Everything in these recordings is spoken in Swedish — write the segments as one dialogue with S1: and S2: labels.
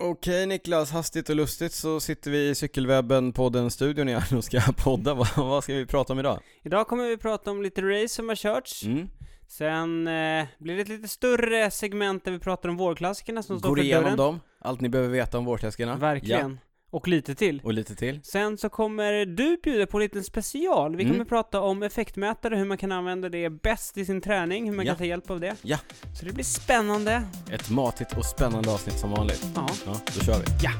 S1: Okej Niklas, hastigt och lustigt så sitter vi i cykelwebben på den studion igen och ska podda. Vad, vad ska vi prata om idag?
S2: Idag kommer vi prata om lite race som har körts.
S1: Mm.
S2: Sen eh, blir det ett lite större segment där vi pratar om vårklassikerna som står
S1: Går
S2: för
S1: igenom
S2: dörren.
S1: dem, allt ni behöver veta om vårklassikerna.
S2: Verkligen. Och lite till.
S1: Ja, och lite till.
S2: Sen så kommer du bjuda på en liten special. Vi
S1: Mm.
S2: kommer prata om effektmätare, hur man kan använda det bäst i sin träning, hur man
S1: Ja.
S2: kan ta hjälp av det.
S1: Ja.
S2: Så det blir spännande.
S1: Ett matigt och spännande avsnitt som vanligt.
S2: Ja.
S1: Ja, då kör vi.
S2: Ja.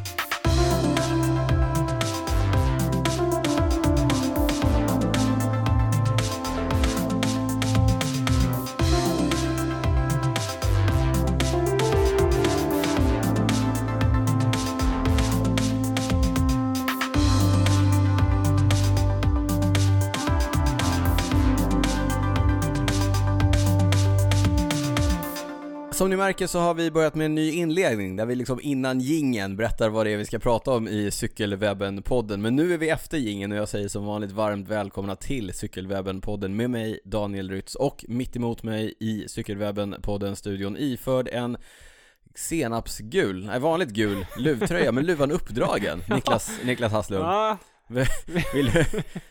S1: Som ni märker så har vi börjat med en ny inledning där vi liksom innan gingen berättar vad det är vi ska prata om i Cykelwebben-podden. Men nu är vi efter gingen och jag säger som vanligt varmt välkomna till Cykelwebben-podden med mig Daniel Rytz och mitt emot mig i Cykelwebben-podden-studion iförd en senapsgul, nej vanligt gul luvtröja men luvan uppdragen Niklas, Niklas Hasslund.
S2: Ja,
S1: Vill du,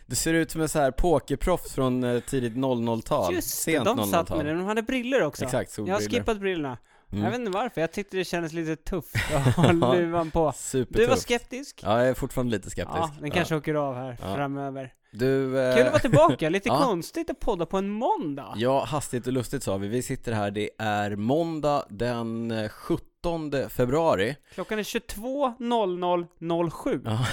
S1: du ser ut som en så här pokerproffs från eh, tidigt 00-tal,
S2: just det.
S1: sent
S2: De satt med det.
S1: 00-tal.
S2: De hade briller också.
S1: Exakt,
S2: Jag har
S1: solbrillor.
S2: skippat brillorna.
S1: Mm.
S2: Jag vet inte varför, jag tyckte det kändes lite tufft att ha luvan på.
S1: Supertufft.
S2: Du var skeptisk?
S1: Ja, jag är fortfarande lite skeptisk.
S2: Ja, den kanske åker av här
S1: Ja.
S2: framöver.
S1: Du, eh,
S2: Kul att vara tillbaka, lite
S1: Ja.
S2: konstigt att podda på en måndag.
S1: Ja, hastigt och lustigt sa vi. Vi sitter här, det är måndag den eh, 17 februari.
S2: Klockan är 22.00.07.
S1: Ja,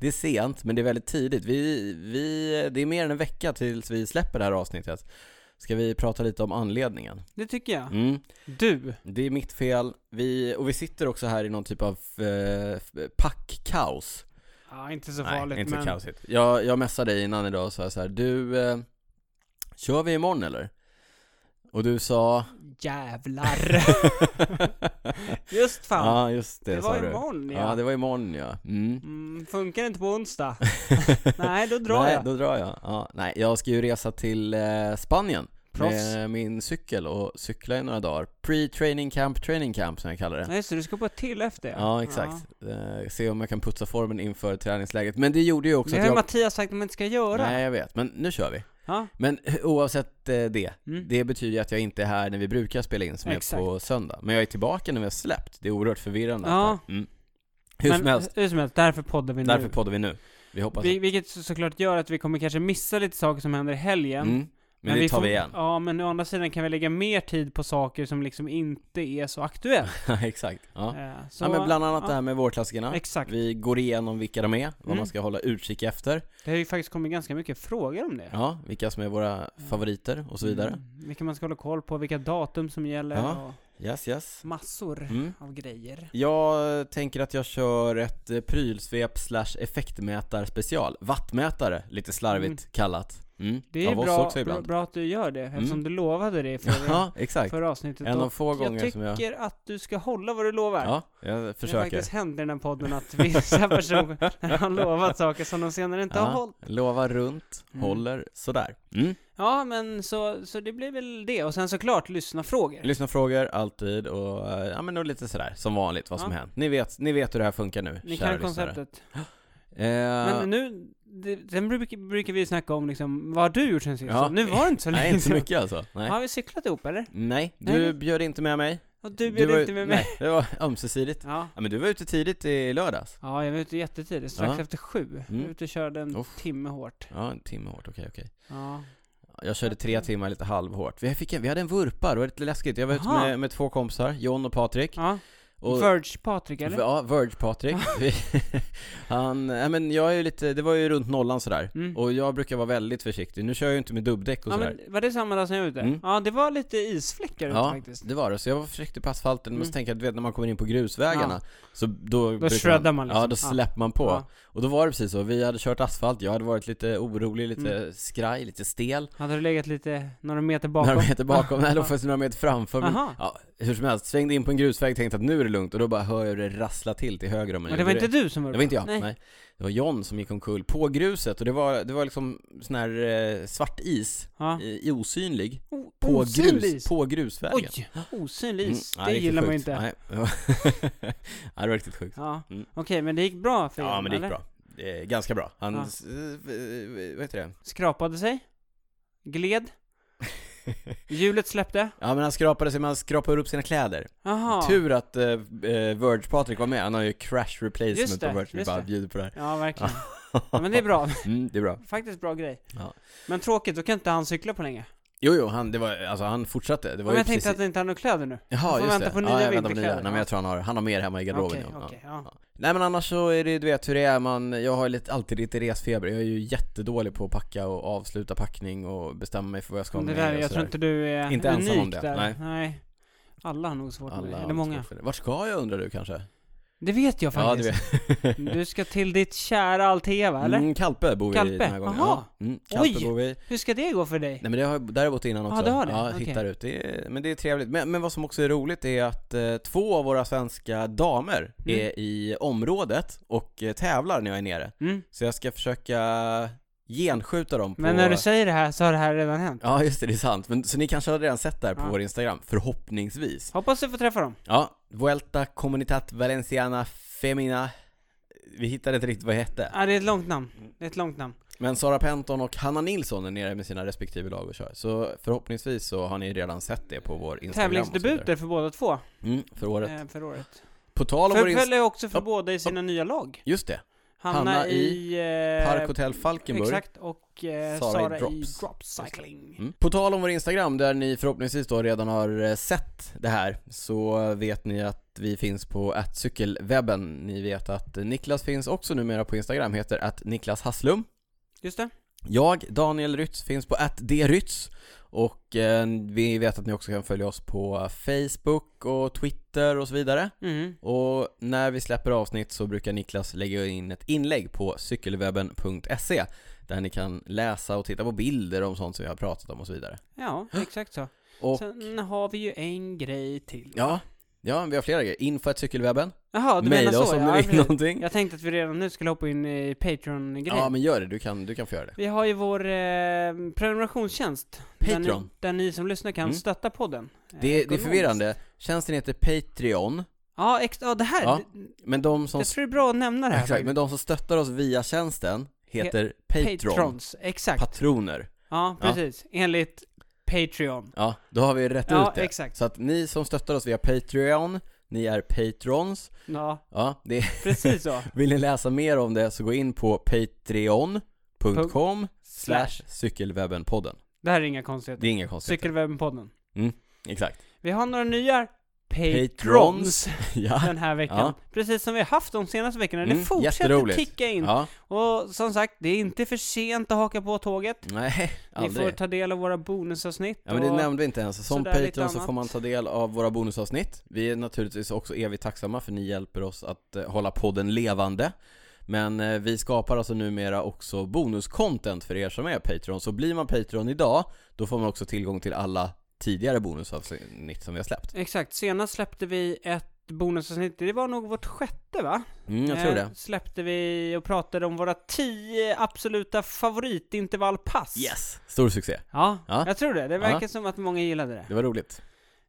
S1: det är sent, men det är väldigt tidigt. Vi, vi, det är mer än en vecka tills vi släpper det här avsnittet. Ska vi prata lite om anledningen?
S2: Det tycker jag.
S1: Mm.
S2: Du,
S1: Det är mitt fel. Vi, och vi sitter också här i någon typ av eh, packkaos.
S2: ja inte så farligt
S1: inte
S2: men...
S1: så kaosigt. Jag, jag messade dig innan idag och sa så här, du, eh, kör vi imorgon eller? Och du sa...
S2: Jävlar. Just fan.
S1: Ja, just det,
S2: det, var
S1: sa du.
S2: imorgon
S1: Ja, det var imorgon ja. Mm.
S2: mm, Funkar inte på onsdag? Nej, då drar
S1: nej,
S2: jag.
S1: då drar jag. Ja, nej, jag ska ju resa till eh, Spanien
S2: Proffs.
S1: med min cykel och cykla i några dagar. Pre-training camp, training camp som jag kallar det.
S2: Nej, just det, du ska på ett till efter.
S1: Ja, exakt. Eh, se om jag kan putsa formen inför träningsläget. Men det gjorde ju också
S2: Det har
S1: att
S2: ju
S1: jag...
S2: Mattias sagt att man inte ska göra.
S1: Nej, jag vet. Men nu kör vi.
S2: Ja.
S1: Men oavsett eh, det,
S2: Mm.
S1: det betyder ju att jag inte är här när vi brukar spela in som
S2: Exakt.
S1: är på söndag. Men jag är tillbaka när vi har släppt. Det är oerhört förvirrande.
S2: Ja.
S1: att det- Mm. Hur som
S2: Men
S1: helst,
S2: Hur som helst, därför poddar vi
S1: därför
S2: nu.
S1: poddar vi nu. Vi hoppas
S2: Vi, vilket så- såklart gör att vi kommer kanske missa lite saker som händer i helgen.
S1: att... Mm. Men, det tar
S2: får-
S1: vi igen.
S2: Ja, men å andra sidan kan vi lägga mer tid på saker som liksom inte är så aktuellt.
S1: Ja, exakt. Ja.
S2: Eh, så,
S1: ja, men bland annat
S2: ja.
S1: det här med vårklassikerna.
S2: Exakt.
S1: Vi går igenom vilka de är, vad
S2: Mm.
S1: man ska hålla utkik efter,
S2: Det har ju faktiskt kommit ganska mycket frågor om det.
S1: ja, vilka som är våra favoriter och så vidare.
S2: Mm, vilka man ska hålla koll på, vilka datum som gäller
S1: Ja.
S2: och
S1: Yes, yes.
S2: massor
S1: Mm.
S2: av grejer.
S1: Jag tänker att jag kör ett eh, prylsvep slash effektmätarspecial. Vattmätare, lite slarvigt kallat. Mm.
S2: Det är
S1: Av oss
S2: bra,
S1: också
S2: bra,
S1: ibland.
S2: bra att du gör det, eftersom
S1: Mm.
S2: du lovade det i förra,
S1: Ja, exakt.
S2: förra avsnittet.
S1: En av
S2: Och
S1: få gånger
S2: jag
S1: som jag...
S2: tycker att du ska hålla vad du lovar.
S1: Ja, jag
S2: Det har
S1: försöker.
S2: faktiskt hänt i den här podden att vissa personer har lovat saker som de senare inte har
S1: Ja,
S2: hållit.
S1: Lovar runt,
S2: Mm.
S1: håller sådär. Mm.
S2: Ja, men så, så det blir väl det. Och sen såklart lyssna frågor.
S1: Lyssna frågor alltid och, eh, ja, men och lite sådär som vanligt vad som
S2: Ja.
S1: hänt. Ni vet, ni vet hur det här funkar nu,
S2: Ni
S1: kära
S2: kan
S1: lyssnare.
S2: konceptet.
S1: Eh,
S2: Men nu, det, sen brukar, brukar vi snacka om liksom, vad har du gjort sen sist?
S1: Ja.
S2: Så Nu var det inte så länge
S1: Nej, inte så
S2: sedan.
S1: mycket alltså. Nej.
S2: Har vi cyklat ihop eller?
S1: Nej, du
S2: Nej.
S1: bjöd inte med mig.
S2: Och du bjöd
S1: var-
S2: inte med mig?
S1: Nej, det var ömsesidigt.
S2: Ja.
S1: Ja, men du var ute tidigt i lördags.
S2: ja, jag var ute jättetidigt, strax
S1: Ja.
S2: efter sju. Jag var
S1: Mm.
S2: ute och körde en
S1: Uff.
S2: timme hårt.
S1: Ja, en timme hårt, okej okej.
S2: Ja.
S1: Jag körde
S2: Mm.
S1: tre timmar lite halvhårt. Vi, fick en, vi hade en vurpa, det var lite läskigt. Jag var ute
S2: Jaha.
S1: med, med två kompisar, John och Patrik.
S2: ja.
S1: Och,
S2: Verge Patrik eller?
S1: Ja, Verge Patrik. Vi- Han, nej men jag är ju lite, det var ju runt nollan sådär.
S2: Mm.
S1: Och jag brukar vara väldigt försiktig. Nu kör jag ju inte med dubbdäck och
S2: Ja,
S1: sådär.
S2: men var det samma dag som jag var ute?
S1: Mm.
S2: Ja, det var lite isfläckar ute
S1: Ja,
S2: faktiskt.
S1: det var det. Så jag var försiktig på asfalten, men så
S2: Mm.
S1: tänker jag, du vet när man kommer in på grusvägarna, så då... brukar
S2: shreddar man liksom.
S1: Ja, då
S2: Ja.
S1: släpper man på.
S2: Ja.
S1: Och då var det precis så, vi hade kört asfalt, jag hade varit lite orolig, lite
S2: Mm.
S1: skraj, lite stel.
S2: Hade du legat lite, några meter bakom?
S1: Några meter bakom, nej, låg faktiskt några meter framför. Men,
S2: Aha.
S1: ja, hur som helst, svängde in på en grusväg, tänkte att nu är det lugnt och då bara hör jag hur det rasslar till till höger om mig.
S2: Men det var
S1: Och
S2: inte du som var
S1: det var inte jag, nej.
S2: Nej.
S1: Det var John som gick omkull på gruset och det var, det var liksom sån här eh, svart is,
S2: Ja.
S1: i, i osynlig,
S2: O-
S1: på
S2: Ah. osynlig
S1: grus,
S2: is.
S1: på grusvägen. Mm.
S2: Oj, osynlig is.
S1: nej,
S2: det
S1: riktigt
S2: gillar man ju
S1: sjukt.
S2: inte.
S1: Nej, det var, nej, det var riktigt sjukt.
S2: Ja.
S1: Mm.
S2: Okej, men det gick bra för
S1: Ja
S2: John,
S1: men det gick
S2: eller?
S1: bra. Eh, ganska bra. Han,
S2: Ja.
S1: s- eh, vad heter det?
S2: Skrapade sig? Gled? Hjulet släppte?
S1: Ja men han skrapade sig, men han skrapade upp sina kläder.
S2: Jaha.
S1: Tur att eh, eh, Verge Patrik var med, han har ju crash replacement
S2: Just det,
S1: på Verge, vi
S2: just
S1: bara
S2: det.
S1: bjuder på det här.
S2: Ja, verkligen. Ja, men det är bra.
S1: Mm, det är bra.
S2: Faktiskt bra grej.
S1: Ja.
S2: Men tråkigt, då kan inte han cykla på länge.
S1: Jo, jo, han, det var, alltså han fortsatte. Det
S2: Ja,
S1: var
S2: Men
S1: ju
S2: jag
S1: precis...
S2: tänkte att inte han har kläder nu.
S1: Jaha,
S2: får
S1: just
S2: vänta
S1: det.
S2: på
S1: ja,
S2: nya
S1: jag väntar på nya.
S2: vinterkläder.
S1: Nej, men jag tror han har, han har mer hemma i garderoben.
S2: Okej,
S1: ja. Ja.
S2: okej, ja.
S1: Nej men annars så är det du vet hur det är, man, jag har ju lite, alltid lite resfeber. Jag är ju jättedålig på att packa och avsluta packning och bestämma mig för vad jag ska ha
S2: Det
S1: med
S2: där,
S1: och
S2: jag
S1: sådär.
S2: tror inte du är
S1: Inte ensam
S2: unik
S1: om det,
S2: där.
S1: nej.
S2: Alla har nog svårt med det.
S1: har
S2: Eller många.
S1: svårt för det. Vart ska jag undrar du kanske?
S2: Det vet jag
S1: Ja, du
S2: faktiskt.
S1: vet.
S2: Du ska till ditt kära Alteva, eller?
S1: Mm, Kalpe bor vi i
S2: Kalpe,
S1: den här gången.
S2: aha.
S1: Ja, mm, Kalpe
S2: Oj.
S1: bor vi i.
S2: Hur ska det gå för dig?
S1: Nej men det har, där har jag bott innan också.
S2: Ja, det har det.
S1: Ja,
S2: Okej.
S1: hittar ut. Det är, men det är trevligt. Men, men vad som också är roligt är att eh, två av våra svenska damer
S2: Mm.
S1: är i området och eh, tävlar när jag är nere.
S2: Mm.
S1: Så jag ska försöka genskjuta dem på...
S2: Men när du säger det här så har det här redan hänt.
S1: Ja just det, det är sant. Men, så ni kanske har redan sett det här på
S2: Ja.
S1: vår Instagram, förhoppningsvis.
S2: Hoppas du får träffa dem.
S1: Ja, Vuelta Comunitat Valenciana Femina. Vi hittade inte riktigt vad det hette.
S2: Ja, det är ett långt namn. Det är ett långt namn.
S1: Men Sara Penton och Hanna Nilsson är nere med sina respektive lag och kör. Så förhoppningsvis så har ni redan sett det på vår Instagram och så vidare.
S2: Tävlingsdebuter för båda två.
S1: Mm, för året.
S2: eh, För året.
S1: På tal om vår Insta-
S2: Förföll är också för
S1: Hopp,
S2: båda i sina nya lag.
S1: Just det,
S2: Hanna,
S1: Hanna i
S2: i... eh,
S1: Park Hotel Falkenburg.
S2: Exakt, och eh,
S1: Sara
S2: Sara,
S1: i
S2: i
S1: Drops.
S2: Drop Cycling.
S1: Mm. På tal om vår Instagram, där ni förhoppningsvis då redan har eh, sett det här, så vet ni att vi finns på cykelwebben. Ni vet att Niklas finns också numera på Instagram, heter att Niklas Hasslum.
S2: Just det.
S1: Jag, Daniel Rytz, finns på @drytz och eh, vi vet att ni också kan följa oss på Facebook och Twitter och så vidare.
S2: Mm.
S1: Och när vi släpper avsnitt så brukar Niklas lägga in ett inlägg på cykelwebben.se där ni kan läsa och titta på bilder om sånt som vi har pratat om och så vidare.
S2: Ja, exakt så.
S1: Och
S2: Sen har vi ju en grej till.
S1: ja, ja, vi har flera grejer. Info cykelwebben.
S2: Jaha, du menar
S1: Mejla
S2: så?
S1: oss om
S2: ja,
S1: du vill
S2: precis.
S1: någonting.
S2: Jag tänkte att vi redan nu skulle hoppa in i Patreon-grejen.
S1: Ja, men gör det. Du kan, du kan få göra det.
S2: Vi har ju vår eh, prenumerationstjänst. Där ni,
S1: Patreon.
S2: där ni som lyssnar kan
S1: Mm.
S2: stötta podden. Eh,
S1: Det, det är
S2: ekonomiskt.
S1: förvirrande. Tjänsten heter Patreon,
S2: Ja, ex- ja det här.
S1: Ja,
S2: det,
S1: men de som,
S2: jag tror det är bra att nämna det här.
S1: exakt, men de som stöttar oss via tjänsten heter Patron.
S2: Patrons, exakt.
S1: Patroner.
S2: ja,
S1: Ja.
S2: precis. Enligt Patreon.
S1: Ja, då har vi rätt
S2: Ja,
S1: ut det.
S2: exakt.
S1: Så att ni som stöttar oss via Patreon, ni är patrons.
S2: Ja,
S1: Ja, det
S2: precis så.
S1: Vill ni läsa mer om det så gå in på patreon.com slash cykelwebbenpodden.
S2: Det här är inga konstigheter.
S1: Det är inga konstigheter.
S2: Cykelwebben-podden.
S1: Exakt.
S2: Vi har några nya
S1: Patrons.
S2: Patrons
S1: Ja.
S2: den här veckan.
S1: Ja.
S2: Precis som vi har haft de senaste veckorna.
S1: Mm,
S2: Det fortsätter
S1: jätteroligt.
S2: ticka in.
S1: ja.
S2: Och som sagt, det är inte för sent att haka på tåget.
S1: Nej,
S2: Ni får
S1: aldrig.
S2: ta del av våra bonusavsnitt.
S1: Ja men det
S2: och-
S1: nämnde vi inte ens. Som
S2: sådär lite
S1: Patreon så
S2: annat.
S1: får man ta del av våra bonusavsnitt. Vi är naturligtvis också evigt tacksamma för ni hjälper oss att eh, hålla podden levande. Men eh, vi skapar alltså numera också bonuscontent för er som är Patreon. Så blir man Patreon idag, då får man också tillgång till alla tidigare bonusavsnitt som vi har släppt.
S2: Exakt, senast släppte vi ett bonusavsnitt. Det var nog vårt sjätte va?
S1: Mm, jag tror
S2: Eh,
S1: det.
S2: Släppte vi och pratade om våra tio absoluta favoritintervallpass.
S1: Yes! Stor succé.
S2: Ja,
S1: Ja.
S2: jag tror det. Det verkar som att många gillade det.
S1: Det var roligt.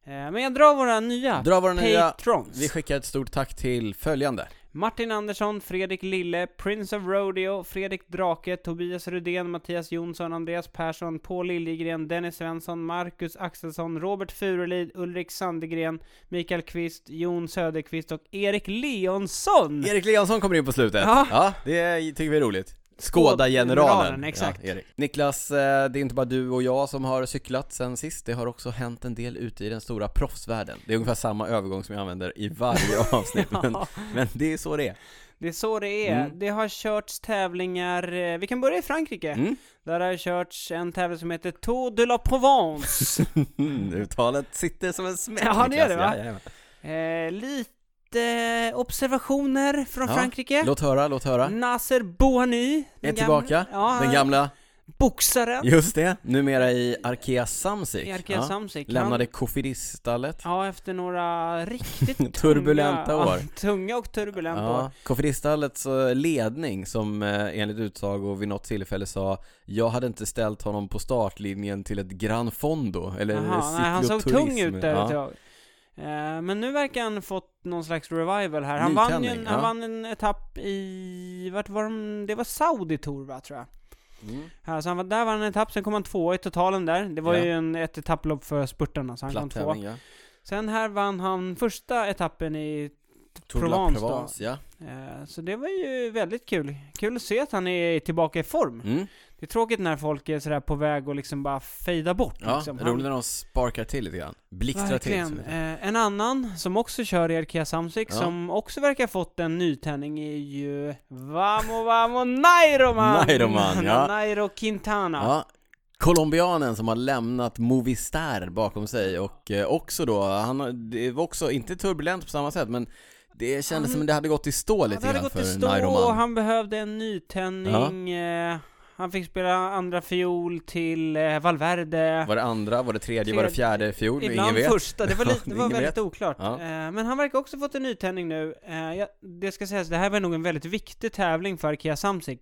S2: Eh, Men jag drar våra nya.
S1: Dra våra nya...
S2: Patrons.
S1: Vi skickar ett stort tack till följande.
S2: Martin Andersson, Fredrik Lille, Prince of Rodeo, Fredrik Drake, Tobias Rudén, Mattias Jonsson, Andreas Persson, Paul Liljegren, Dennis Svensson, Marcus Axelsson, Robert Furulid, Ulrik Sandegren, Mikael Kvist, Jon Söderqvist och Erik Leonsson!
S1: Erik Leonsson kommer in på slutet.
S2: Ja.
S1: det tycker vi är roligt.
S2: Skåda-generalen,
S1: Skåda-generalen.
S2: exakt.
S1: Ja, Erik. Niklas, eh, det är inte bara du och jag som har cyklat sen sist. Det har också hänt en del ute i den stora proffsvärlden. Det är ungefär samma övergång som jag använder i varje avsnitt. men,
S2: Ja,
S1: men det är så det är.
S2: det är så det är.
S1: Mm.
S2: Det har körts tävlingar, eh, vi kan börja i Frankrike.
S1: Mm.
S2: Där har körts en tävling som heter Tour de la Provence.
S1: Mm, uttalet sitter som en smäck.
S2: Ja, det gör det,
S1: Niklas.
S2: va?
S1: Ja, jajamän.
S2: eh, lite observationer från
S1: Ja,
S2: Frankrike.
S1: låt höra, låt höra.
S2: Nasser Bouhani.
S1: Är tillbaka. Den gamla
S2: Boxaren!
S1: Just det, numera i Arkea Samsic.
S2: I Arkea
S1: Ja.
S2: Samsic. Han-
S1: Lämnade kofiristallet.
S2: Ja, efter några riktigt tunga-
S1: Turbulenta
S2: ja,
S1: år.
S2: tunga och turbulenta år.
S1: Ja, Konfidistallets eh, ledning som eh, enligt utsago vid något tillfälle sa Jag hade inte ställt honom på startlinjen till ett Gran Fondo eller
S2: Jaha, nej, han såg
S1: cykloturism.
S2: tung ut där
S1: Ja.
S2: ett tag. Eh, Men nu verkar han fått någon slags revival här. Han vann ju en,
S1: Nytändning,
S2: han
S1: ja.
S2: vann en etapp i, vart var de, det var Saudi Tour va, tror jag.
S1: Mm.
S2: Ja, så han var, där vann han en etapp, sen kom han tvåa i totalen där. Det var
S1: Ja.
S2: ju en, ett etapplopp för spurtarna, så han kom
S1: Platt
S2: tvåa.
S1: tävling, ja.
S2: Sen här vann han första etappen i
S1: Tour de
S2: Provence då.
S1: Provence, ja.
S2: eh, så det var ju väldigt kul. Kul att se att han är tillbaka i form.
S1: Mm.
S2: Det är tråkigt när folk är sådär på väg och liksom bara fejda bort.
S1: ja
S2: liksom. Han-
S1: roligt när de sparkar till lite grann. Blixtrar till. så
S2: Verkligen.
S1: lite.
S2: Eh, en annan som också kör i Arkea Samsic,
S1: Ja.
S2: som också verkar ha fått en nytändning är ju Vamo Vamo Nairoman!
S1: Nairoman, ja.
S2: Nairo Quintana.
S1: Ja. Colombianen som har lämnat Movistar bakom sig och eh, också då, han, har- det var också inte turbulent på samma sätt men det kändes som att det hade gått i stå
S2: Han
S1: lite
S2: hade
S1: grann
S2: gått i
S1: för
S2: stå och
S1: Nairoman.
S2: han behövde en nytändning. Eh, han fick spela andra fiol till eh, Valverde.
S1: Var det andra, var det tredje, var det fjärde fjol? Ingen
S2: Ibland
S1: vet.
S2: första, det var, lite, det var
S1: Ingen
S2: väldigt
S1: vet.
S2: oklart.
S1: Ja.
S2: Eh, men han verkar också fått en nytändning nu. Eh, jag, det ska sägas, det här var nog en väldigt viktig tävling för Kia Samsic.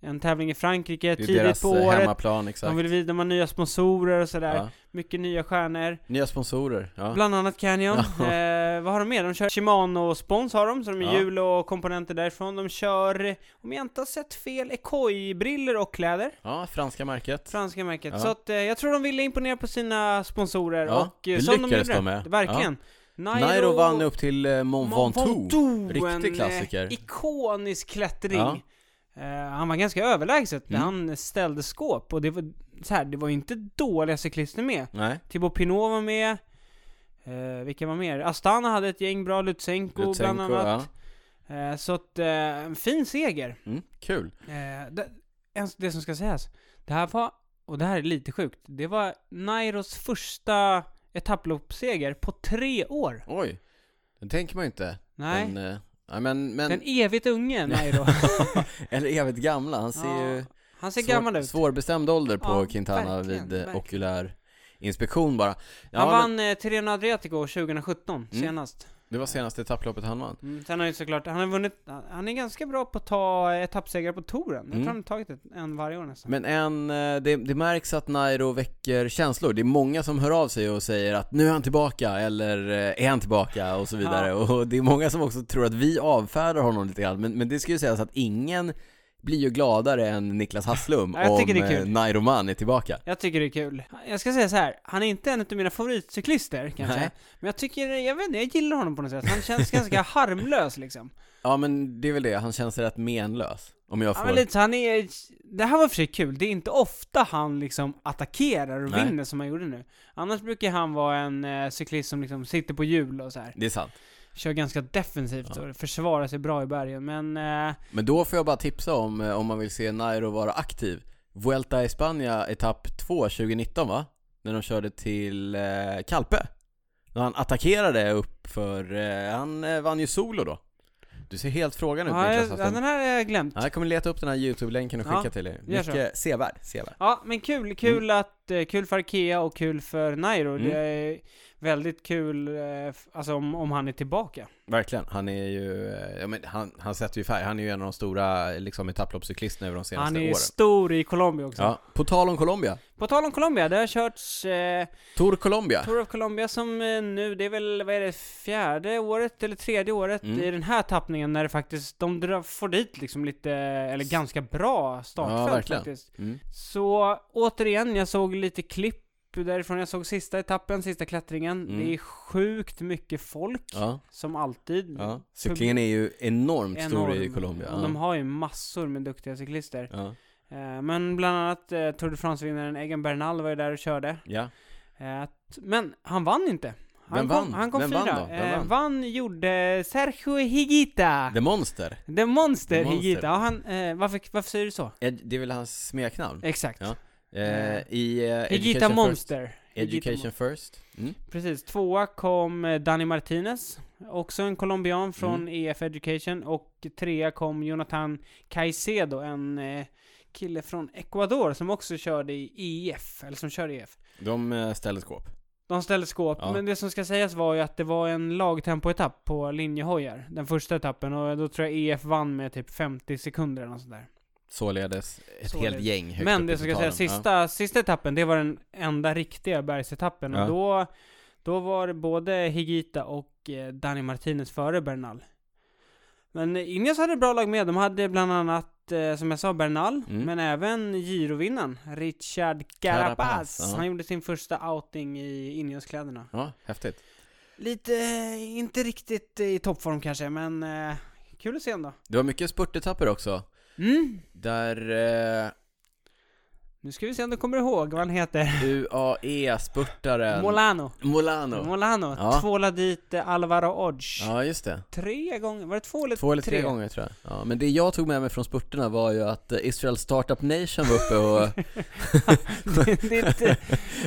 S2: En tävling i Frankrike,
S1: Det är
S2: tidigt
S1: deras
S2: på
S1: eh,
S2: året.
S1: hemmaplan
S2: De
S1: exakt.
S2: vill vidare med nya sponsorer och sådär.
S1: Ja.
S2: Mycket nya stjärnor.
S1: Nya sponsorer. Ja.
S2: Bland annat Canyon. Eh, vad har de mer? De kör Shimano-spons har de, så de är
S1: Ja.
S2: hjul och komponenter därifrån. De kör, om jag inte har sett fel, Ekoi-briller och kläder.
S1: ja, franska märket.
S2: Franska märket.
S1: Ja.
S2: Så att, eh, jag tror de ville imponera på sina sponsorer
S1: Ja,
S2: och eh,
S1: det
S2: som de
S1: lyckades
S2: gjorde.
S1: de med.
S2: Verkligen.
S1: Nairo vann upp till eh, Mont Ventoux. Riktig
S2: en, eh,
S1: klassiker.
S2: ikonisk klättring.
S1: Ja.
S2: Eh, han var ganska överlägset när
S1: Mm.
S2: han ställde skåp och det var så här, det var ju inte dåliga cyklister med.
S1: Nej,
S2: Thibaut Pinot var med. Eh, vilka var mer? Astana hade ett gäng bra, Lutsenko, bland
S1: Lutsenko,
S2: annat.
S1: ja.
S2: Eh, så att, eh, en fin seger.
S1: Mm, kul.
S2: Eh, det, ens det som ska sägas. Det här var, och det här är lite sjukt, det var Nairos första etapploppsseger på tre år.
S1: Oj, det tänker man ju inte.
S2: Nej.
S1: Men, eh, nej, men, men
S2: Den evigt unge Nairo.
S1: eller evigt gamla, han ser
S2: Ja,
S1: ju
S2: Han ser
S1: svår,
S2: gammal ut.
S1: svårbestämd ålder på
S2: Ja,
S1: Quintana
S2: verkligen,
S1: vid eh,
S2: verkligen.
S1: okulär inspektion bara. Ja,
S2: han
S1: men
S2: vann eh, Tirreno Adriatico 2017,
S1: Mm.
S2: senast.
S1: Det var senaste etapploppet han vann.
S2: Mm, sen har ju såklart, han har vunnit, han är ganska bra på att ta eh, etappsegrar på touren. Jag tror
S1: Mm.
S2: han har tagit ett- en varje år nästan.
S1: Men en, eh, det, det märks att Nairo väcker känslor. Det är många som hör av sig och säger att nu är han tillbaka eller eh, är han tillbaka och så vidare. Och det är många som också tror att vi avfärdar honom lite grann. Men, men det ska ju sägas att ingen blir ju gladare än Niklas Hasslum
S2: Ja, jag
S1: om
S2: tycker det är
S1: eh,
S2: kul.
S1: Nairo Man är tillbaka.
S2: Jag tycker det är kul. Jag ska säga så här, han är inte en av mina favoritcyklister kanske.
S1: Nej.
S2: Men jag tycker, jag vet inte, jag gillar honom på något sätt. Han känns ganska harmlös liksom.
S1: Ja men det är väl det, han känns rätt menlös. Om jag
S2: Ja,
S1: får...
S2: men lite, så han är, det här var i och för sig kul, det är inte ofta han liksom attackerar och
S1: Nej.
S2: vinner som han gjorde nu. Annars brukar han vara en eh, cyklist som liksom sitter på hjul och så här.
S1: Det är sant.
S2: Kör ganska defensivt
S1: Ja.
S2: och försvarar sig bra i bergen, men... Eh,
S1: Men då får jag bara tipsa om, eh, om man vill se Nairo vara aktiv. Vuelta i Spanien etapp 2 2019 va? När de körde till eh, Calpe. När han attackerade upp för, eh, han eh, vann ju solo då. Du ser helt frågan ut
S2: ja, jag,
S1: Niklas
S2: ja, den
S1: Hasselm.
S2: här har jag glömt.
S1: Ja, jag kommer leta upp den här YouTube-länken och
S2: Ja,
S1: skicka till er.
S2: gör så.
S1: Mycket sevärd, sevärd.
S2: Ja, men kul. Kul att, eh, kul för Arkea och kul för Nairo.
S1: Mm.
S2: Det är väldigt kul, eh, f- alltså om, om han är tillbaka.
S1: Verkligen. Han är ju, eh, ja, men han, han sätter ju färg. Han är ju en av de stora eh, liksom, etapploppscyklisterna över de senaste
S2: Han är
S1: åren.
S2: stor i Colombia också.
S1: Ja, på tal om Colombia.
S2: På tal om Colombia, det har körts eh,
S1: Tour Colombia.
S2: Tour of Colombia som eh, nu, det är väl, vad är det, fjärde året eller tredje året
S1: Mm.
S2: i den här tappningen när det faktiskt, de drar, får dit liksom lite, eller ganska bra
S1: Ja,
S2: startfält
S1: verkligen.
S2: faktiskt.
S1: Mm.
S2: Så återigen, jag såg lite klipp därifrån jag såg sista etappen, sista klättringen.
S1: Mm.
S2: Det är sjukt mycket folk,
S1: Ja.
S2: som alltid.
S1: Ja, cyklingen är ju enormt stor i
S2: Enorm.
S1: Colombia.
S2: Och de har ju massor med duktiga cyklister.
S1: ja.
S2: Eh, Men bland annat eh, Tour de France-vinnaren Egan Bernal var ju där och körde.
S1: ja.
S2: Eh, t- Men han vann inte. Han
S1: Vem
S2: kom,
S1: vann?
S2: Han kom
S1: Vem
S2: fyra.
S1: vann då? Vem
S2: Eh,
S1: vann?
S2: vann gjorde Sergio Higuita.
S1: The Monster. The
S2: The Monster,
S1: Monster.
S2: Higuita. Ja, han, eh, varför, varför säger du så?
S1: Eh, Det är väl hans smeknamn?
S2: Exakt.
S1: Ja. Eh, I eh,
S2: Higuita
S1: Education
S2: Monster.
S1: First.
S2: Higuita
S1: Education First. Mm.
S2: Mon- Precis. Tvåa kom eh, Dani Martinez. Också en colombian E från EF Education. Och trea kom Jonathan Caicedo, en eh, kille från Ecuador som också körde i EF, eller som kör i EF.
S1: De eh, ställer skåp.
S2: De ställde skåp,
S1: Ja.
S2: men det som ska sägas var ju att det var en lagtempoetapp på linjehojar. Den första etappen, och då tror jag EF vann med typ 50 sekunder eller något sånt där.
S1: Således ett
S2: Således.
S1: helt gäng högt
S2: Men
S1: upp
S2: det
S1: i
S2: som ska
S1: totalen.
S2: sägas, sista, sista etappen, det var den enda riktiga bergsetappen.
S1: Ja.
S2: Och då, då var det både Higita och eh, Dani Martinez före Bernal. Men Ineos hade ett bra lag med. De hade bland annat, eh, som jag sa, Bernal,
S1: Mm.
S2: men även girovinnaren Richard Carapaz.
S1: Carapaz, ja.
S2: Han gjorde sin första outing i Ineos-kläderna.
S1: Ja. ja, häftigt.
S2: Lite, eh, inte riktigt i toppform kanske, men eh, kul att se ändå.
S1: Det var mycket spurtetapper också.
S2: Mm.
S1: Där eh,
S2: Nu ska vi se om du kommer ihåg vad han heter.
S1: UAE-spurtaren
S2: Molano.
S1: E Molano.
S2: Molano
S1: Ja.
S2: tvåla dit eh, Alvaro Odge.
S1: Ja, just det.
S2: Tre gånger, var det två eller
S1: Två eller tre, gånger tror jag. Ja, men det jag tog med mig från spurterna var ju att eh, Israel Startup Nation var uppe och...
S2: det är inte,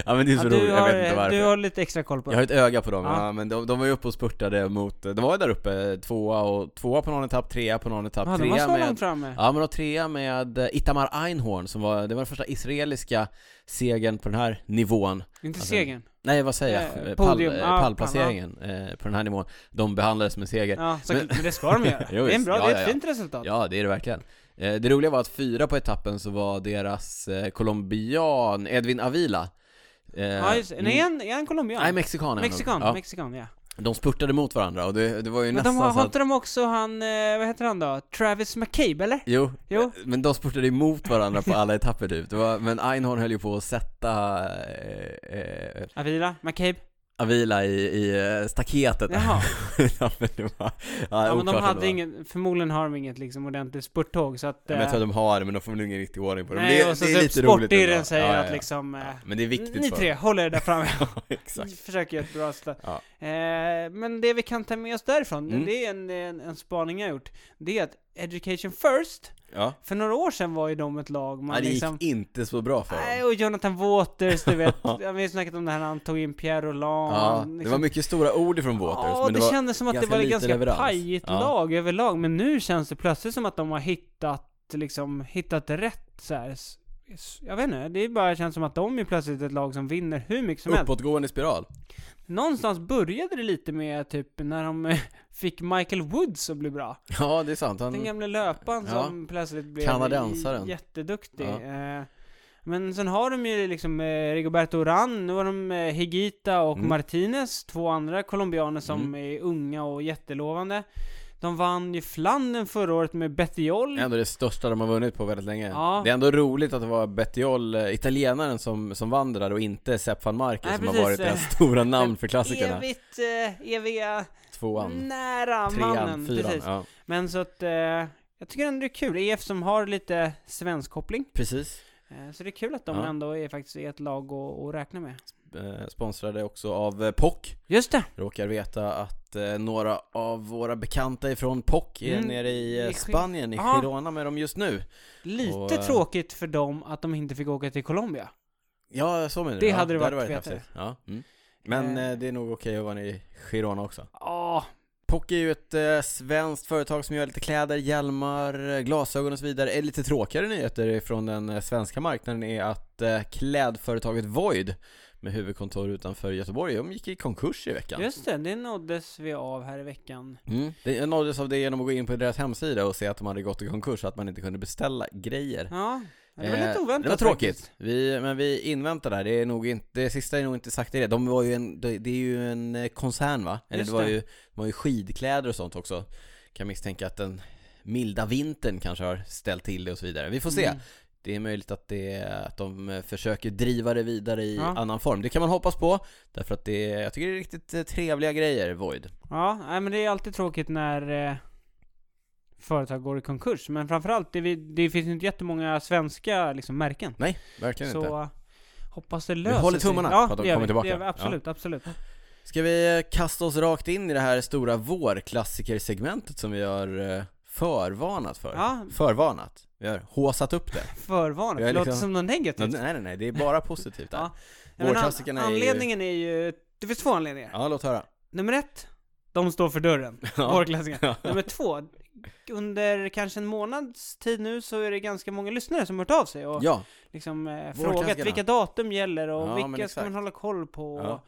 S1: ja men det är
S2: ja,
S1: så roligt,
S2: du,
S1: jag
S2: har,
S1: vet inte varför.
S2: du har lite extra koll på
S1: Jag
S2: det.
S1: har ett öga på dem, ja.
S2: Ja.
S1: men de, de var ju uppe och spurtade mot, de var ju där uppe, tvåa och tvåa på någon etapp, trea på någon etapp,
S2: Ja, de var
S1: trea
S2: så
S1: med
S2: långt framme.
S1: Ja men och trea med eh, Itamar Einhorn som var, det var den första israeliska segern på den här nivån
S2: inte
S1: alltså,
S2: segern.
S1: Nej vad säger
S2: Eh,
S1: jag? Eh,
S2: podium.
S1: eh,
S2: Ja, pall,
S1: pallplaceringen eh, på den här nivån De behandlades med seger
S2: Ja, så,
S1: men-
S2: men, det ska de göra.
S1: Jo,
S2: det är en
S1: visst.
S2: bra,
S1: Ja,
S2: det är
S1: ja,
S2: ett
S1: ja.
S2: fint resultat.
S1: Ja, det är det verkligen. Eh, Det roliga var att fyra på etappen så var deras eh, colombian Edwin Avila. Eh,
S2: Ja, just, det. nej, är han, är han colombian?
S1: nej, mexikan. är han.
S2: mexikan,
S1: Ja,
S2: mexikan, ja.
S1: de spurtade mot varandra och det, det var ju
S2: Men
S1: nästan
S2: de har,
S1: så
S2: har
S1: att...
S2: inte de också han, eh, vad heter han då? Travis McCabe, eller?
S1: Jo,
S2: Jo.
S1: men de spurtade emot varandra på alla etapper typ. Det var, men Einhorn höll ju på att sätta eh, eh,
S2: Avila, McCabe?
S1: Avila i, i eh, staketet.
S2: Jaha.
S1: ja, men det var, ja,
S2: Ja, men de
S1: oklart
S2: hade
S1: ändå.
S2: inget, förmodligen har de inget liksom ordentligt spurttåg så att...
S1: Ja, men jag
S2: eh,
S1: tror att de har det, men de får väl ingen riktig ordning på det. Men
S2: Nej,
S1: det,
S2: och så
S1: det är
S2: typ
S1: lite roligt ändå.
S2: sportirren säger
S1: Ja, ja,
S2: att
S1: ja.
S2: liksom... eh,
S1: Ja, men det är viktigt
S2: Ni
S1: för
S2: tre, håller er där framme.
S1: Ja, exakt.
S2: Försöker göra ett bra stöd.
S1: Ja.
S2: Eh, men det vi kan ta med oss därifrån,
S1: Mm.
S2: det är en, en, en spaning jag har gjort. Det är att Education First,
S1: Ja.
S2: för några år sedan var ju de ett lag man
S1: Nej, det
S2: liksom...
S1: gick inte så bra för
S2: Nej,
S1: dem.
S2: och Jonathan Waters, du vet. Vi har ju snackat om det här när han tog in Pierre Roland.
S1: Ja,
S2: liksom.
S1: det var mycket stora ord ifrån Waters,
S2: Ja,
S1: men
S2: det,
S1: det, var...
S2: kändes som att det
S1: ganska
S2: var ett
S1: lite
S2: ganska
S1: leverans.
S2: pajigt
S1: Ja.
S2: lag överlag, men nu känns det plötsligt som att de har hittat, liksom, hittat rätt så här. S- s- Jag vet inte, det är bara känns som att de är plötsligt ett lag som vinner hur mycket som helst.
S1: uppåtgående spiral.
S2: Någonstans började det lite med typ när de eh, fick Michael Woods att bli bra.
S1: Ja, det är sant.
S2: Den
S1: Han...
S2: gamle löparen
S1: Mm. Ja.
S2: som plötsligt blev
S1: Kanadensaren.
S2: jätteduktig.
S1: Ja.
S2: Eh, Men sen har de ju liksom eh, Rigoberto Oran, nu har de eh, Higita och
S1: Mm.
S2: Martinez, två andra colombianer som är unga och jättelovande. De vann ju Flandern förra året med Bettiol.
S1: Ändå det största de har vunnit på väldigt länge.
S2: Ja.
S1: Det är ändå roligt att det var Bettiol, eh, italienaren, som, som vann det där och inte Sepp van Marken
S2: Nej,
S1: som
S2: precis.
S1: har varit det stora namn för klassikerna.
S2: Evigt, eh, eviga,
S1: Tvåan,
S2: nära mannen.
S1: trean, fyran.
S2: Precis.
S1: Ja.
S2: Men så att, eh, jag tycker ändå det är kul. EF som har lite svensk koppling.
S1: Precis.
S2: Eh, Så det är kul att de
S1: Ja.
S2: ändå är faktiskt är ett lag att, att räkna med.
S1: Eh, Sponsrade också av eh, POC.
S2: Just det!
S1: Råkar veta att eh, några av våra bekanta ifrån POC är
S2: Mm,
S1: nere i
S2: i
S1: eh,
S2: Gi-
S1: Spanien, i
S2: Ja.
S1: Girona med dem just nu.
S2: Lite
S1: Och, eh,
S2: tråkigt för dem att de inte fick åka till Colombia.
S1: Ja, så menar du?
S2: Det
S1: ja,
S2: hade det varit fetare.
S1: häftigt. Ja. Mm. Men
S2: Eh.
S1: eh, det är nog okej att vara i Girona också.
S2: Ja,
S1: Pock är ju ett eh, svenskt företag som gör lite kläder, hjälmar, eh, glasögon och så vidare. Eh, lite tråkigare nyheter från den eh, svenska marknaden är att eh, klädföretaget Void med huvudkontor utanför Göteborg, de gick i konkurs i veckan.
S2: just det. Det nåddes vi av här i veckan.
S1: Mm. Det jag nåddes av det genom att gå in på deras hemsida och se att de hade gått i konkurs så att man inte kunde beställa grejer.
S2: Ja, det var
S1: Eh,
S2: lite oväntat
S1: Det var tråkigt.
S2: faktiskt.
S1: Vi, men vi inväntar där. Det är nog inte, det sista är nog inte sagt i det. De var ju en, det, det är ju en eh, koncern va? Eller
S2: Just
S1: det var,
S2: det.
S1: Ju, det var ju skidkläder och sånt också. Kan misstänka att den milda vintern kanske har ställt till det och så vidare. Vi får se.
S2: Mm.
S1: Det är möjligt att, det, att de eh, försöker driva det vidare i
S2: Ja.
S1: annan form. Det kan man hoppas på. Därför att det, jag tycker det är riktigt eh, trevliga grejer, Void.
S2: Ja, nej, men det är alltid tråkigt när eh, företag går i konkurs. Men framförallt, det, vi- det finns ju inte jättemånga svenska liksom, märken.
S1: Nej, verkligen
S2: Så
S1: inte.
S2: eh, hoppas det löser
S1: håller tummarna
S2: sig. Ja,
S1: på att de
S2: det gör
S1: kommer
S2: vi,
S1: tillbaka.
S2: Det gör vi,
S1: Ja.
S2: absolut, absolut.
S1: Ska vi eh, kasta oss rakt in i det här stora vårklassikersegmentet som vi har eh, förvarnat för?
S2: Ja.
S1: Förvarnat? Vi har håsat upp det.
S2: Förvarnat.
S1: Jag är
S2: Det låter
S1: liksom-
S2: som något negativt.
S1: Nej, nej, nej, det är bara positivt där.
S2: Ja. Ja, men an-
S1: Vårklassikerna är ju...
S2: anledningen är ju... Det finns två anledningar.
S1: Ja, låt höra.
S2: Nummer ett, de står för dörren.
S1: Ja.
S2: Vårklassiker.
S1: Ja.
S2: Nummer två, under kanske en månads tid nu så är det ganska många lyssnare som har hört av sig och
S1: Ja,
S2: liksom eh,
S1: Vårklassikerna.
S2: frågat vilka datum gäller och
S1: Ja, men
S2: vilka ska
S1: exakt.
S2: man hålla koll på och
S1: Ja.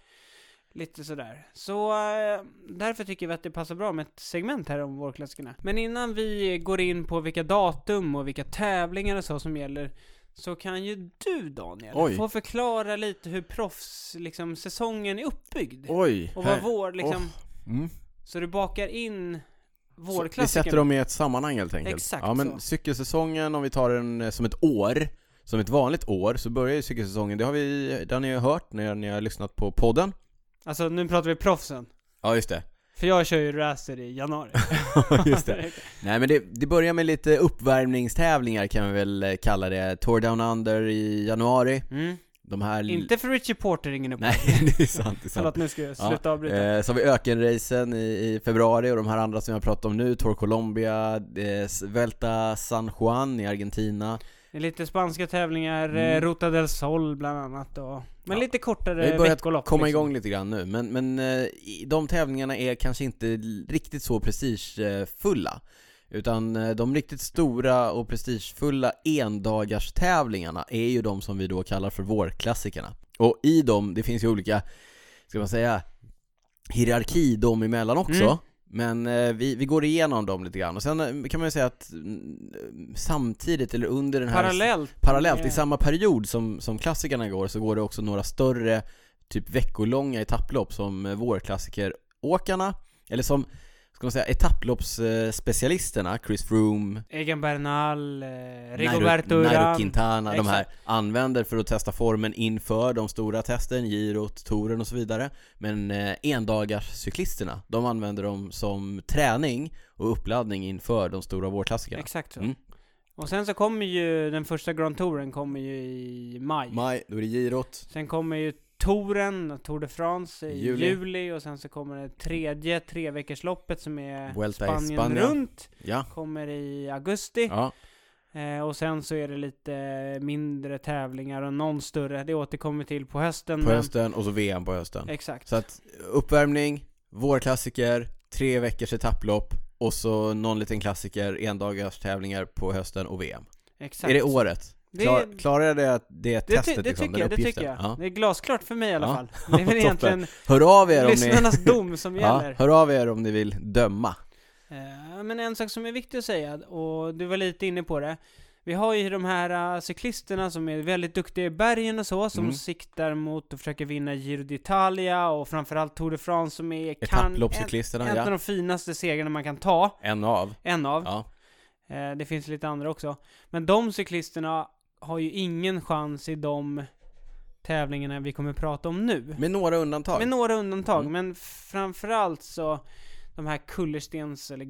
S2: lite sådär. Så eh, därför tycker vi att det passar bra med ett segment här om vårklassikerna. Men innan vi går in på vilka datum och vilka tävlingar och så som gäller så kan ju du Daniel
S1: Oj.
S2: få förklara lite hur proffs, liksom, säsongen är uppbyggd.
S1: oj.
S2: och vad vår, liksom,
S1: Mm.
S2: så du bakar in
S1: Så Vi
S2: vårklassikerna.
S1: sätter dem i ett sammanhang helt enkelt.
S2: Exakt
S1: ja, men
S2: så.
S1: cykelsäsongen, om vi tar den eh, som ett år, som ett vanligt år, så börjar ju cykelsäsongen, det har vi, den har ni ju hört när ni har lyssnat på podden.
S2: Alltså nu pratar vi proffsen.
S1: Ja, just det.
S2: För jag kör ju racer i januari.
S1: just det. Nej men det, det börjar med lite uppvärmningstävlingar kan vi väl eh, kalla det. Tour Down Under i januari.
S2: Mm.
S1: De här...
S2: Inte för Richie Porter ingen upp.
S1: Nej, det är sant. Det är sant.
S2: Förlåt nu ska jag
S1: Ja,
S2: sluta avbryta.
S1: Eh, så har vi ökenracen i, i februari och de här andra som jag pratat om nu, Tour Colombia, eh, S- Vuelta San Juan i Argentina.
S2: Det är lite spanska tävlingar,
S1: Mm.
S2: eh, Ruta del Sol bland annat och...
S1: Ja.
S2: Men lite
S1: Vi har
S2: kortare
S1: börjat
S2: veckolopp.
S1: Komma
S2: liksom.
S1: igång lite grann nu, men, men eh, i- de tävlingarna är kanske inte l- riktigt så prestigefulla. Utan eh, de riktigt stora och prestigefulla endagarstävlingarna är ju de som vi då kallar för vårklassikerna. Och i dem, det finns ju olika, ska man säga, hierarki dem emellan också.
S2: Mm.
S1: Men eh, vi, vi går igenom dem lite grann. Och sen eh, kan man ju säga att mm, samtidigt, eller under den här
S2: Parallellt.
S1: parallellt,
S2: Eh,
S1: i samma period som, som klassikerna går så går det också några större typ veckolånga etapplopp som eh, vårklassikeråkarna, eller som, ska man säga, etapploppsspecialisterna, Chris Froome,
S2: Egan Bernal, eh, Rigoberto
S1: Nairo, Nairo
S2: Uran.
S1: Quintana, de här
S2: Exakt.
S1: använder för att testa formen inför de stora testen, girot, touren och så vidare. Men eh, endagarcyklisterna, de använder dem som träning och uppladdning inför de stora vårklassikerna.
S2: Exakt så.
S1: Mm.
S2: Och sen så kommer ju den första Grand Touren kommer ju i maj.
S1: Maj, då är det girot.
S2: Sen kommer ju Touren, Tour de France i
S1: Juli.
S2: juli, och sen så kommer det tredje treveckorsloppet som är
S1: Vuelta i
S2: Spanien
S1: Spanien.
S2: runt.
S1: Ja.
S2: Kommer i augusti.
S1: Ja,
S2: Eh, och sen så är det lite mindre tävlingar och någon större. Det återkommer vi till på hösten.
S1: på
S2: men-
S1: hösten och så VM på hösten.
S2: Exakt.
S1: Så att uppvärmning, vårklassiker, tre veckors etapplopp och så någon liten klassiker, endagars tävlingar på hösten och VM.
S2: Exakt.
S1: Är det året?
S2: Det-
S1: Klar, Klarar jag det, det
S2: det, ty-
S1: testet
S2: det
S1: liksom,
S2: tycker
S1: den
S2: jag, det
S1: uppgiften?
S2: tycker jag.
S1: Ja.
S2: Det är glasklart för mig i alla
S1: Ja.
S2: fall. Det är väl
S1: Toppen.
S2: egentligen
S1: Hör av er om ni...
S2: lyssnarnas dom som
S1: Ja,
S2: gäller.
S1: hör av er om ni vill döma.
S2: Eh, Men en sak som är viktig att säga, och du var lite inne på det. Vi har ju de här eh, cyklisterna som är väldigt duktiga i bergen och så, som
S1: Mm.
S2: siktar mot och försöker vinna Giro d'Italia och framförallt Tour de France som är kan, en,
S1: Etapploppscyklisterna,
S2: en av
S1: ja.
S2: de finaste segrarna man kan ta.
S1: En av.
S2: En av.
S1: Ja.
S2: Eh, Det finns lite andra också. Men de cyklisterna har ju ingen chans i de tävlingarna vi kommer prata om nu.
S1: Med några undantag.
S2: Med några undantag,
S1: Mm.
S2: men framförallt så de här kullerstens eller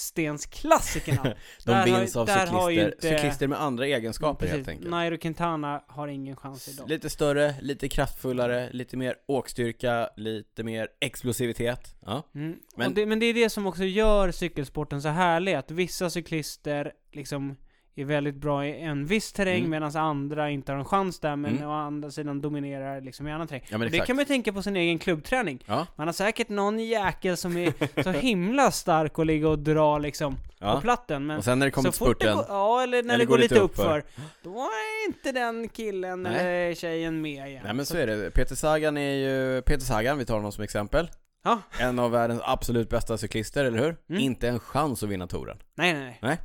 S2: gatstensklassikerna.
S1: de
S2: där har-
S1: vinns av
S2: där har ju
S1: cyklister,
S2: inte- Mm,
S1: cyklister med andra egenskaper helt enkelt.
S2: Nairo Quintana har ingen chans i dem.
S1: Lite större, lite kraftfullare, lite mer åkstyrka, lite mer explosivitet. Ja.
S2: Mm.
S1: Men-
S2: Men... Det, men det är det som också gör cykelsporten så härlig, att vissa cyklister liksom är väldigt bra i en viss terräng
S1: Mm.
S2: medan andra inte har en chans där, men
S1: Mm.
S2: å andra sidan dominerar liksom i annan terräng.
S1: Ja men
S2: Och det
S1: exakt.
S2: kan man ju tänka på sin egen klubbträning.
S1: Ja.
S2: Man har säkert någon jäkel som är så himla stark och ligger och drar liksom på
S1: Ja.
S2: platten, men
S1: Och sen när det kommer
S2: så
S1: till
S2: fort det
S1: spurten,
S2: går, ja, eller när det går lite uppför, då är inte den killen
S1: Nej.
S2: eller tjejen med igen.
S1: Nej men så är det, Peter Sagan är ju, Peter Sagan, vi tar honom som exempel
S2: Ja.
S1: En av världens absolut bästa cyklister, eller hur?
S2: Mm.
S1: Inte en chans att vinna touren
S2: Nej, nej, nej.
S1: Nej.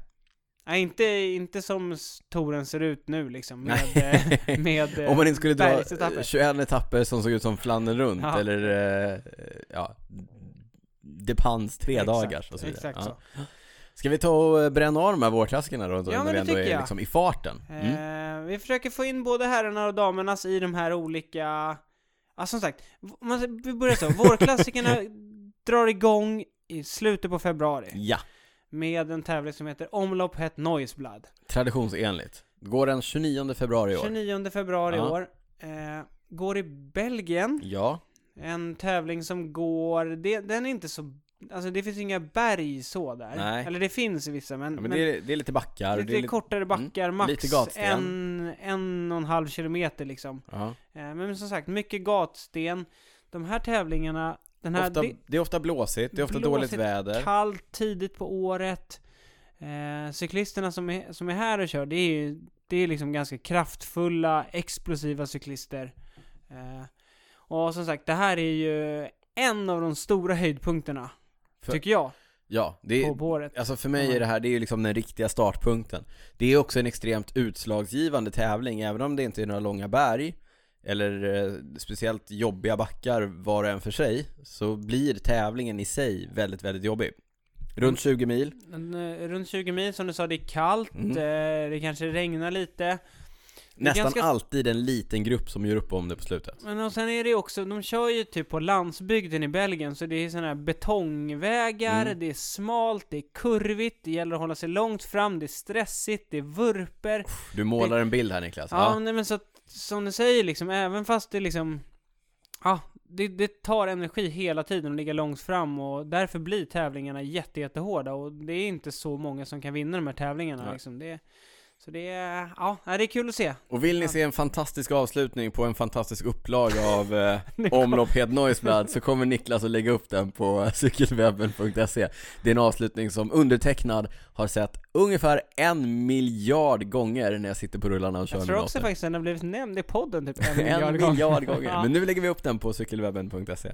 S2: Nej, inte, inte som s- touren ser ut nu liksom. Med,
S1: Nej.
S2: eh, med eh,
S1: Om man inte skulle dra
S2: bergsetapper.
S1: eh, 21 etapper som såg ut som Flandern runt,
S2: Ja.
S1: eller eh, ja Depans tre
S2: Exakt,
S1: dagar och så vidare
S2: Exakt
S1: ja.
S2: så.
S1: Ska vi ta och eh, bränna av de här vårklassikerna då? när
S2: Ja, men
S1: vi
S2: det
S1: ändå
S2: tycker
S1: är
S2: jag.
S1: liksom i farten mm.
S2: Eh, vi försöker få in både herrarna och damernas i de här olika... Ja, som sagt. v- om man s- Vi börjar så. Vårklassikerna drar igång i slutet på februari
S1: Ja,
S2: med en tävling som heter Omlopp Het Noiseblad.
S1: traditionsenligt Går den 29 februari i år?
S2: 29 februari i
S1: Ja.
S2: år. Eh, går i Belgien.
S1: Ja,
S2: En tävling som går... Det, den är inte så... Alltså det finns inga berg så där.
S1: Nej.
S2: Eller det finns i vissa, men...
S1: ja men, det, är, det är lite backar
S2: lite,
S1: och det är lite... Mm.
S2: kortare backar, max
S1: lite gatsten.
S2: en, en och en halv kilometer liksom.
S1: Ja.
S2: Eh, Men som sagt, mycket gatsten. De här tävlingarna Den här,
S1: ofta,
S2: det-
S1: det, är ofta blåsigt, det är ofta
S2: blåsigt,
S1: dåligt väder.
S2: kallt tidigt på året. Eh, cyklisterna som är, som är här och kör, det är ju det är liksom ganska kraftfulla, explosiva cyklister. Eh, och som sagt, det här är ju en av de stora höjdpunkterna,
S1: För-
S2: tycker jag,
S1: Ja, det
S2: på,
S1: är,
S2: på året.
S1: alltså för mig är det här, det är ju liksom den riktiga startpunkten. Det är också en extremt utslagsgivande tävling, även om det inte är några långa berg eller eh, speciellt jobbiga backar var och en för sig, så blir tävlingen i sig väldigt, väldigt jobbig.
S2: Mm.
S1: Runt 20 mil,
S2: Men, eh, runt 20 mil, som du sa, det är kallt,
S1: Mm.
S2: eh, det kanske regnar lite. Det är
S1: nästan
S2: ganska-
S1: alltid en liten grupp som gör upp om det på slutet.
S2: Men och sen är det ju också, de kör ju typ på landsbygden i Belgien, så det är sådana här betongvägar,
S1: Mm.
S2: det är smalt, det är kurvigt, det gäller att hålla sig långt fram, det är stressigt, det är vurper.
S1: Du målar en bild här Niklas.
S2: Ja,
S1: Ja.
S2: nej, men så att, som du säger liksom, även fast det liksom, ja, det, det tar energi hela tiden att ligga långt fram och därför blir tävlingarna jätte, jättehårda och det är inte så många som kan vinna de här tävlingarna
S1: Nej.
S2: liksom. Det, så det är, ja, nej, det är kul att se.
S1: Och vill ni se en fantastisk avslutning på en fantastisk upplaga av eh, Omlopp Hednoisblad så kommer Niklas att lägga upp den på cykelwebben.se Det är en avslutning som undertecknad har sett ungefär en miljard gånger när jag sitter på rullarna och kör
S2: Jag tror
S1: min
S2: också
S1: åter.
S2: faktiskt att den har blivit nämnd i podden typ en
S1: En
S2: miljard gånger.
S1: miljard gånger,
S2: Ja.
S1: men nu lägger vi upp den på cykelwebben.se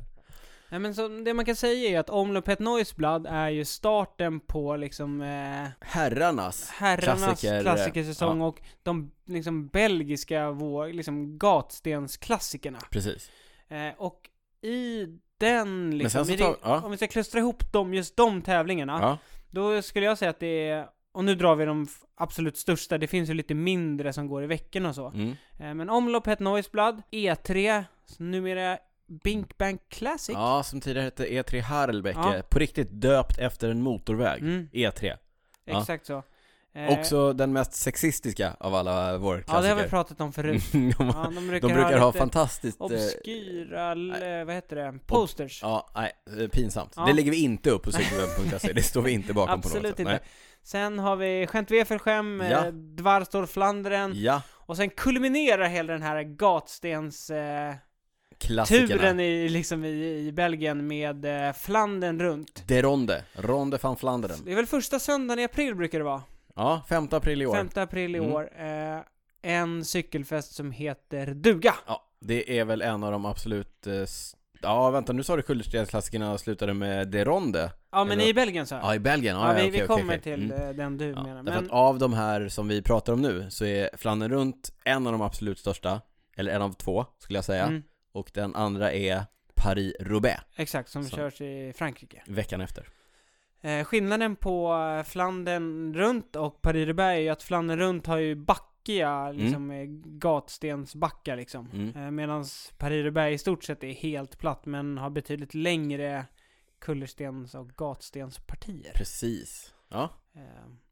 S2: Nej men så det man kan säga är att Omloppet Noiseblad är ju starten på liksom eh,
S1: Herrarnas
S2: herrarnas
S1: Klassiker, eh,
S2: klassikersäsong och de liksom belgiska vår, liksom gatstensklassikerna.
S1: Precis,
S2: Eh, och i den
S1: sen
S2: liksom,
S1: så
S2: i det-
S1: tar- ja.
S2: om vi ska klustra ihop dem, just de tävlingarna,
S1: ja,
S2: då skulle jag säga att det är och nu drar vi de f- absolut största, det finns ju lite mindre som går i veckan och så.
S1: mm.
S2: Eh, Men Omloppet Noiseblad, E3, E numera Bink Bank Classic.
S1: ja som tidigare hette E3 Harlbäcke,
S2: Ja.
S1: på riktigt döpt efter en motorväg,
S2: Mm.
S1: E3 Ja.
S2: Exakt så. Eh,
S1: Också den mest sexistiska av alla våra
S2: Ja, det har
S1: klassiker
S2: vi pratat om förut.
S1: de,
S2: Ja, de brukar,
S1: de brukar ha
S2: lite
S1: fantastiskt... eh,
S2: obskyra, eh, vad heter det, posters.
S1: Ja, nej, eh, pinsamt.
S2: Ja.
S1: Det lägger vi inte upp på cykelwebben.se, det står vi inte bakom på något
S2: Absolut
S1: sätt.
S2: inte. Sen har vi Gent Wefelschem,
S1: Ja.
S2: ja. Dvarstor Flandern
S1: Nej. Ja,
S2: eh, och sen kulminerar hela den här gatstens eh,
S1: klassikerna.
S2: turen i, liksom i, i Belgien med eh, Flandern runt.
S1: De Ronde, Ronde van Flandern.
S2: Det är väl första söndagen i april brukar det vara.
S1: Ja, 5 april i år.
S2: 5 april i
S1: Mm.
S2: år. Eh, en cykelfest som heter Duga.
S1: Ja, det är väl en av de absolut... eh, s- Ja, vänta, nu sa du kullerstensklassikerna slutade med De Ronde.
S2: Ja men
S1: Eller-
S2: i Belgien så.
S1: Ja, i Belgien. Ja,
S2: Ja,
S1: ja,
S2: vi,
S1: okej,
S2: vi
S1: okej,
S2: kommer
S1: okej.
S2: till
S1: Mm.
S2: eh, den du
S1: Ja,
S2: menar.
S1: Därför
S2: Men,
S1: att av de här som vi pratar om nu så är Flandern runt en av de absolut största, eller en av två skulle jag säga.
S2: mm,
S1: Och den andra är Paris-Roubaix
S2: exakt, som
S1: Så.
S2: körs i Frankrike.
S1: veckan efter.
S2: Eh, skillnaden på eh, Flandern runt och Paris-Roubaix är ju att Flandern runt har ju backiga, liksom eh, gatstensbackar liksom.
S1: Mm.
S2: Eh, Medan Paris-Roubaix i stort sett är helt platt men har betydligt längre kullerstens och gatstenspartier.
S1: Precis. Ja,
S2: Eh,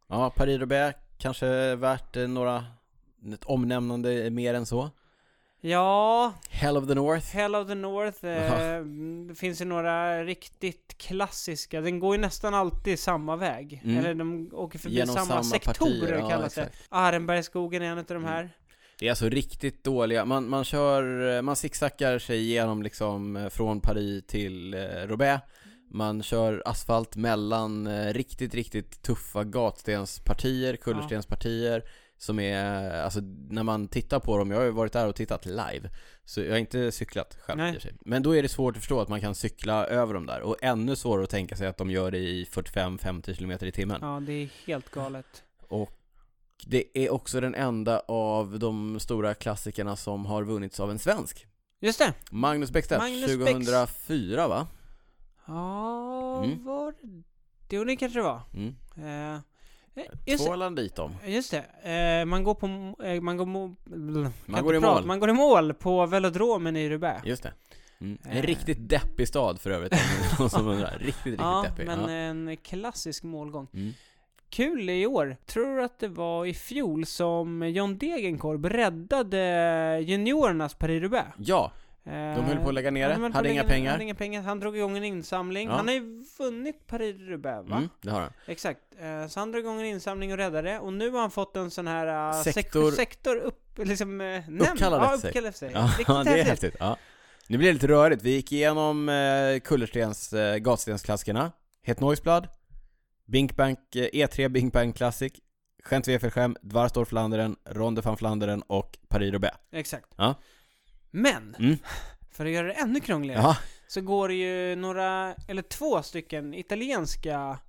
S1: ja Paris-Roubaix kanske värt eh, några, ett omnämnande mer än så.
S2: ja,
S1: Hell of the North.
S2: Hell of the North,
S1: Ja.
S2: eh, mm, det finns ju några riktigt klassiska, den går ju nästan alltid samma väg.
S1: Mm.
S2: Eller de åker förbi
S1: Genom
S2: samma,
S1: samma
S2: sektorer
S1: partier, ja,
S2: kallas det.
S1: exakt. Mm.
S2: Arenbergsskogen är en av de här.
S1: Det är alltså riktigt dåliga, man, man kör, eh, man zigzaggar sig igenom liksom eh, från Paris till eh, Roubaix. Man kör asfalt mellan eh, riktigt, riktigt tuffa gatstenspartier, kullerstenspartier. Som är, alltså när man tittar på dem, jag har ju varit där och tittat live. Så jag har inte cyklat själv
S2: Nej.
S1: i och för sig. Men då är det svårt att förstå att man kan cykla över dem där. Och ännu svårare att tänka sig att de gör det i 45-50 km i timmen.
S2: Ja, det är helt galet.
S1: Det är också den enda av de stora klassikerna som har vunnits av en svensk.
S2: Just det!
S1: Magnus Bäckstedt,
S2: Magnus Bäck-
S1: 2004 va?
S2: Ja,
S1: Mm.
S2: var det... Jo, det kanske det var.
S1: Mm.
S2: Eh, eh, just,
S1: Tvålade dit dem.
S2: det, just det, eh, man går på... m- Eh, man går, mo, man
S1: går i mål.
S2: Man går i mål på velodromen i Roubaix.
S1: Just det. Mm. En
S2: Eh.
S1: riktigt deppig stad för övrigt, om det är någon som undrar. Riktigt, riktigt
S2: Ja,
S1: deppig.
S2: men eh,
S1: Ja.
S2: en klassisk målgång.
S1: Mm.
S2: Kul i år. Tror att det var i fjol som John Degenkorb räddade juniorernas Eh, Paris-Roubaix.
S1: ja, de höll på att lägga ner det, hade inga pengar.
S2: Hade inga pengar. Han drog igång en insamling.
S1: Ja.
S2: Han har ju vunnit Paris-Roubaix, va?
S1: Mm, det har han.
S2: Exakt. Eh, Så han drog igång en insamling och räddade det. Och nu har han fått en sån här eh, sek-
S1: Sektor-
S2: sektor upp, liksom, eh, nämnd.
S1: Uppkallad
S2: ja,
S1: efter sig.
S2: uppkallad efter sig.
S1: Ja,
S2: Riktigt
S1: det är
S2: häftigt.
S1: häftigt. Ja. Nu blir det lite rörigt. Vi gick igenom eh, kullerstens, eh, gatstensklassikerna. Het Noisblad, Bink Bank, eh, E3 Bink Bank Classic, Gent Weferschem, Dvarstor Flandern, Ronde van Flandern och Paris Roubaix.
S2: Exakt.
S1: Ja.
S2: Men,
S1: Mm.
S2: för att göra det ännu krångligare,
S1: Jaha.
S2: så går det ju några, eller två stycken italienska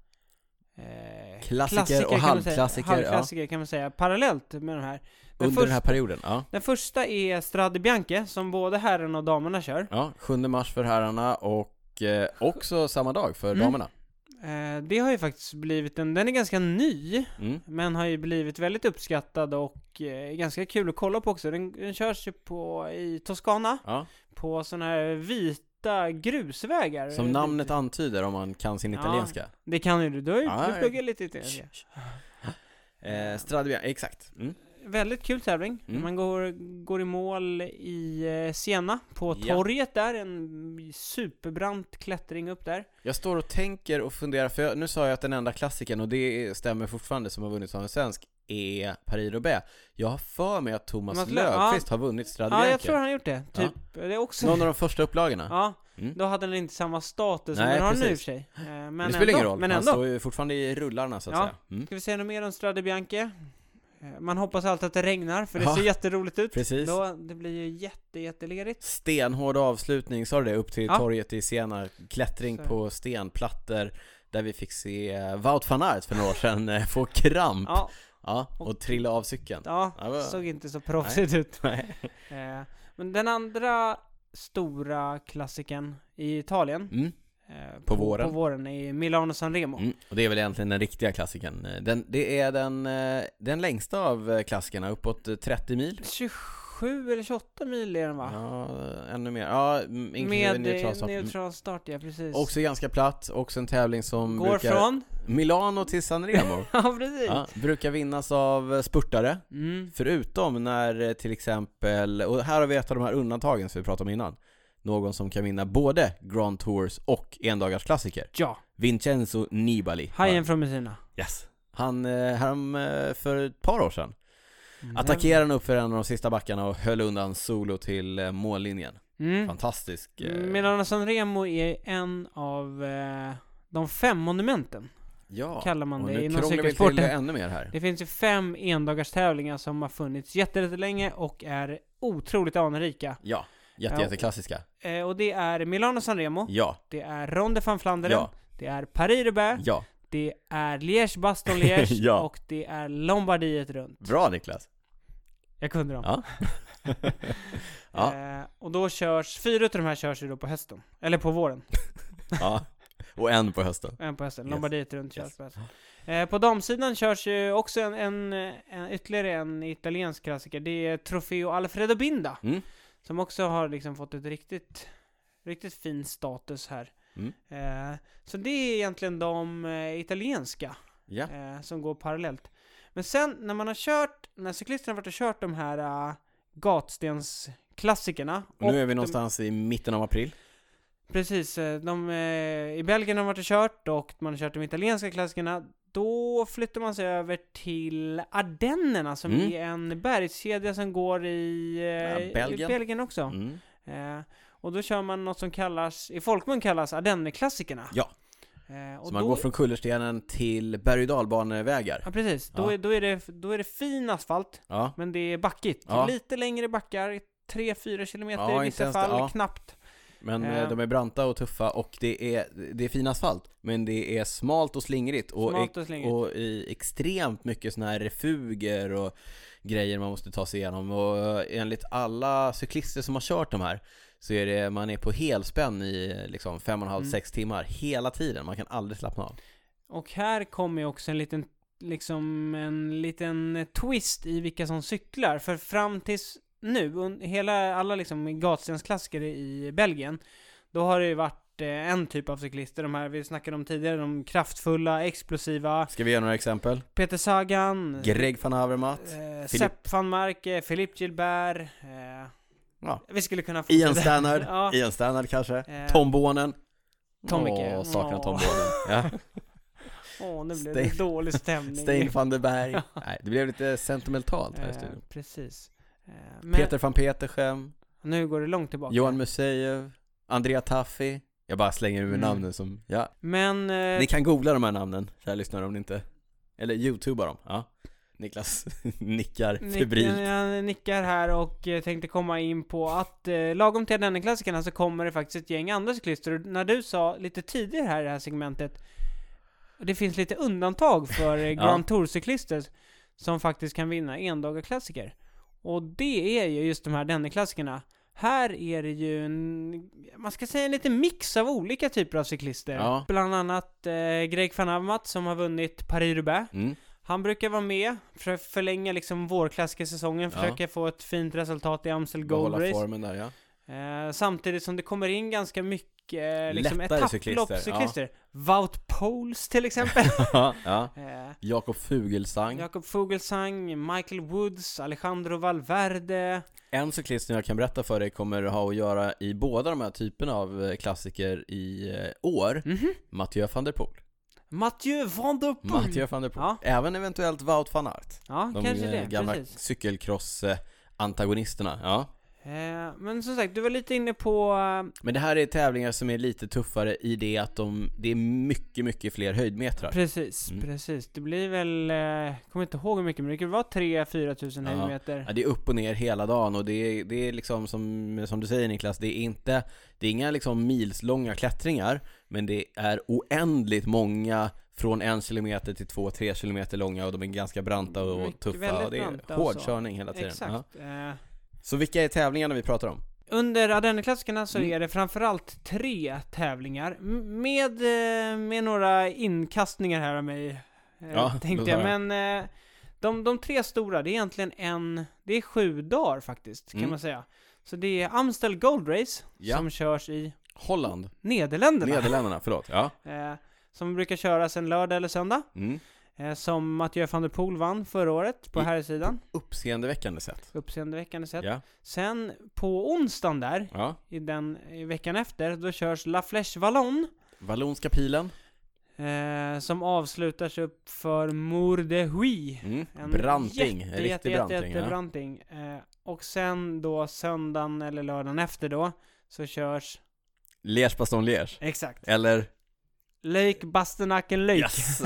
S2: eh,
S1: Klassiker och
S2: kan man säga.
S1: halvklassiker, ja.
S2: halvklassiker kan man säga, parallellt med de här. Den,
S1: Under
S2: först,
S1: den här perioden, ja.
S2: den första är Strade Bianche, som både herren och damerna kör.
S1: ja. 7 mars för herrarna och eh, också samma dag för
S2: Mm.
S1: damerna.
S2: Eh, det har ju faktiskt blivit en, den är ganska ny,
S1: Mm.
S2: men har ju blivit väldigt uppskattad och eh, ganska kul att kolla på också. Den, den körs ju på, i Toscana,
S1: Ja.
S2: på sådana här vita grusvägar.
S1: Som namnet antyder om man kan sin
S2: Eh, Ja.
S1: italienska.
S2: Det kan ju du, du har ju,
S1: Ja,
S2: du
S1: ja.
S2: pluggar lite italienska.
S1: Eh, Stradivia, exakt. Mm.
S2: Väldigt kul tävling.
S1: Mm.
S2: Man går, går i mål i eh, Siena, på
S1: Ja.
S2: torget där. En superbrant klättring upp där.
S1: Jag står och tänker och funderar, för jag, nu sa jag att den enda klassikern, och det stämmer fortfarande, som har vunnits av en svensk, är Paris Roubaix. Jag har för mig att Thomas
S2: Thomas Lö-
S1: Löfqvist har vunnit Strade
S2: Ja, jag
S1: Bianche.
S2: tror han har gjort det. Typ, det är också...
S1: Någon av de första upplagorna.
S2: Ja,
S1: Mm.
S2: då hade den inte samma status som
S1: Nej,
S2: den har nu i och
S1: precis.
S2: för sig. Eh, Men,
S1: Men det spelar
S2: ändå,
S1: ingen roll,
S2: Men
S1: han
S2: ändå.
S1: står ju fortfarande i rullarna så att
S2: Ja.
S1: säga. Mm.
S2: Ska vi säga något mer om Strade Bianche? Eh, Man hoppas alltid att det regnar, för det
S1: Ja,
S2: ser jätteroligt ut.
S1: Precis.
S2: Då, det blir ju jätte, jättelerigt.
S1: Stenhård avslutning, sa du det? Upp till
S2: Ja.
S1: torget i Siena, klättring
S2: Så.
S1: på stenplattor där vi fick se Wout van Aert för några år sedan eh, få kramp
S2: Ja,
S1: ja, och trilla av cykeln.
S2: ja,
S1: Ja, det var-
S2: såg inte så proffsigt ut.
S1: Nej.
S2: Eh, Men den andra stora klassiken i Italien,
S1: Mm.
S2: eh,
S1: våren.
S2: på våren i Milano Sanremo.
S1: Mm, och det är väl egentligen den riktiga klassikern. Eh, Den, det är den, eh, den längsta av eh, klassikerna, uppåt eh, 30 mil.
S2: 27 eller 28 mil är den va?
S1: Ja, eh, ännu mer. Ja, mm, inklusive Mm.
S2: Med eh,
S1: neutralstopp.
S2: neutral start, ja precis.
S1: Också ganska platt, också en tävling som
S2: Går
S1: brukar...
S2: från?
S1: Milano till Sanremo.
S2: Ja, precis.
S1: ja, brukar vinnas av eh, spurtare.
S2: Mm.
S1: Förutom när eh, till exempel, och här har vi ett av de här undantagen som vi pratade om innan. Någon som kan vinna både Grand Tours och endagarsklassiker.
S2: Ja,
S1: Vincenzo Nibali.
S2: Hajen från Messina.
S1: Yes. Han, eh, härom, eh, för ett par år sedan,
S2: Mm.
S1: attackerade han upp för en av de sista backarna och höll undan solo till eh, mållinjen.
S2: Mm.
S1: Fantastisk. eh,
S2: Milano Sanremo är en av eh, de fem monumenten,
S1: ja.
S2: kallar man
S1: och
S2: det
S1: nu
S2: inom
S1: krånglar vi till det
S2: cykelsporten.
S1: ännu mer här.
S2: Det finns ju fem endagarstävlingar som har funnits jättelänge och är otroligt anrika.
S1: Ja, jätte,
S2: Ja.
S1: jätteklassiska.
S2: Eh, och det är Milano Sanremo,
S1: Ja,
S2: det är Ronde van Flandern,
S1: ja,
S2: det är Paris-Roubaix,
S1: ja.
S2: det är Liège-Bastogne-Liège
S1: Ja.
S2: och det är Lombardiet runt.
S1: Bra Niklas.
S2: Jag kunde dem.
S1: Ja. Ja.
S2: Eh, och då körs, fyra utav de här körs ju då på hösten. Eller på våren.
S1: Ja. Och en på hösten.
S2: En på hösten.
S1: Yes.
S2: Lombardiet runt körs
S1: Yes.
S2: på hösten. Eh, på damsidan körs ju också en, en, en, ytterligare en italiensk klassiker. Det är Trofeo Alfredo Binda.
S1: Mm.
S2: Som också har liksom fått ett riktigt, riktigt fin status här.
S1: Mm.
S2: Eh, så det är egentligen de eh, italienska
S1: Ja.
S2: eh, som går parallellt. Men sen när man har kört, när cyklisterna har varit och kört de här eh, gatstensklassikerna.
S1: Och nu är vi
S2: de-
S1: någonstans i mitten av april.
S2: Precis, eh, de, eh, i Belgien har man varit och kört och man har kört de italienska klassikerna. Då flyttar man sig över till Ardennerna som
S1: Mm.
S2: är en bergskedja som går i, eh,
S1: Ja, Belgien.
S2: i Belgien också.
S1: Mm.
S2: Eh, och då kör man något som kallas, i folkmun kallas Ardennerklassikerna.
S1: Ja.
S2: Eh, och
S1: Så man
S2: då,
S1: går från kullerstenen till berg och dalbanevägar.
S2: Ja precis, då,
S1: Ja.
S2: Är, då, är det, då är det fin asfalt
S1: Ja.
S2: men det är backigt.
S1: Ja.
S2: Lite längre backar, 3-4 kilometer
S1: Ja, inte
S2: i vissa
S1: ens det,
S2: fall,
S1: ja.
S2: knappt.
S1: Men
S2: Eh.
S1: eh, de är branta och tuffa och det är, det är fin asfalt Men det är smalt och slingrigt och,
S2: Smalt och slingrigt.
S1: och i extremt mycket sådana här refuger och grejer man måste ta sig igenom Och eh, enligt alla cyklister som har kört de här Så är det, man är på helspänn i eh, liksom fem och en halv,
S2: Mm.
S1: sex timmar hela tiden Man kan aldrig slappna av
S2: Och här kommer ju också en liten, liksom en liten twist i vilka som cyklar. För fram tills nu, un- hela, alla liksom gatstensklassiker i Belgien, då har det ju varit eh, en typ av cyklister, de här vi snackade om tidigare, de kraftfulla, explosiva,
S1: Ska vi ge några exempel?
S2: Peter Sagan,
S1: Greg van Avermaet
S2: eh,
S1: Philippe-
S2: Sepp van Marke, Philippe Gilbert, eh,
S1: Ja.
S2: vi skulle kunna få
S1: Ian Stannard,
S2: Ja.
S1: Ian Stannard kanske
S2: Eh.
S1: Tom Bonen
S2: Tomike.
S1: Åh, saknar
S2: Åh.
S1: Tom Bonen ja.
S2: Åh, nu blev
S1: Stein-
S2: det dålig stämning.
S1: Stein van der Berg Nej, det blev lite sentimentalt här i
S2: eh,
S1: studion
S2: precis. Eh, men-
S1: Peter van Peterschem
S2: Nu går det långt tillbaka.
S1: Johan Museev, Andrea Taffi. Jag bara slänger ur
S2: Mm.
S1: namnen som, ja.
S2: Men... eh,
S1: Ni kan googla de här namnen, kära lyssnare om ni inte, eller youtuba dem. Ja. Niklas nickar
S2: Nick-
S1: febrilt.
S2: Jag nickar här och eh, tänkte komma in på att eh, lagom till den klassikern så kommer det faktiskt ett gäng andra cyklister. Och när du sa lite tidigare här i det här segmentet, det finns lite undantag för eh,
S1: Ja.
S2: Grand Tour-cyklister som faktiskt kan vinna endagarklassiker. Och det är ju just de här Denneklassikerna. Här är det ju en, man ska säga en liten mix av olika typer av cyklister.
S1: Ja.
S2: Bland annat eh, Greg van Avermaet som har vunnit Paris-Roubaix.
S1: Mm.
S2: Han brukar vara med, för förlänga liksom vårklassiska säsongen,
S1: Ja.
S2: försöka få ett fint resultat i Amstel Gold
S1: Behålla
S2: Race.
S1: formen där ja.
S2: Eh, samtidigt som det kommer in ganska mycket eh, liksom
S1: Lättare
S2: etapploppscyklister.
S1: cyklister,
S2: Wout Poels till exempel.
S1: ja.
S2: eh,
S1: Jakob Fugelsang.
S2: Jakob Fuglesang, Michael Woods, Alejandro Valverde.
S1: En cyklist som jag kan berätta för dig kommer ha att göra i båda de här typerna av eh, klassiker i eh, år.
S2: Mhm.
S1: Mathieu van der Poel.
S2: Mathieu van der Poel.
S1: Mathieu van der Poel.
S2: Ja.
S1: Även eventuellt Wout van Aert.
S2: Ja,
S1: De
S2: kanske
S1: eh,
S2: det.
S1: gamla
S2: Precis.
S1: cykelcross-antagonisterna. Ja.
S2: Eh, men som sagt, du var lite inne på... eh,
S1: Men det här är tävlingar som är lite tuffare i det att de, det är mycket, mycket fler höjdmetrar.
S2: precis,
S1: Mm.
S2: precis. Det blir väl... Eh, kommer inte ihåg hur mycket, men det kan vara 3-4 tusen
S1: Ja.
S2: höjdmeter.
S1: Ja, det är upp och ner hela dagen och det är, det är liksom som, som du säger Niklas, det är inte, det är inga liksom milslånga klättringar, men det är oändligt många från en kilometer till två, tre kilometer långa och de är ganska branta och
S2: Mycket,
S1: tuffa
S2: väldigt
S1: och det
S2: branta
S1: är
S2: och
S1: hård
S2: så.
S1: körning hela tiden. Ja.
S2: Exakt. Eh,
S1: Så vilka är tävlingarna vi pratar om?
S2: under Ardennerklassikerna så
S1: Mm.
S2: är det framförallt tre tävlingar. M- Med, eh, med några inkastningar här av mig, eh,
S1: Ja, låt
S2: tänkte jag.
S1: höra.
S2: Men eh, de, de tre stora, det är egentligen en... Det är sju dagar faktiskt, kan
S1: Mm.
S2: man säga. Så det är Amstel Gold Race,
S1: Ja.
S2: som körs i
S1: Holland,
S2: Nederländerna.
S1: Nederländerna, förlåt. Ja.
S2: eh, som brukar köras en lördag eller söndag.
S1: Mm.
S2: Eh, som Mathieu van der Poel vann förra året på
S1: I-
S2: här sidan
S1: Uppseendeväckande sätt.
S2: Uppseendeväckande sätt.
S1: Ja.
S2: Sen på onsdagen där,
S1: ja.
S2: i den i veckan efter, då körs La Flèche Vallon
S1: Vallonska pilen.
S2: eh, som avslutas upp för Mour de Huy.
S1: Mm. Branting, en riktig branting. Ja.
S2: jättebranting. Eh, och sen då söndagen eller lördagen efter då, så körs,
S1: Liège Baston Liège.
S2: exakt,
S1: Eller?
S2: Lake Bastenaken Lake.
S1: Yes!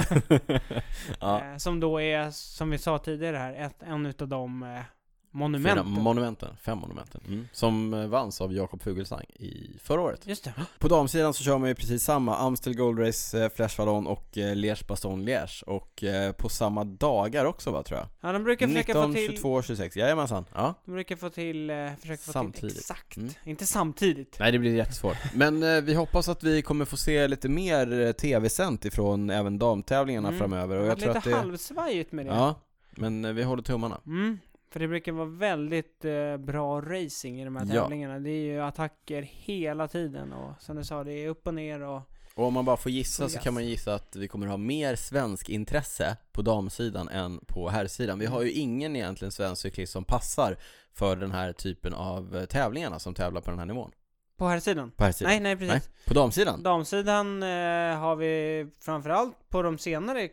S1: ja.
S2: Eh, som då är, som vi sa tidigare här, ett, en utav de eh,
S1: Fyra
S2: monumenten.
S1: monumenten, fem monumenten. Mm. Som eh, vanns av Jakob Fuglesang i förra året.
S2: Just det.
S1: På damsidan så kör man ju precis samma, Amstel Gold Race, eh, Flash Vallon och eh, Liège Baston Liège. Och eh, på samma dagar också va, tror jag?
S2: Ja, de brukar försöka
S1: 19,
S2: få till...
S1: 22, 26, jajamensan. Ja.
S2: De brukar få till, eh, försöka få
S1: Samtidigt.
S2: till exakt.
S1: Mm.
S2: Inte samtidigt.
S1: Nej, det blir jättesvårt. Men eh, vi hoppas att vi kommer få se lite mer eh, tv-sänt ifrån även damtävlingarna
S2: Mm.
S1: framöver. Och
S2: Det
S1: jag
S2: lite
S1: tror att det...
S2: halvsvajigt med det.
S1: Ja, men eh, vi håller tummarna.
S2: Mm, för det brukar vara väldigt eh, bra racing i de här
S1: Ja.
S2: tävlingarna. Det är ju attacker hela tiden och som du sa, det är upp och ner och...
S1: Och om man bara får gissa så
S2: Yes.
S1: kan man gissa att vi kommer ha mer svensk intresse på damsidan än på herrsidan. Vi har ju ingen egentligen svensk cyklist som passar för den här typen av eh, tävlingarna som tävlar på den här nivån.
S2: På här sidan?
S1: På herrsidan.
S2: Nej, nej precis.
S1: På damsidan?
S2: Damsidan eh, har vi framförallt på de senare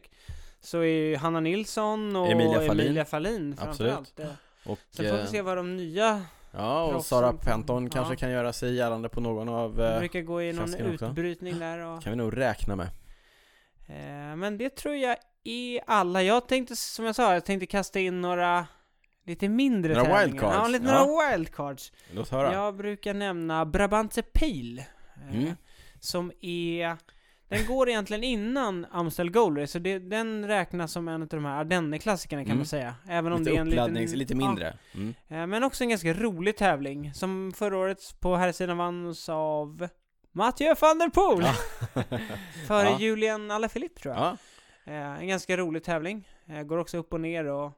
S2: så är ju Hanna Nilsson och
S1: Emilia Fahlin.
S2: Emilia Fahlin framförallt. eh.
S1: Och,
S2: Sen får vi se
S1: eh,
S2: vad de nya,
S1: ja, och
S2: proffsen
S1: Sara
S2: på-
S1: Penton
S2: ja.
S1: kanske kan göra sig gällande på någon av...
S2: de
S1: Eh,
S2: brukar gå i någon
S1: klassikerna också.
S2: utbrytning där och...
S1: kan vi nog räkna med.
S2: Eh, men det tror jag är alla. Jag tänkte, som jag sa, jag tänkte kasta in några lite mindre
S1: Några
S2: tävlingar.
S1: wildcards,
S2: Ja, lite
S1: ja.
S2: några wildcards.
S1: Låt höra.
S2: Jag brukar nämna Brabantse Pil. Eh,
S1: Mm.
S2: Som är... Den går egentligen innan Amstel Gold Race, så det, den räknas som en av de här Ardenne-klassikerna kan
S1: Mm.
S2: man säga. Även om
S1: lite
S2: det är en
S1: uppladdnings,
S2: liten,
S1: lite
S2: ja,
S1: mindre. Mm.
S2: eh, men också en ganska rolig tävling, som förra året på här sidan vanns av Mathieu van der Poel!
S1: Ja.
S2: Före
S1: Ja.
S2: Julian Alaphilippe tror jag.
S1: Ja.
S2: Eh, en ganska rolig tävling. Eh, går också upp och ner och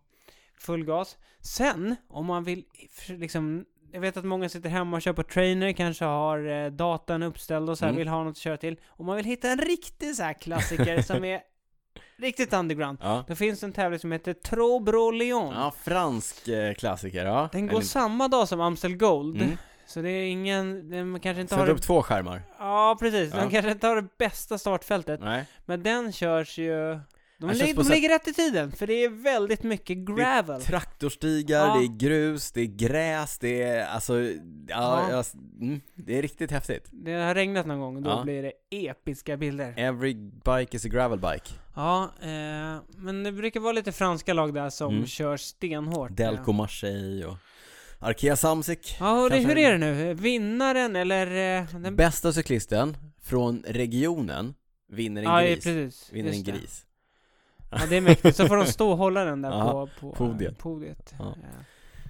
S2: full gas. Sen, om man vill f- liksom... Jag vet att många sitter hemma och kör på trainer, kanske har eh, datan uppställd och så här,
S1: Mm.
S2: vill ha något att köra till. Om man vill hitta en riktig så här klassiker som är riktigt underground,
S1: Ja.
S2: då finns det en tävling som heter Trobro Lyon.
S1: ja, fransk eh, klassiker. Ja.
S2: Den går
S1: Eller-
S2: samma dag som Amstel Gold,
S1: Mm.
S2: så det är ingen... den- Man kanske inte har
S1: Sätt upp
S2: det...
S1: två skärmar.
S2: Ja, precis.
S1: Ja.
S2: De kanske inte har det bästa startfältet,
S1: Nej.
S2: men den körs ju... De,
S1: Jag
S2: lig-
S1: känns på
S2: de
S1: så här-
S2: ligger rätt i tiden, för det är väldigt mycket gravel.
S1: Traktorstigar,
S2: Ja.
S1: det är grus, det är gräs, det är alltså, ja,
S2: Ja.
S1: jag- mm, det är riktigt häftigt.
S2: Det har regnat någon gång och då
S1: Ja.
S2: blir det episka bilder.
S1: Every bike is a gravel bike.
S2: Ja, eh, men det brukar vara lite franska lag där som
S1: Mm.
S2: kör stenhårt.
S1: Delco Marseille och Arkea Samsic.
S2: Ja, och det,
S1: Kanske-
S2: hur är det nu? Vinnaren eller... Eh, den...
S1: Bästa cyklisten från regionen vinner en
S2: ja,
S1: gris.
S2: precis.
S1: Vinner en
S2: Just det.
S1: gris.
S2: Ja, det är mäktigt. Så får de stå och hålla den där
S1: Ja,
S2: på, på
S1: podiet.
S2: podiet.
S1: Ja.
S2: Ja.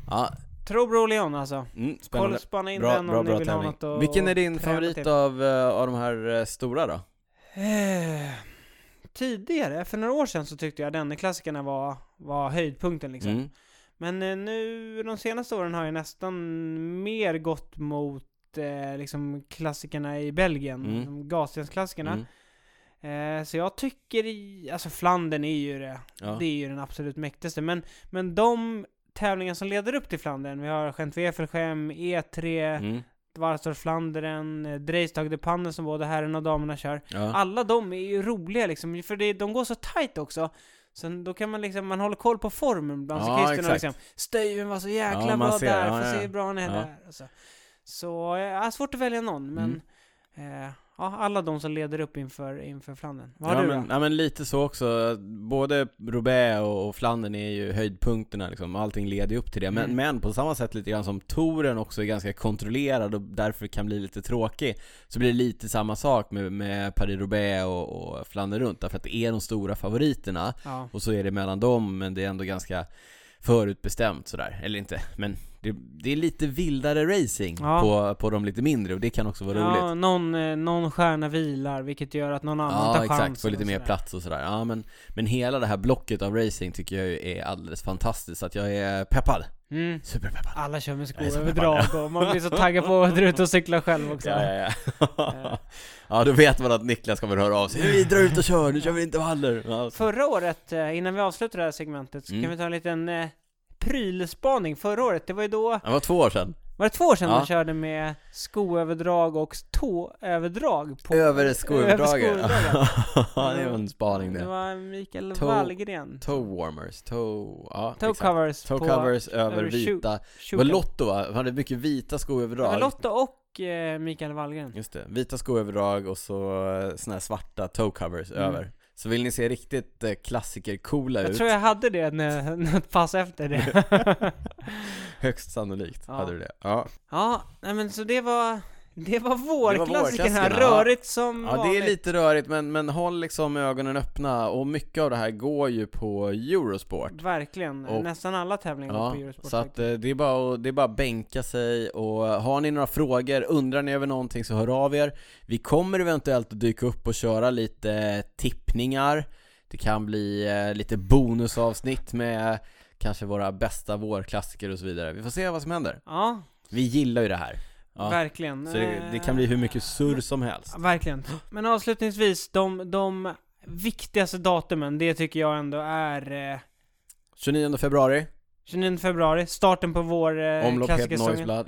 S1: Ja,
S2: Trobro Leon alltså.
S1: mm,
S2: Kolla,
S1: spännande.
S2: spana in
S1: Bra,
S2: den om
S1: bra,
S2: ni
S1: bra
S2: vill ha något
S1: tävling.
S2: att
S1: Vilken är din
S2: träna
S1: favorit
S2: till.
S1: av, eh, av de här eh, stora då?
S2: Eh, tidigare, för några år sedan så tyckte jag denne klassikerna var, var höjdpunkten liksom.
S1: Mm.
S2: Men eh, nu, de senaste åren har jag nästan mer gått mot eh, liksom klassikerna i Belgien,
S1: Mm.
S2: de gasstensklassikerna.
S1: Mm.
S2: Eh, så jag tycker, i, alltså Flandern är ju det,
S1: Ja.
S2: det är ju den absolut mäktigaste. Men, men de tävlingar som leder upp till Flandern, vi har Gent-Wevelgem, E3,
S1: Mm.
S2: Dvarstorp Flandern, eh, Dreistag de Pannen som både herrarna och damerna kör.
S1: Ja.
S2: Alla de är ju roliga liksom, för det, de går så tight också. Sen då kan man liksom, man håller koll på formen bland
S1: Ja,
S2: cyklisterna
S1: exakt.
S2: liksom. Stöven var så jäkla
S1: Ja, man
S2: bra
S1: ser,
S2: där,
S1: ja,
S2: får
S1: ja.
S2: se hur bra han är
S1: Ja.
S2: där. Och så så eh, ja, svårt att välja någon, men eh, ja, alla de som leder upp inför, inför Flandern. Vad har
S1: Mm. Ja,
S2: du
S1: men,
S2: då?
S1: ja men lite så också, både Roubaix och, och Flandern är ju höjdpunkterna liksom, allting leder ju upp till det. Men,
S2: Mm.
S1: men på samma sätt lite grann som touren också är ganska kontrollerad och därför kan bli lite tråkig, så blir det lite samma sak med, med Paris-Roubaix och, och Flandern runt, därför att det är de stora favoriterna.
S2: Ja.
S1: Och så är det mellan dem, men det är ändå ganska förutbestämt sådär. Eller inte, men det, det är lite vildare racing
S2: Ja.
S1: på, på de lite mindre och det kan också vara
S2: Ja,
S1: roligt.
S2: någon, eh, någon stjärna vilar, vilket gör att någon annan
S1: Ja,
S2: tar
S1: exakt.
S2: chansen.
S1: Få lite
S2: och
S1: mer
S2: sådär.
S1: plats och sådär. Ja, men, men hela det här blocket av racing tycker jag ju är alldeles fantastiskt. Så att jag är peppad.
S2: Mm.
S1: Superpeppad.
S2: Alla kör med
S1: Jag är så
S2: skoöverdrag och man blir så taggad på att dra ut och cykla själv också.
S1: Ja, ja, ja. ja, då vet man att Niklas kommer höra av sig. Vi drar ut och kör, nu kör vi inte valler. Ja, så-
S2: Förra året, eh, innan vi avslutar det här segmentet, så
S1: Mm.
S2: kan vi ta en liten eh, prylspaning. Förra året, det var ju då,
S1: det var två år sedan.
S2: var det två år sedan
S1: Ja.
S2: man körde med skoöverdrag och tåöverdrag? På,
S1: Över skoöverdraget.
S2: Över skoöverdraget.
S1: Ja, det var en spaning
S2: det
S1: det.
S2: var Mikael
S1: Toe-
S2: Wallgren.
S1: Toe warmers, toe... Ja,
S2: Toe
S1: exakt.
S2: covers.
S1: Toe
S2: på
S1: covers över
S2: över tjo-
S1: vita. Det var
S2: tjoken.
S1: Lotto va? Han hade mycket vita
S2: Det var
S1: skoöverdrag.
S2: Lotto och eh, Mikael Wallgren.
S1: Just det, vita skoöverdrag och så eh, såna här svarta toe covers
S2: Mm.
S1: över. Så vill ni se riktigt eh, klassiker-coola
S2: Jag
S1: ut,
S2: tror jag hade det när, när ett pass efter det.
S1: högst sannolikt
S2: Ja.
S1: hade du det. Ja,
S2: ja, nej men så det var, det var vårklassiken här.
S1: vårklassikerna, ja.
S2: Rörigt som
S1: ja det
S2: vanligt.
S1: är lite rörigt men, men håll liksom ögonen öppna och mycket av det här går ju på Eurosport.
S2: Verkligen.
S1: Och-
S2: Nästan alla tävlingar går
S1: Ja,
S2: på Eurosport.
S1: så att eh, det är, bara att, det är bara att bänka sig och har ni några frågor, undrar ni över någonting så hör av er. Vi kommer eventuellt att dyka upp och köra lite tippningar. Det kan bli eh, lite bonusavsnitt med kanske våra bästa vårklassiker och så vidare. Vi får se vad som händer.
S2: Ja,
S1: Vi gillar ju det här. Ja,
S2: verkligen.
S1: så det, det kan bli hur mycket surr som helst.
S2: Ja, Verkligen. Men avslutningsvis, de, de viktigaste datumen, det tycker jag ändå är eh,
S1: 29 februari,
S2: 29 februari, starten på vår eh,
S1: omlopp Het
S2: klassikersäsongen.
S1: Noiseblad,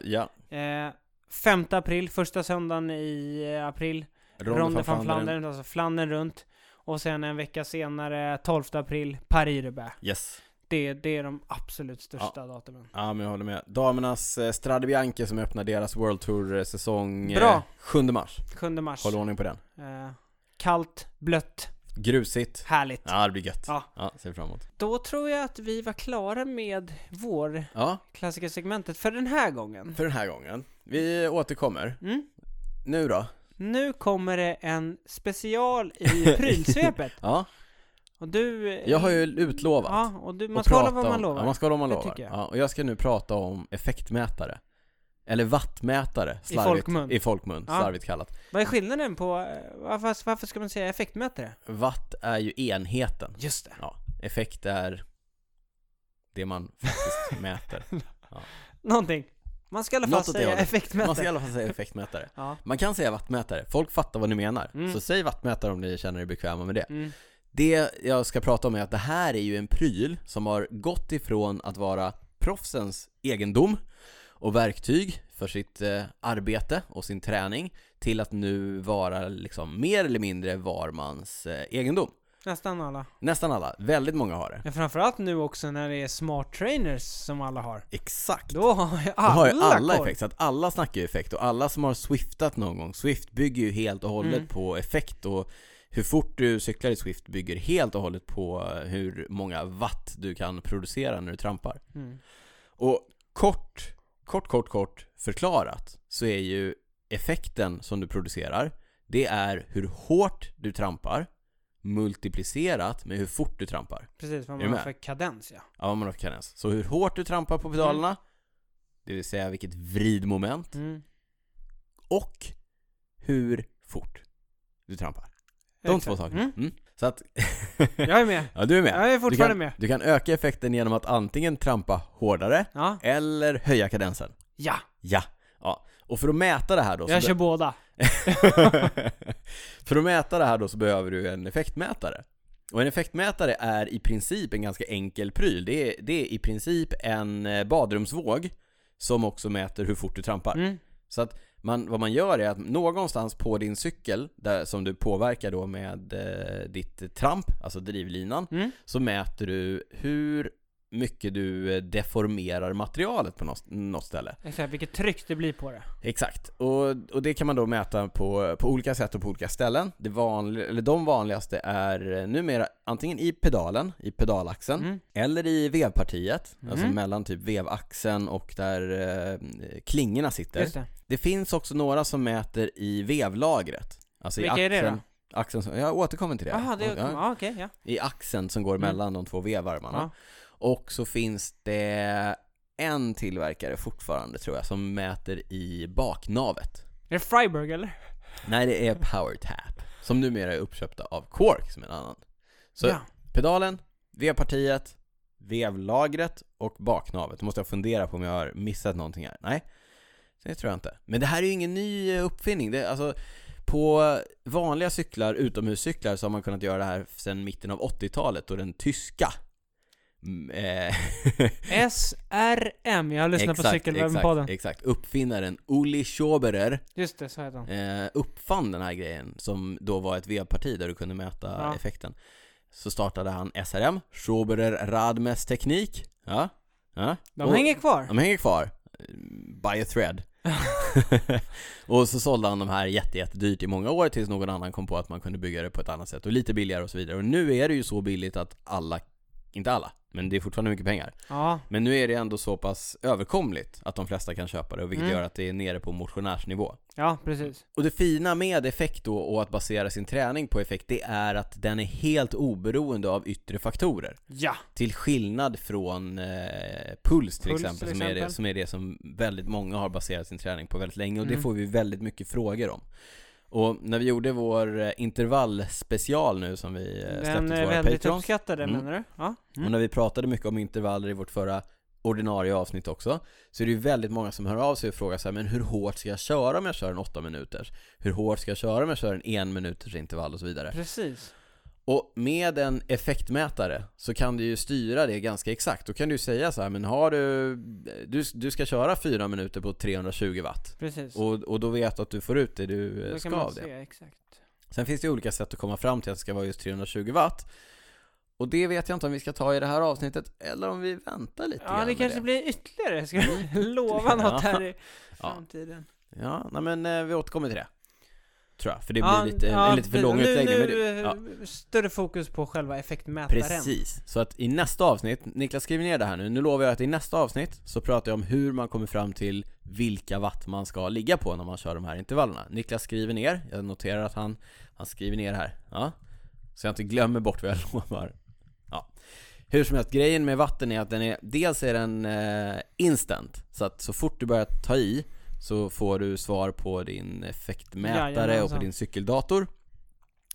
S1: ja.
S2: Eh, 5 april, första söndagen i eh, april. Ronde van Flandern, alltså Flandern runt. Och sen en vecka senare, 12 april, Paris-Roubaix.
S1: Yes.
S2: Det, det är de absolut största datumen.
S1: Ja men jag håller med. Damernas eh, Strade Bianche som öppnar deras World Tour-säsong eh,
S2: Bra.
S1: 7 mars.
S2: 7 mars.
S1: Håll ordning på den.
S2: Eh, kallt, blött,
S1: Grusigt.
S2: härligt.
S1: Ja det blir gött.
S2: Ja.
S1: ja ser fram emot.
S2: Då tror jag att vi var klara med vår
S1: Ja,
S2: klassikersegmentet för den här gången.
S1: för den här gången. Vi återkommer.
S2: Mm.
S1: Nu då?
S2: Nu kommer det en special i prylsvepet.
S1: Ja,
S2: Och du... eh,
S1: jag har ju utlovat.
S2: Ja, och du, man
S1: att
S2: ska
S1: prata
S2: hålla vad man
S1: om-
S2: lovar.
S1: Ja, man ska hålla vad man
S2: Det
S1: lovar.
S2: tycker jag.
S1: Ja, och jag ska nu prata om effektmätare. Eller wattmätare, slarvigt.
S2: folkmun.
S1: I folkmun,
S2: Ja.
S1: slarvigt kallat.
S2: Vad är skillnaden på... eh, Varför, varför ska man säga effektmätare?
S1: Watt är ju enheten.
S2: Just det.
S1: Ja, effekt är det man faktiskt mäter.
S2: Någonting. Man ska i alla
S1: Något
S2: fall
S1: åt det
S2: säga
S1: hållet. Man ska i
S2: effektmätare.
S1: alla fall säga effektmätare.
S2: Ja.
S1: Man kan säga wattmätare, folk fattar vad ni menar.
S2: Mm.
S1: Så säg wattmätare om ni känner er bekväma med det.
S2: Mm.
S1: Det jag ska prata om är att det här är ju en pryl som har gått ifrån att vara proffsens egendom och verktyg för sitt eh, arbete och sin träning till att nu vara liksom mer eller mindre var mans eh, egendom.
S2: Nästan alla.
S1: Nästan alla, väldigt många har det.
S2: Ja, framförallt nu också när det är smart trainers som alla har.
S1: Exakt!
S2: Då har ju
S1: Då
S2: alla,
S1: har ju alla
S2: koll.
S1: effekt, så att alla snackar ju effekt och alla som har swiftat någon gång, Swift bygger ju helt och hållet
S2: Mm.
S1: på effekt och hur fort du cyklar i Swift bygger helt och hållet på hur många watt du kan producera när du trampar.
S2: Mm.
S1: Och kort, kort, kort, kort förklarat så är ju effekten som du producerar det är hur hårt du trampar multiplicerat med hur fort du trampar.
S2: Precis, vad
S1: Är du
S2: man har
S1: med?
S2: för kadens ja.
S1: Ja, man har kadens. Så hur hårt du trampar
S2: Mm.
S1: på pedalerna, det vill säga vilket vridmoment,
S2: Mm.
S1: och hur fort du trampar. De två
S2: Exakt.
S1: sakerna.
S2: Mm.
S1: Mm. Så att...
S2: Jag är med.
S1: ja, du är med.
S2: Jag är
S1: du,
S2: fortfarande
S1: kan,
S2: med.
S1: du kan öka effekten genom att antingen trampa hårdare
S2: Ja.
S1: eller höja kadensen.
S2: Ja,
S1: Ja, ja. Och för att mäta det här då... så
S2: jag
S1: be-
S2: kör båda.
S1: för att mäta det här då så behöver du en effektmätare. Och en effektmätare är i princip en ganska enkel pryl. Det är, det är i princip en eh, badrumsvåg som också mäter hur fort du trampar.
S2: Mm.
S1: Så att man, vad man gör är att någonstans på din cykel, där, som du påverkar då med eh, ditt tramp, alltså drivlinan,
S2: Mm.
S1: så mäter du hur mycket du eh, deformerar materialet på något, något ställe.
S2: Exakt, vilket tryck det blir på det.
S1: Exakt, och, och det kan man då mäta på, på olika sätt och på olika ställen. Det vanliga, eller de vanligaste är eh, numera antingen i pedalen, i pedalaxeln,
S2: Mm.
S1: eller i vevpartiet, alltså
S2: Mm.
S1: mellan typ vevaxeln och där eh, klingorna sitter.
S2: Just det.
S1: Det finns också några som mäter i vevlagret. Alltså
S2: Vilka
S1: i
S2: är det
S1: axeln,
S2: då?
S1: axeln som, jag återkommer till det.
S2: Jaha, det är...
S1: Ja,
S2: Ja, okej, ja.
S1: I axeln som går
S2: Mm.
S1: mellan de två vevarmarna.
S2: Ja.
S1: Och så finns det en tillverkare fortfarande tror jag som mäter i baknavet.
S2: Är det Freiburg eller?
S1: Nej, det är PowerTap. Som numera är uppköpta av Quark som är en annan. Så
S2: Ja.
S1: pedalen, vevpartiet, vevlagret och baknavet. Då måste jag fundera på om jag har missat någonting här. Nej, det tror jag inte. Men det här är ju ingen ny eh, uppfinning. Det, är alltså, på vanliga cyklar, utomhuscyklar, så har man kunnat göra det här sedan mitten av 80-talet då den tyska mm, eh,
S2: SRM, jag har lyssnat på Cykelwebben-podden.
S1: exakt, exakt. Uppfinnaren Uli Schoberer
S2: Just det, så heter han.
S1: eh, uppfann den här grejen som då var ett vevparti där du kunde mäta
S2: Ja.
S1: effekten. Så startade han SRM, Schoberer Radmes teknik. Ja, ja.
S2: De
S1: Och-
S2: hänger kvar.
S1: de hänger kvar. eh, By a thread. och så sålde han de här jätte, jättedyrt i många år tills någon annan kom på att man kunde bygga det på ett annat sätt och lite billigare och så vidare. Och nu är det ju så billigt att alla, inte alla, men det är fortfarande mycket pengar.
S2: Ja.
S1: Men nu är det ändå så pass överkomligt att de flesta kan köpa det och vilket
S2: Mm.
S1: gör att det är nere på motionärsnivå.
S2: ja, precis.
S1: Och det fina med effekt då och att basera sin träning på effekt det är att den är helt oberoende av yttre faktorer.
S2: Ja.
S1: Till skillnad från eh, puls till
S2: Puls
S1: exempel,
S2: till
S1: som, är det,
S2: exempel.
S1: som är det som väldigt många har baserat sin träning på väldigt länge och det
S2: Mm.
S1: får vi väldigt mycket frågor om. Och när vi gjorde vår eh, intervallspecial nu som vi eh, släppte
S2: Den typ
S1: till
S2: är
S1: våra
S2: väldigt
S1: Patrons
S2: uppskattade
S1: Mm.
S2: menar du? Ja.
S1: och
S2: Mm.
S1: när vi pratade mycket om intervaller i vårt förra ordinarie avsnitt också, så är det ju väldigt många som hör av sig och frågar så här, men hur hårt ska jag köra om jag kör en åtta minuters? Hur hårt ska jag köra om jag kör en en minuters intervall och så vidare?
S2: Precis.
S1: Och med en effektmätare så kan du ju styra det ganska exakt. Då kan du ju säga så här, men har du, du, du ska köra fyra minuter på 320 watt.
S2: Precis.
S1: Och, och då vet du att du får ut det du eh,
S2: Då
S1: ska av det.
S2: se, exakt.
S1: Sen finns det ju olika sätt att komma fram till att det ska vara just 320 watt. Och det vet jag inte om vi ska ta i det här avsnittet eller om vi väntar lite
S2: Ja,
S1: grann
S2: det
S1: med
S2: kanske
S1: det. Mm.
S2: blir ytterligare. Ska vi lova något här i framtiden?
S1: Ja, nej, men eh, vi återkommer till det. Tror jag, för det blir
S2: Ja,
S1: lite,
S2: ja,
S1: en lite för lång
S2: nu,
S1: utläggning.
S2: Nu,
S1: men det- ja,
S2: eh, Större fokus på själva effektmätaren.
S1: precis. Så att i nästa avsnitt, Niklas skriver ner det här nu, nu lovar jag att i nästa avsnitt så pratar jag om hur man kommer fram till vilka watt man ska ligga på när man kör de här intervallerna. Niklas skriver ner, jag noterar att han, han skriver ner här. Ja. Så jag inte glömmer bort vad jag lovar. Ja. Hur som helst, grejen med vatten är att den är, dels är den eh, instant, så att så fort du börjar ta i så får du svar på din effektmätare och på
S2: Jajamensan.
S1: din cykeldator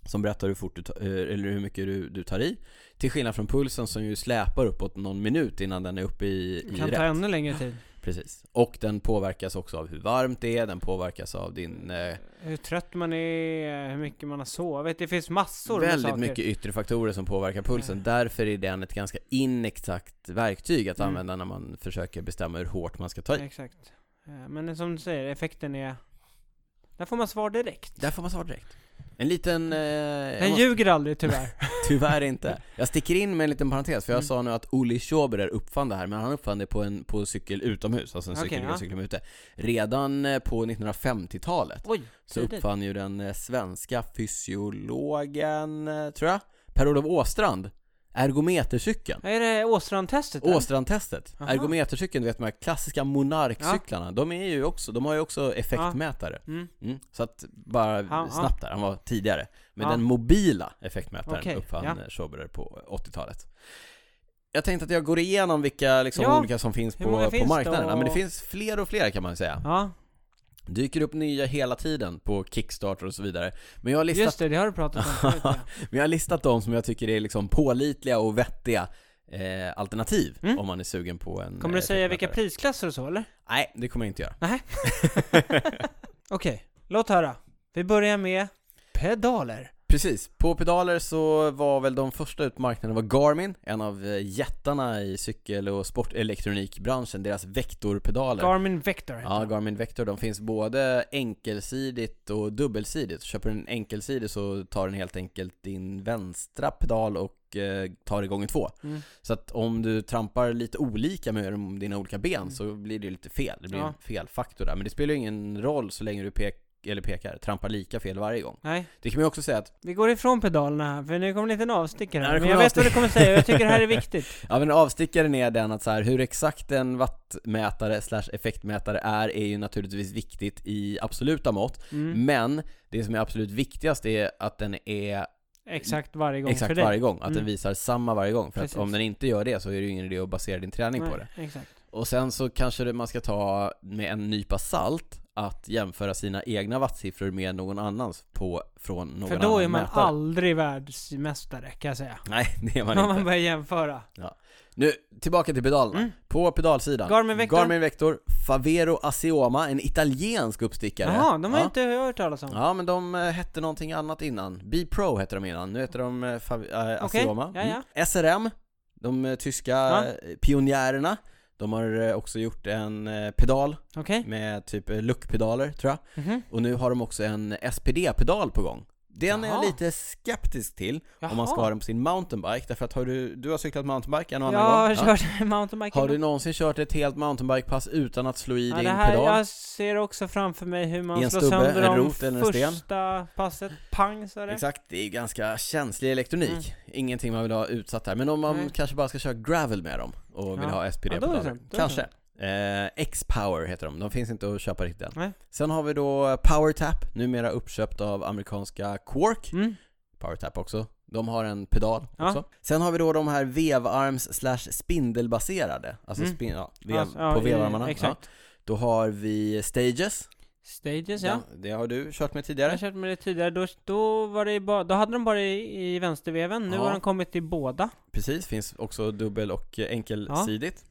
S1: som berättar hur fort du ta, eh, eller hur mycket du, du tar i. Till skillnad från pulsen som ju släpar uppåt någon minut innan den är uppe i, i
S2: Kan
S1: rätt.
S2: ta ännu längre tid.
S1: Precis. Och den påverkas också av hur varmt det är, den påverkas av din eh,
S2: Hur trött man är, hur mycket man har sovit. Det finns massor med
S1: Väldigt
S2: saker.
S1: mycket yttre faktorer som påverkar
S2: Mm.
S1: pulsen. Därför är den ett ganska inexakt verktyg att
S2: Mm.
S1: använda när man försöker bestämma hur hårt man ska ta i.
S2: Exakt. Eh, Men som du säger, effekten är... Där får man svar direkt.
S1: Där får man svar direkt. En liten... Eh, jag
S2: Den
S1: måste-
S2: ljuger aldrig tyvärr.
S1: Tyvärr inte. Jag sticker in med en liten parentes, för jag
S2: Mm.
S1: sa nu att Uli Schoberer uppfann det här, men han uppfann det på en på cykel utomhus, alltså en
S2: Okej,
S1: cykel
S2: ja.
S1: okay, cykel ute. Redan eh, på 1950-talet
S2: Oj,
S1: så
S2: tidigt.
S1: uppfann ju den eh, svenska fysiologen, eh, tror jag, Per-Olof Åstrand, ergometercykeln.
S2: Är det Åstrand-testet? där?
S1: Åstrandtestet,
S2: Aha.
S1: ergometercykeln, du vet de här klassiska monarkcyklarna, de är ju också, de har ju också effektmätare.
S2: Mm.
S1: Mm. Så att, bara
S2: Ja,
S1: snabbt där, han var tidigare. Men
S2: Ja.
S1: den mobila effektmätaren
S2: Okej,
S1: uppfann
S2: ja.
S1: ja. Schoberer på 80-talet. Jag tänkte att jag går igenom vilka liksom,
S2: Ja,
S1: olika som finns
S2: hur
S1: på,
S2: många
S1: på
S2: finns det
S1: marknaden. Ja, men det
S2: och-
S1: finns fler och fler kan man säga.
S2: Ja,
S1: Dyker upp nya hela tiden på Kickstarter och så vidare. Men jag har listat,
S2: just det, det har du pratat om förut, ja.
S1: men jag har listat de som jag tycker är liksom pålitliga och vettiga eh, alternativ
S2: Mm.
S1: om man är sugen på en
S2: Kommer
S1: eh,
S2: du säga vilka
S1: effektmätare.
S2: prisklasser och så eller?
S1: Nej, det kommer jag inte göra.
S2: Okej, låt höra. Vi börjar med pedaler.
S1: Precis, på pedaler så var väl de första ut på marknaden var Garmin, en av eh, jättarna i cykel och sportelektronikbranschen, deras Vector-pedaler.
S2: Garmin Vector heter
S1: ja,
S2: den.
S1: Garmin Vector, de finns både enkelsidigt och dubbelsidigt. Köper du en enkelsidig så tar den helt enkelt din vänstra pedal och eh, tar igång i två.
S2: Mm.
S1: Så att om du trampar lite olika med de- dina olika ben
S2: Mm.
S1: så blir det ju lite fel. Det blir
S2: Ja.
S1: en felfaktor där. Men det spelar ju ingen roll så länge du pek, eller pekar, trampar lika fel varje gång.
S2: Nej,
S1: Det kan man ju också säga att
S2: vi går ifrån pedalerna här för nu kommer en liten avstickare.
S1: Ja, det
S2: Men
S1: kommer
S2: jag
S1: en
S2: vet vad du
S1: avstick-
S2: kommer säga och jag tycker det här är viktigt.
S1: Ja men avstickaren är den att så här, hur exakt en wattmätare slash effektmätare är är ju naturligtvis viktigt i absoluta mått
S2: Mm.
S1: Men det som är absolut viktigast är att den är
S2: Exakt varje gång för
S1: exakt
S2: dig.
S1: varje gång, att
S2: Mm.
S1: den visar samma varje gång För
S2: Precis.
S1: att om den inte gör det så är det ju ingen idé att basera din träning på det
S2: Nej, Exakt.
S1: Och sen så kanske det- man ska ta med en nypa salt att jämföra sina egna wattsiffror med någon annans på, från någon
S2: För då
S1: annan
S2: är man
S1: mätare.
S2: aldrig världsmästare kan jag säga.
S1: Nej, det är man
S2: När
S1: inte
S2: man börjar jämföra.
S1: Nu, tillbaka till pedalerna.
S2: Mm.
S1: På pedalsidan.
S2: Garmin Vector.
S1: Garmin Vector, Favero Asioma, en italiensk uppstickare.
S2: Jaha, de har
S1: ja.
S2: inte hört talas om.
S1: Ja, men de eh, hette någonting annat innan. B-Pro hette de innan, nu heter de eh, Fav- eh,
S2: Okej,
S1: Asioma.
S2: ja, ja.
S1: Mm. SRM, de eh, tyska
S2: Ja.
S1: eh, pionjärerna. De har eh, också gjort en eh, pedal
S2: Okej.
S1: med typ eh, luckpedaler, tror jag.
S2: Mhm.
S1: Och nu har de också en SPD-pedal på gång. Den är jag
S2: Jaha.
S1: lite skeptisk till, om man ska ha den på sin mountainbike, därför att har du, du har cyklat mountainbike en och
S2: Jag
S1: annan
S2: har
S1: gång? Ja.
S2: kört mountainbike.
S1: Har du någonsin kört ett helt mountainbikepass utan att slå i
S2: ja,
S1: din
S2: det här,
S1: pedal?
S2: Jag ser också framför mig hur
S1: I
S2: man
S1: en
S2: slår
S1: stubbe,
S2: sönder
S1: en
S2: dem
S1: rot eller en sten.
S2: första passet. Pang så är det. Mm.
S1: Exakt, det är ju ganska känslig elektronik. Ingenting man vill ha utsatt här. Men om man
S2: Nej.
S1: kanske bara ska köra gravel med dem och vill
S2: Ja.
S1: ha
S2: Ja, då är det
S1: SPD-pedaler.
S2: sant, då är det
S1: kanske. Eh, X-Power heter de, de finns inte att köpa riktigt än.
S2: Nej.
S1: Sen har vi då PowerTap, numera uppköpt av amerikanska Quark.
S2: Mm.
S1: PowerTap också. De har en pedal
S2: Ja.
S1: också. Sen har vi då de här vevarms slash spindelbaserade. Alltså
S2: Mm.
S1: spin, ja, vev,
S2: Alltså, ja,
S1: på
S2: i-
S1: vevarmarna. Ja.
S2: Exakt.
S1: Då har vi Stages.
S2: Stages ja.
S1: Den- det har du kört med
S2: Jag
S1: tidigare.
S2: har kört med det tidigare. Då, då, var det ju bara, då hade de bara i, i vänsterveven. Nu
S1: Ja.
S2: har de kommit i båda.
S1: Precis, finns också dubbel och eh, enkelsidigt.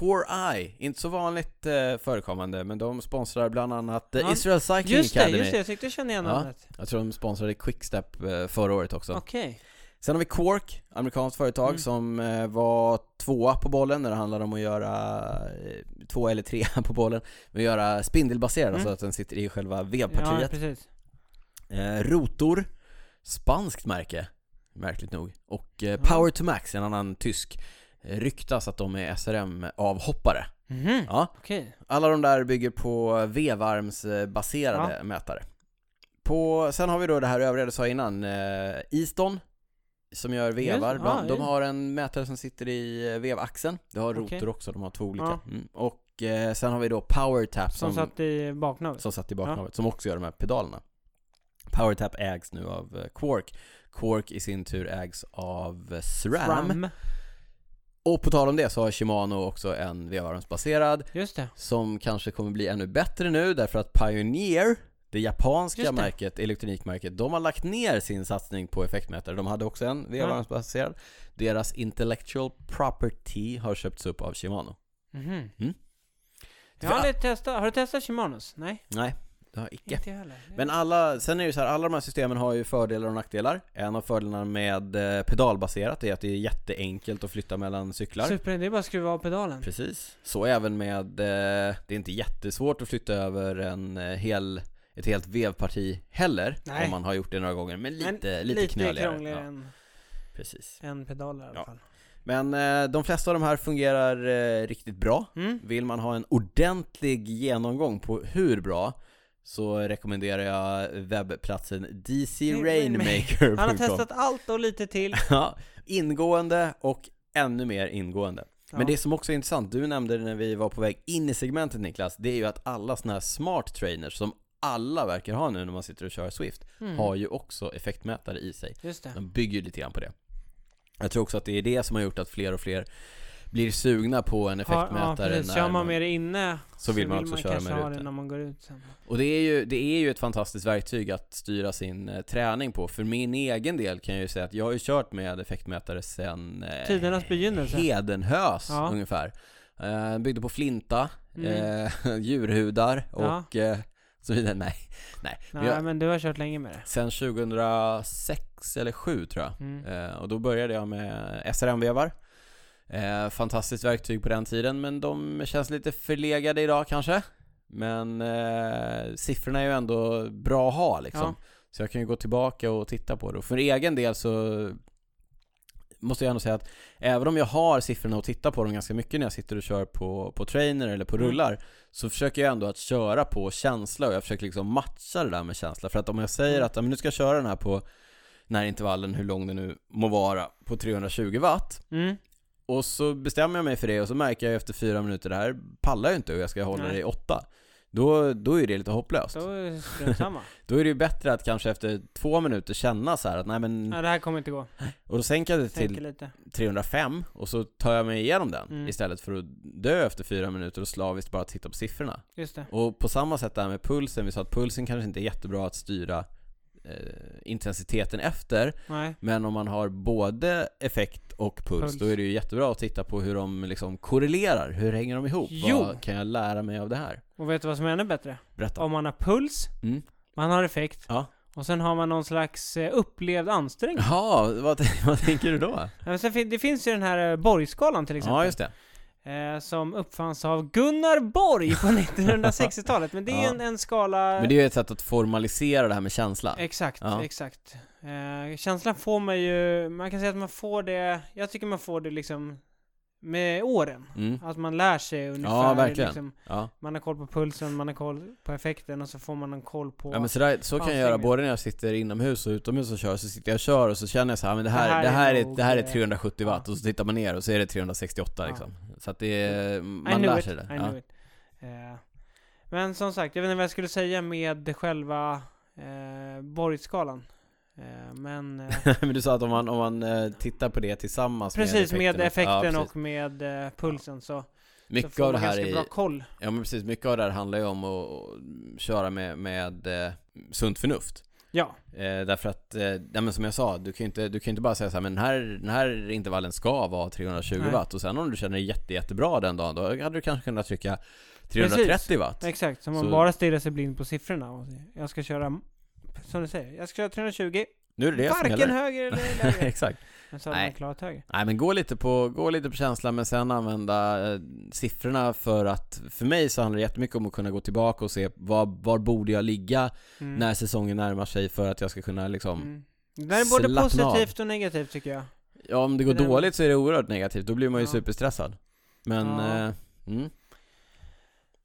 S1: 4i, inte så vanligt eh, förekommande men de sponsrar bland annat eh,
S2: Ja.
S1: Israel Cycling
S2: Just det,
S1: Academy.
S2: just det. Jag tyckte jag kände igen
S1: Ja.
S2: namnet.
S1: Jag tror de sponsrade Quickstep eh, förra året också.
S2: Okej.
S1: Sen har vi Quark, amerikanskt företag
S2: Mm.
S1: som eh, var tvåa på bollen när det handlade om att göra eh, två eller tre på bollen. Men göra spindelbaserad,
S2: Mm.
S1: så att den sitter i själva
S2: Ja,
S1: vevpartiet.
S2: precis.
S1: Eh, rotor, spanskt märke, märkligt nog. Och eh,
S2: Ja.
S1: Power to Max, en annan tysk. Eh, Ryktas att de är SRM-avhoppare.
S2: Mhm.
S1: Ja,
S2: Okej.
S1: alla de där bygger på vevarmsbaserade mätare. På, sen har vi då det här övriga du sa innan, eh, Easton som gör vevar.
S2: Just-
S1: Bland,
S2: ja,
S1: de
S2: ja.
S1: har en mätare som sitter i eh, vevaxeln. Det har
S2: Okej.
S1: rotor också, de har två olika.
S2: Ja.
S1: Mm. Och eh, sen har vi då PowerTap
S2: Som,
S1: som, som,
S2: satt i baknavet.
S1: satt i baknavet, som också gör de här pedalerna. PowerTap ägs nu av eh, Quark. Quark i sin tur ägs av eh, SRAM.
S2: Fram.
S1: Och på tal om det så har Shimano också en vevarmsbaserad
S2: Just det.
S1: som kanske kommer bli ännu bättre nu därför att Pioneer, det japanska
S2: Just det.
S1: märket, elektronikmärket, de har lagt ner sin satsning på effektmätare. De hade också en vevarmsbaserad. Deras intellectual property har köpts upp av Shimano.
S2: Mhm.
S1: Mm.
S2: Jag har aldrig testat. Har du testat Shimanos? Nej.
S1: Nej, det har icke.
S2: Inte jag heller.
S1: Men alla, sen är det ju så här, alla de här systemen har ju fördelar och nackdelar. En av fördelarna med eh, pedalbaserat är att det är jätteenkelt att flytta mellan cyklar.
S2: Super, det är bara att skruva av pedalen.
S1: Precis. Så även med, eh, det är inte jättesvårt att flytta över en eh, hel ett helt vevparti heller.
S2: Nej.
S1: Om man har gjort det några gånger, men lite,
S2: Men
S1: lite,
S2: lite
S1: knöligare.
S2: krångligare
S1: Ja,
S2: än,
S1: precis.
S2: än pedaler i alla
S1: Ja.
S2: fall.
S1: Men eh, de flesta av de här fungerar eh, riktigt bra.
S2: Mm.
S1: Vill man ha en ordentlig genomgång på hur bra så rekommenderar jag webbplatsen dcrainmaker.com
S2: Han har testat allt och lite till.
S1: Ja, ingående och ännu mer ingående.
S2: Ja.
S1: Men det som också är intressant, du nämnde det när vi var på väg in i segmentet Niklas, det är ju att alla sådana här smart trainers som alla verkar ha nu när man sitter och kör Swift
S2: Mm.
S1: har ju också effektmätare i sig.
S2: Just det.
S1: De bygger ju lite grann på det. Jag tror också att det är det som har gjort att fler och fler blir sugna på en
S2: Ja,
S1: effektmätare
S2: precis. Kör
S1: när
S2: man
S1: man,
S2: med det inne
S1: så vill man också köra
S2: kanske
S1: med
S2: ha det
S1: rutan.
S2: när man går ut sen.
S1: Och det är, ju, det är ju ett fantastiskt verktyg att styra sin eh, träning på. För min egen del kan jag ju säga att jag har ju kört med effektmätare sedan eh,
S2: Tidernas begynnelse.
S1: Hedenhös
S2: Ja.
S1: ungefär. Eh, byggde på flinta,
S2: Mm.
S1: eh, djurhudar
S2: Ja.
S1: och eh, så vidare. Nej, nej. Men
S2: Nej,
S1: jag,
S2: men du har kört länge med det.
S1: Sen 2006 eller 7 tror jag.
S2: Mm.
S1: Eh, och då började jag med SRM-vevar. Eh, fantastiskt verktyg på den tiden, men de känns lite förlegade idag kanske. Men eh, siffrorna är ju ändå bra att ha liksom. Så jag kan ju gå tillbaka och titta på det. Och för egen del så måste jag ändå säga att även om jag har siffrorna och tittar på dem ganska mycket när jag sitter och kör på, på trainer eller på
S2: Mm.
S1: rullar så försöker jag ändå att köra på känsla och jag försöker liksom matcha det där med känsla. För att om jag
S2: Mm.
S1: säger att "Ja, men nu ska jag köra den här på när intervallen, hur lång den nu må vara, på 320 watt.
S2: Mm.
S1: Och så bestämmer jag mig för det och så märker jag efter fyra minuter det här pallar ju inte och jag ska hålla
S2: Nej.
S1: det i åtta. Då, då är det lite hopplöst.
S2: Då är det strunt samma.
S1: Då är det ju bättre att kanske efter två minuter känna så här att nej men,
S2: Nej, det här kommer inte gå.
S1: och då sänker jag det
S2: Tänker
S1: till
S2: lite.
S1: 305 och så tar jag mig igenom den
S2: Mm.
S1: istället för att dö efter fyra minuter och slaviskt bara titta på siffrorna.
S2: Just det.
S1: Och på samma sätt där med pulsen, vi sa att pulsen kanske inte är jättebra att styra eh, intensiteten efter,
S2: Nej.
S1: men om man har både effekt och puls,
S2: Puls.
S1: då är det ju jättebra att titta på hur de liksom korrelerar, hur hänger de ihop?
S2: Jo.
S1: Vad kan jag lära mig av det här?
S2: Och vet du vad som är ännu bättre?
S1: Berätta.
S2: Om man har puls,
S1: Mm.
S2: man har effekt,
S1: Ja.
S2: och sen har man någon slags eh, upplevd ansträngning.
S1: Ja, vad, vad tänker du då?
S2: Ja, men sen fin- det finns ju den här eh, Borgskalan till exempel.
S1: Ja, just det.
S2: eh, som uppfanns av Gunnar Borg på 1960-talet. Men det är ju
S1: Ja.
S2: en, en skala...
S1: Men det är ju ett sätt att formalisera det här med känsla.
S2: Exakt,
S1: Ja.
S2: exakt. Eh, känslan får man ju, man kan säga att man får det, jag tycker man får det liksom med åren.
S1: Mm.
S2: Att Alltså, man lär sig ungefär.
S1: Ja, verkligen.
S2: Liksom,
S1: Ja.
S2: man har koll på pulsen, man har koll på effekten och så får man en koll på...
S1: ja, men så, där, så kan jag göra både när jag sitter inomhus och utomhus och kör, så sitter jag och kör och så känner jag så här, men det här, det här, är,
S2: nog- eh,
S1: det här är 370 watt
S2: Ja.
S1: och så tittar man ner och så är det 368
S2: Ja.
S1: liksom. Så att det är,
S2: I
S1: man
S2: knew
S1: lär
S2: it,
S1: sig det.
S2: I knew it. Eh, men som sagt, jag vet inte vad jag skulle säga med själva eh, Borgskalan. Eh, men... Eh,
S1: men du sa att om man, om man eh, tittar på det tillsammans
S2: Precis, med
S1: ja,
S2: effekten
S1: precis.
S2: och med eh, pulsen så, så
S1: Mycket
S2: får
S1: av
S2: man
S1: det här
S2: ganska
S1: är,
S2: bra koll.
S1: ja men precis, mycket av det här handlar ju om att att köra med, med eh, sunt förnuft.
S2: Ja,
S1: Eh, därför att, eh, ja, men som jag sa, du kan ju inte, du kan ju inte bara säga så här, men den här, den här intervallen ska vara 320
S2: Nej.
S1: watt och sen om du känner dig jätte, jättebra den dagen, då hade du kanske kunnat trycka 330 watt.
S2: exakt. Så man
S1: Så-
S2: bara stirrar sig blind på siffrorna. Och jag ska köra, som du säger, jag ska köra 320.
S1: Nu är det det som
S2: Varken
S1: gäller.
S2: höger eller lägre.
S1: Exakt.
S2: Men så hade
S1: Nej.
S2: man klarat höger.
S1: Nej men gå lite på, gå lite på känslan men sen använda eh, siffrorna för att, för mig så handlar det jättemycket om att kunna gå tillbaka och se var, var borde jag ligga
S2: Mm.
S1: när säsongen närmar sig för att jag ska kunna liksom
S2: Mm. Det där är både
S1: Slappna av.
S2: positivt och negativt tycker jag.
S1: Ja om det går
S2: Det där-
S1: dåligt så är det oerhört negativt, då blir man ju
S2: Ja.
S1: superstressad. Men,
S2: Ja.
S1: eh, mm.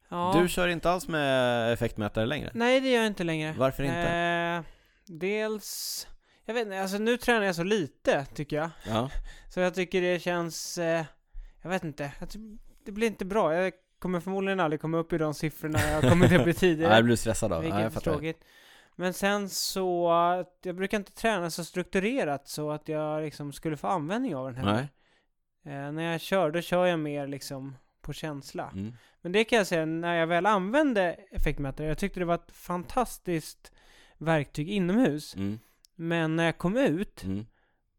S2: Ja.
S1: Du kör inte alls med effektmätare längre?
S2: Nej, det gör jag inte längre.
S1: Varför inte?
S2: Eh, dels... Jag vet inte, alltså nu tränar jag så lite tycker jag.
S1: Ja.
S2: Så jag tycker det känns, eh, jag vet inte, jag ty- det blir inte bra. Jag kommer förmodligen aldrig komma upp i de siffrorna jag har kommit upp i
S1: ja, jag
S2: tidigare.
S1: blir stressad av.
S2: vilket
S1: Ja,
S2: är
S1: jag fattar.
S2: tråkigt. Men sen så, att jag brukar inte träna så strukturerat så att jag liksom skulle få användning av den här.
S1: Nej.
S2: Eh, när jag kör, då kör jag mer liksom på känsla.
S1: Mm.
S2: Men det kan jag säga, när jag väl använde effektmätare, jag tyckte det var ett fantastiskt verktyg inomhus.
S1: Mm.
S2: Men när jag kom ut,
S1: Mm.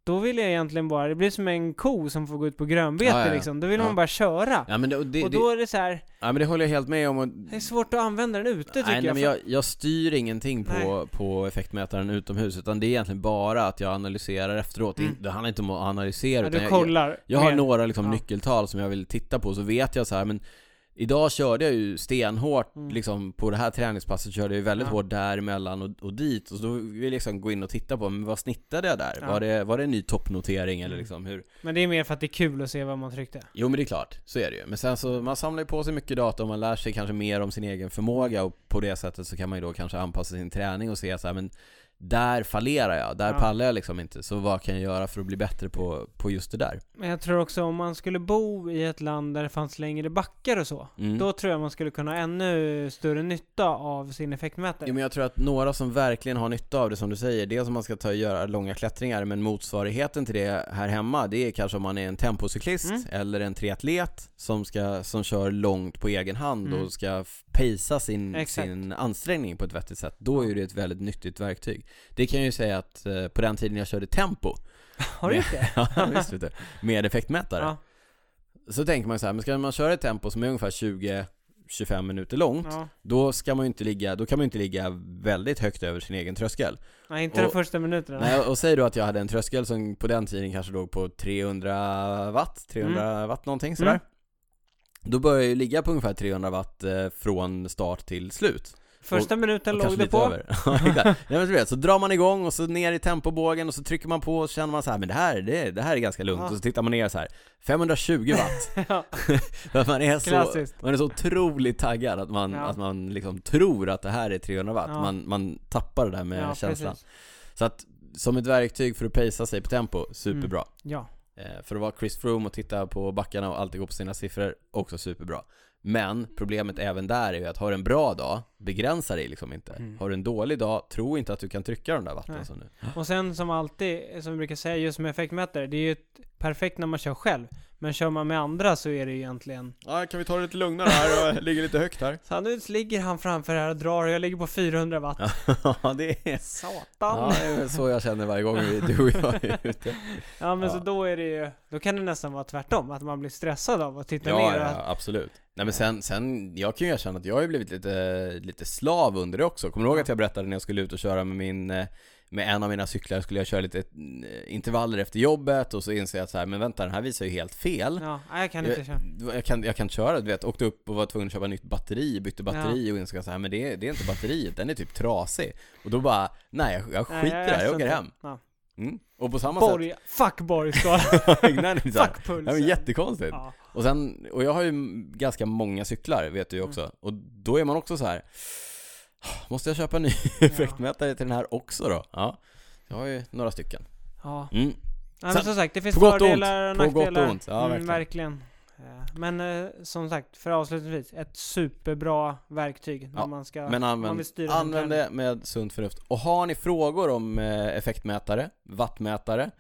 S2: då vill jag egentligen bara, det blir som en ko som får gå ut på grönbete
S1: Ja, ja, ja.
S2: liksom. Då vill
S1: Ja.
S2: man bara köra.
S1: Ja, men det, och det,
S2: och då
S1: det,
S2: är det så här,
S1: ja men det håller jag helt med om och
S2: det är svårt att använda den ute tycker
S1: nej, nej,
S2: jag.
S1: men
S2: för-
S1: jag, jag styr ingenting på,
S2: Nej.
S1: på effektmätaren utomhus utan det är egentligen bara att jag analyserar efteråt. Det-
S2: Mm.
S1: Det handlar inte om att analysera
S2: ja,
S1: utan
S2: du
S1: jag, jag,
S2: kollar.
S1: jag har
S2: mer.
S1: några liksom
S2: Ja.
S1: nyckeltal som jag vill titta på så vet jag så här men Idag körde jag ju stenhårt
S2: Mm.
S1: liksom på det här träningspasset körde jag ju väldigt
S2: Ja.
S1: hårt däremellan och, och dit och så då vill jag liksom gå in och titta på, men vad snittade jag där?
S2: Ja.
S1: Var, det, var det en ny toppnotering eller
S2: Mm.
S1: liksom hur?
S2: Men det är mer för att det är kul att se vad man tryckte.
S1: Jo men det är klart, så är det ju. Men sen så, man samlar ju på sig mycket data och man lär sig kanske mer om sin egen förmåga och på det sättet så kan man ju då kanske anpassa sin träning och se så här, men där fallerar jag, där
S2: Ja.
S1: pallar jag liksom inte. Så vad kan jag göra för att bli bättre på, på just det där?
S2: Men jag tror också om man skulle bo i ett land där det fanns längre backar och så.
S1: Mm.
S2: Då tror jag man skulle kunna ha ännu större nytta av sin effektmätare.
S1: Jo, men jag tror att några som verkligen har nytta av det som du säger, dels om man ska ta och göra långa klättringar, men motsvarigheten till det här hemma, det är kanske om man är en tempocyklist
S2: Mm.
S1: eller en triatlet som, ska, som kör långt på egen hand
S2: Mm.
S1: och ska f- pacea sin,
S2: Exakt.
S1: sin ansträngning på ett vettigt sätt. Då är ju det ett väldigt nyttigt verktyg. Det kan jag ju säga att eh, på den tiden jag körde tempo,
S2: Har du inte?
S1: ja, visst vet du, med effektmätare,
S2: Ja,
S1: så tänker man ju så här, men ska man köra ett tempo som är ungefär 20 25 minuter långt,
S2: ja.
S1: då ska man ju inte ligga, då kan man ju inte ligga väldigt högt över sin egen tröskel.
S2: Nej, inte de
S1: Och-
S2: första minuterna.
S1: Nej, och säg då att jag hade en tröskel som på den tiden kanske låg på 300 watt, 300 watt någonting sådär.
S2: Mm.
S1: Då började jag ju ligga på ungefär 300 watt eh, från start till slut.
S2: första minuten
S1: Och
S2: låg
S1: kanske
S2: det
S1: lite
S2: på.
S1: över. Ja, exakt. Nej, men du vet, så drar man igång och så ner i tempobågen och så trycker man på och så känner man så här, men det här, det, det här är ganska lugnt.
S2: Ja.
S1: Och så tittar man ner så här, 520 watt.
S2: ja,
S1: För att man är så,
S2: klassiskt.
S1: man är så otroligt taggad att man,
S2: Ja.
S1: att man liksom tror att det här är 300 watt.
S2: Ja.
S1: Man, man tappar det där med
S2: ja,
S1: känslan.
S2: precis.
S1: Så att som ett verktyg för att pacea sig på tempo, superbra.
S2: Ja.
S1: Eh, för att vara Chris Froome och titta på backarna och alltid gå på sina siffror, också superbra. Men problemet även där är ju att har du en bra dag, begränsa dig liksom inte.
S2: Mm.
S1: Har du en dålig dag, tro inte att du kan trycka de där vatten
S2: Nej.
S1: som nu.
S2: Och sen som alltid, som vi brukar säga just med effektmätare, det är ju ett perfekt när man kör själv. Men kör man med andra så är det ju egentligen
S1: Ja, kan vi ta det lite lugnare här och ligga lite högt här?
S2: Sannolikt ligger han framför här och drar och jag ligger på 400 watt.
S1: ja, det är...
S2: Satan!
S1: Ja,
S2: Ja,
S1: det är väl så jag känner varje gång vi, du och jag är ute.
S2: men
S1: Ja.
S2: så då är det ju, då kan det nästan vara tvärtom, att man blir stressad av att titta
S1: Ja,
S2: ner.
S1: ja,
S2: och att-
S1: absolut. Nej men sen, sen, jag kan ju erkänna att jag har ju blivit lite, lite slav under det också. Kommer du ihåg att jag berättade när jag skulle ut och köra med min, eh, med en av mina cyklar skulle jag köra lite eh, intervaller efter jobbet och så inser jag att så här, men vänta den här visar ju helt fel.
S2: Ja, nej, jag kan inte
S1: Jag,
S2: köra.
S1: jag, kan, jag kan inte köra, du vet, åkte upp och var tvungen att köpa nytt batteri, bytte batteri och insåg att så här, men det, är- det är inte batteriet, den är typ trasig. Och då bara, nej jag, jag skiter
S2: Nej,
S1: i det här, jag
S2: vet
S1: åker
S2: inte.
S1: hem.
S2: Ja.
S1: Mm. Och på samma sätt,
S2: Borg, fuck Borgskala,
S1: nej, det är så här,
S2: fuck
S1: nej, men
S2: pulsen.
S1: jättekonstigt.
S2: Ja,
S1: Och sen, och jag har ju m- ganska många cyklar vet du ju också.
S2: Mm.
S1: Och då är man också så här. "Ah, Måste jag köpa en ny effektmätare till den här också då? Ja. Jag har ju några stycken.
S2: ja.
S1: Mm.
S2: Nej,
S1: Sen-
S2: men som sagt, det finns
S1: på gott och
S2: fördelar och
S1: ont. På gott och
S2: nackdelar.
S1: ont. Ja,
S2: Mm, verkligen. Eh, Men eh, som sagt, för avslutningsvis, ett superbra verktyg när
S1: Ja,
S2: man ska...
S1: Men
S2: man
S1: använd,
S2: vill styra sin
S1: använd
S2: träning.
S1: det med sunt förnuft. Och har ni frågor om eh, effektmätare, wattmätare,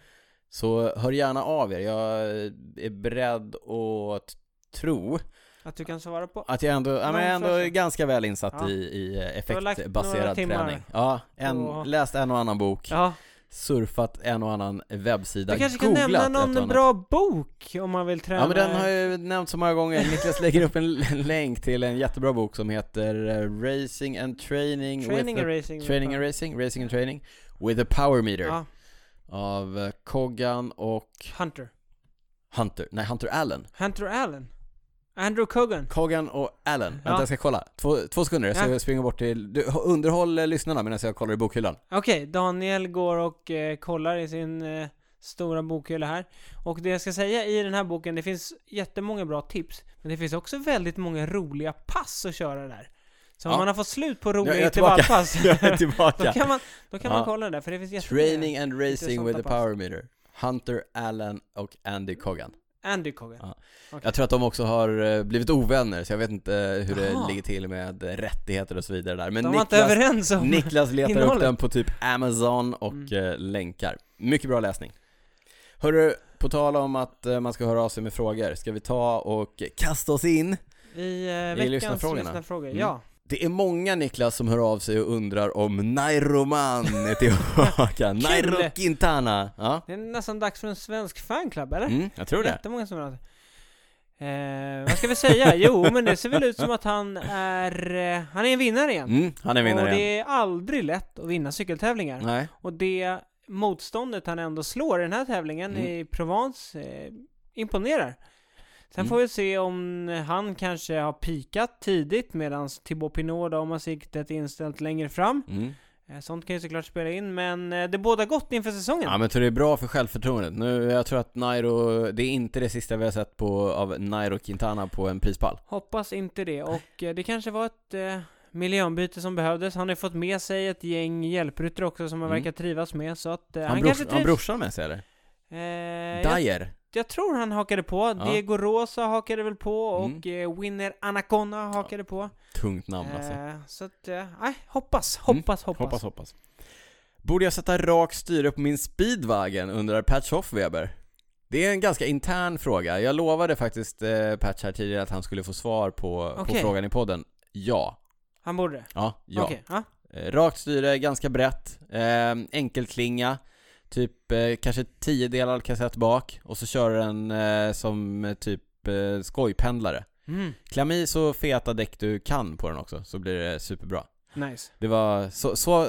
S1: så hör gärna av er. Jag eh, är beredd att tro
S2: Att du kan svara på.
S1: att jag ändå, ja, men jag är
S2: Långt
S1: ändå
S2: första.
S1: ganska väl insatt
S2: Ja.
S1: i, i
S2: Du har lagt några
S1: effektbaserad
S2: timmar.
S1: träning. Ja, en,
S2: Och-
S1: läst en och annan bok.
S2: Ja,
S1: surfat en och annan webbsida,
S2: Du kanske kan
S1: googlat
S2: nämna
S1: ett och
S2: någon
S1: annat.
S2: bra bok om man vill träna?
S1: Ja men den har jag ju nämnt så många gånger, Niklas lägger upp en, en länk till en jättebra bok som heter eh, Racing and Training
S2: Training
S1: with
S2: and racing.
S1: the, Training and Racing, Racing and Training with a Power Meter
S2: Ja,
S1: av eh, Coggan och
S2: Hunter.
S1: Hunter, nej Hunter Allen
S2: Hunter Allen. Andrew Cogan.
S1: Coggan och Allen,
S2: Ja.
S1: vänta jag ska kolla, två, två sekunder jag ska
S2: Ja.
S1: springa bort till, du, underhåll eh, lyssnarna medan jag kollar i bokhyllan
S2: Okej, Daniel går och eh, kollar i sin eh, stora bokhylla här. Och det jag ska säga i den här boken, det finns jättemånga bra tips. Men det finns också väldigt många roliga pass att köra där. Så om
S1: Ja.
S2: man har fått slut på
S1: jag
S2: roliga
S1: är tillbaka.
S2: intervallpass,
S1: Jag är
S2: då
S1: tillbaka!
S2: kan man, då kan
S1: Ja.
S2: man kolla det där, för det finns jättemånga.
S1: Training and Racing
S2: intressanta
S1: with a
S2: pass.
S1: Power Meter Hunter Allen och Andy Coggan
S2: Andy Cogan.
S1: Ja.
S2: Okej.
S1: Jag tror att de också har eh, blivit ovänner, så jag vet inte eh, hur
S2: Jaha.
S1: det ligger till med eh, rättigheter och så vidare där. Men
S2: De var
S1: Niklas,
S2: inte överens om...
S1: Niklas letar upp
S2: innehållet. Mm.
S1: den på typ Amazon och eh, länkar. Mycket bra läsning. Hörru, på tal om att eh, man ska höra av sig med frågor, ska vi ta och kasta oss in?
S2: I
S1: I
S2: eh, veckans
S1: lyssnarfrågorna.
S2: lyssnarfrågor.
S1: Mm.
S2: Ja.
S1: Det är många Niklas som hör av sig och undrar om Nairoman är tillbaka, Nairo Quintana. Ja,
S2: Det är nästan dags för en svensk fanclub, eller?
S1: mm, jag tror det.
S2: Jättemånga som har eh, Vad ska vi säga? Jo, men det ser väl ut som att han är... Eh, han är en vinnare igen.
S1: Mm, han är
S2: och
S1: vinnare igen.
S2: det är aldrig lätt att vinna cykeltävlingar.
S1: Nej,
S2: Och det motståndet han ändå slår i den här tävlingen
S1: Mm.
S2: i Provence eh, imponerar. Sen får vi se om han kanske har pikat tidigt medan Thibaut Pinot då har siktet inställt längre fram.
S1: Mm.
S2: Eh, Sånt kan ju såklart spela in, men eh, det båda gott inför säsongen.
S1: Ja men jag tror det är bra för självförtroendet. Nu, jag tror att Nairo, det är inte det sista vi har sett på, av Nairo Quintana på en prispall.
S2: Hoppas inte det. Och eh, det kanske var ett eh, miljöombyte som behövdes. Han har ju fått med sig ett gäng hjälpryttare också som han
S1: Mm.
S2: verkar trivas med. Så att eh,
S1: Han,
S2: han,
S1: brors,
S2: kanske
S1: han
S2: trivs.
S1: brorsan med sig eller?
S2: eh, jag,
S1: Dyer?
S2: jag tror han hakade på. Diego Rosa hakade väl på
S1: Mm.
S2: och eh, Winner Anacona hakade på.
S1: Tungt namn alltså.
S2: Eh, så att, eh, nej, hoppas,
S1: Mm.
S2: hoppas, hoppas.
S1: Hoppas, hoppas. Borde jag sätta rak styre på min speedwagen undrar Patch Hoffweber. Det är en ganska intern fråga. Jag lovade faktiskt eh, Patch här tidigare att han skulle få svar på, på
S2: Okej.
S1: frågan i podden. Ja.
S2: Han borde det.
S1: Ja, ja.
S2: Okej, ja.
S1: Eh, Rakt styre, ganska brett, eh, enkelklinga, typ eh, kanske 10 delar kassett bak och så kör den eh, som eh, typ eh, skojpendlare.
S2: Mm.
S1: Kläm i så feta däck du kan på den också så blir det superbra.
S2: Nice.
S1: Det var så, så eh,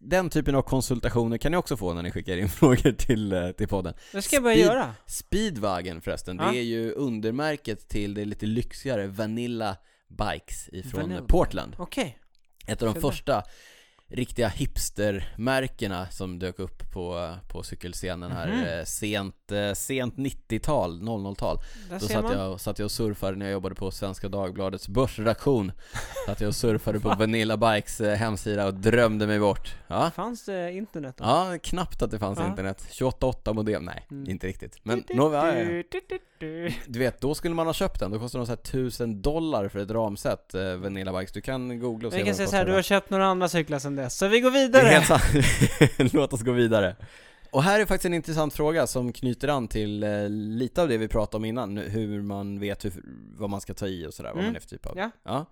S1: den typen av konsultationer kan ni också få när ni skickar in frågor till, eh, till podden.
S2: Det ska jag börja
S1: Speed-
S2: göra.
S1: Speedwagen förresten,
S2: Ja.
S1: det är ju undermärket till det lite lyxigare Vanilla Bikes ifrån
S2: Vanilla
S1: eh,
S2: Bike.
S1: Portland.
S2: Okej.
S1: Ett av de
S2: Kände.
S1: första riktiga hipstermärkena som dök upp på, på cykelscenen här
S2: Mhm.
S1: eh, sent, eh, sent 90-tal, 00-tal.
S2: Där
S1: Då
S2: ser
S1: satt
S2: man.
S1: jag, satt jag och surfade när jag jobbade på Svenska Dagbladets börsredaktion. satt jag och surfade på Vanilla Bikes eh, hemsida och drömde mig bort. Ja,
S2: Fanns det internet då?
S1: ja knappt att det fanns
S2: Ja.
S1: internet. 28.8 modem, nej
S2: Mm.
S1: inte riktigt. Men
S2: Du,
S1: nå, ja, ja.
S2: du, du, du, du.
S1: du vet, då skulle man ha köpt den. Då kostar de så här 1000 dollar för ett ramset, eh, Vanilla Bikes. Du kan googla och se
S2: Vi
S1: vad de
S2: kan säga så
S1: kostar
S2: här, du
S1: idag.
S2: har köpt några andra cyklar sedan dess, så vi går
S1: Det
S2: vidare!
S1: är helt sant. Låt oss gå vidare. Och här är faktiskt en intressant fråga som knyter an till eh, lite av det vi pratade om innan, nu- hur man vet hur, vad man ska ta i och sådär, vad
S2: Mm.
S1: man är för typ av...
S2: Ja.
S1: ja.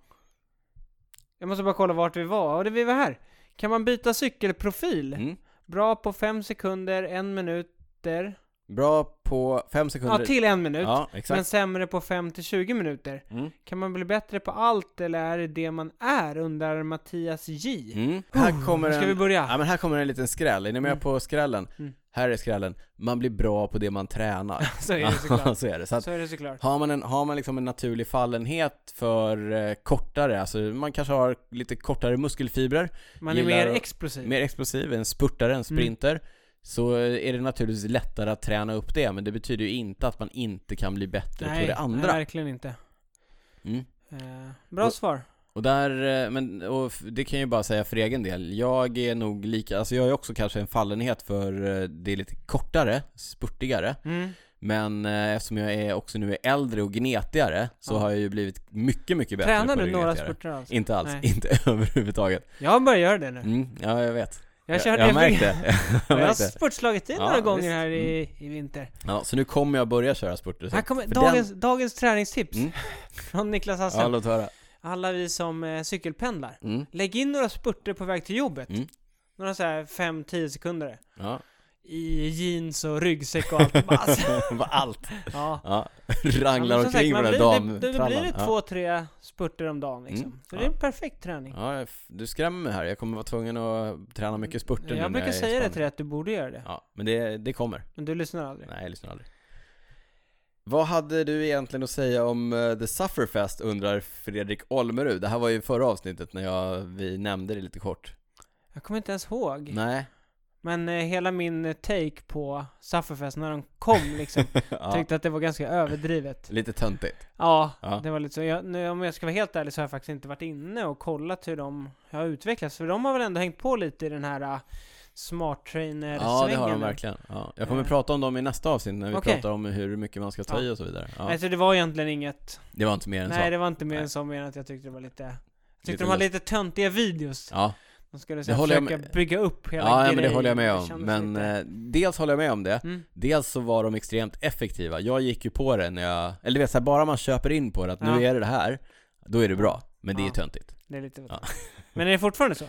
S2: Jag måste bara kolla vart vi var, och det vi var här. Kan man byta cykelprofil?
S1: Mm.
S2: Bra på fem sekunder, en minuter.
S1: Bra på fem sekunder.
S2: Ja, till en minut.
S1: Ja,
S2: men
S1: exakt.
S2: sämre på 5 till 20 minuter.
S1: Mm.
S2: Kan man bli bättre på allt eller är det det man är? Undrar Mattias J.
S1: Mm. Här kommer
S2: Var ska vi
S1: en...
S2: börja?
S1: Ja, men här kommer en liten skräll. Är ni med
S2: Mm.
S1: på skrällen?
S2: Mm.
S1: Här är skrällen. Man blir bra på det man tränar.
S2: Så är det såklart.
S1: så är det. Så att
S2: Så är det såklart.
S1: Har man, en, har man liksom en naturlig fallenhet för eh, kortare, alltså man kanske har lite kortare muskelfibrer,
S2: Man är
S1: Gillar
S2: mer
S1: att-
S2: explosiv.
S1: mer explosiv, en spurtare,
S2: Mm.
S1: en sprinter, så är det naturligtvis lättare att träna upp det, men det betyder ju inte att man inte kan bli bättre
S2: nej,
S1: på det andra.
S2: nej, verkligen inte.
S1: Mm.
S2: Eh, bra
S1: Och-
S2: svar.
S1: Och där, eh, men och f- det kan jag ju bara säga för egen del, jag är nog lika, alltså jag har ju också kanske en fallenhet för eh, det lite kortare, spurtigare,
S2: Mm.
S1: men eh, eftersom jag är också nu är äldre och gnetigare så
S2: Ja.
S1: har jag ju blivit mycket, mycket bättre
S2: Tränar
S1: på
S2: du
S1: det
S2: några
S1: gnetigare.
S2: sporter alls?
S1: Inte alls,
S2: Nej.
S1: inte överhuvudtaget.
S2: Jag börjar göra det nu.
S1: Mm, ja, jag vet.
S2: Jag
S1: jag,
S2: körde
S1: jag
S2: jag, jag,
S1: märkte det. jag märkte
S2: har
S1: det.
S2: spurtslagit i
S1: Ja,
S2: några gånger
S1: visst.
S2: här i, i vinter.
S1: Ja, så nu kommer jag börja köra spurter. så-
S2: Här kommer
S1: för
S2: dagens, dagens träningstips
S1: Mm.
S2: från Niklas
S1: Den... Ja,
S2: Hassel.
S1: låt höra.
S2: Alla vi som eh, cykelpendlar.
S1: Mm.
S2: Lägg in några spurter på väg till jobbet.
S1: Mm.
S2: Några så här 5-10 sekunder.
S1: Ja,
S2: I jeans och ryggsäck och allt. Bara, alltså,
S1: Vad allt.
S2: ja.
S1: Ja,
S2: Ja, men
S1: ranglar
S2: som sagt,
S1: omkring
S2: man
S1: med den
S2: blir-
S1: där damtrallan.
S2: det, det blir det
S1: ja.
S2: två, tre spurter om dagen liksom.
S1: Mm.
S2: Så
S1: Ja.
S2: det är en perfekt träning.
S1: Ja, jag f- du skrämmer mig här. Jag kommer vara tvungen att träna mycket spurter nu när
S2: jag brukar
S1: är i
S2: säga det
S1: Spanien.
S2: till dig att du borde göra det.
S1: Ja, men det, det kommer.
S2: Men du lyssnar aldrig.
S1: Nej, jag lyssnar aldrig. Vad hade du egentligen att säga om eh, The Sufferfest undrar Fredrik Olmerud. Det här var ju förra avsnittet när jag, vi nämnde det lite kort.
S2: Jag kommer inte ens ihåg.
S1: Nej.
S2: Men eh, hela min eh, take på Sufferfest när de kom liksom,
S1: ja.
S2: tyckte att det var ganska överdrivet.
S1: Lite töntigt.
S2: Ja,
S1: Ja.
S2: det var lite så. Jag, nu, om jag ska vara helt ärlig så har jag faktiskt inte varit inne och kollat hur de har utvecklats. För de har väl ändå hängt på lite i den här uh, smart trainer
S1: Ja, det har de verkligen. Ja. Jag kommer
S2: Eh.
S1: prata om dem i nästa avsnitt när vi
S2: Okej.
S1: pratar om hur mycket man ska ta
S2: Ja.
S1: i och så vidare. Ja.
S2: Alltså det var egentligen inget.
S1: Det var inte mer än
S2: Nej,
S1: så.
S2: det var inte mer
S1: Nej.
S2: än så men att jag tyckte det var lite... Jag tyckte
S1: Lite
S2: de hade lite töntiga videos.
S1: Ja,
S2: De skulle
S1: Det
S2: så här,
S1: håller jag
S2: försöka
S1: med-
S2: bygga upp hela
S1: ja ja,
S2: grejen.
S1: men det håller jag med om.
S2: kändes
S1: Men
S2: lite-
S1: eh, dels håller jag med om det,
S2: Mm.
S1: dels så var de extremt effektiva. Jag gick ju på det när jag, eller du vet så här, bara man köper in på det att nu
S2: Ja.
S1: är det det här, då är det bra. Men det är
S2: Ja.
S1: töntigt.
S2: Det är lite...
S1: Ja.
S2: Men är det fortfarande så?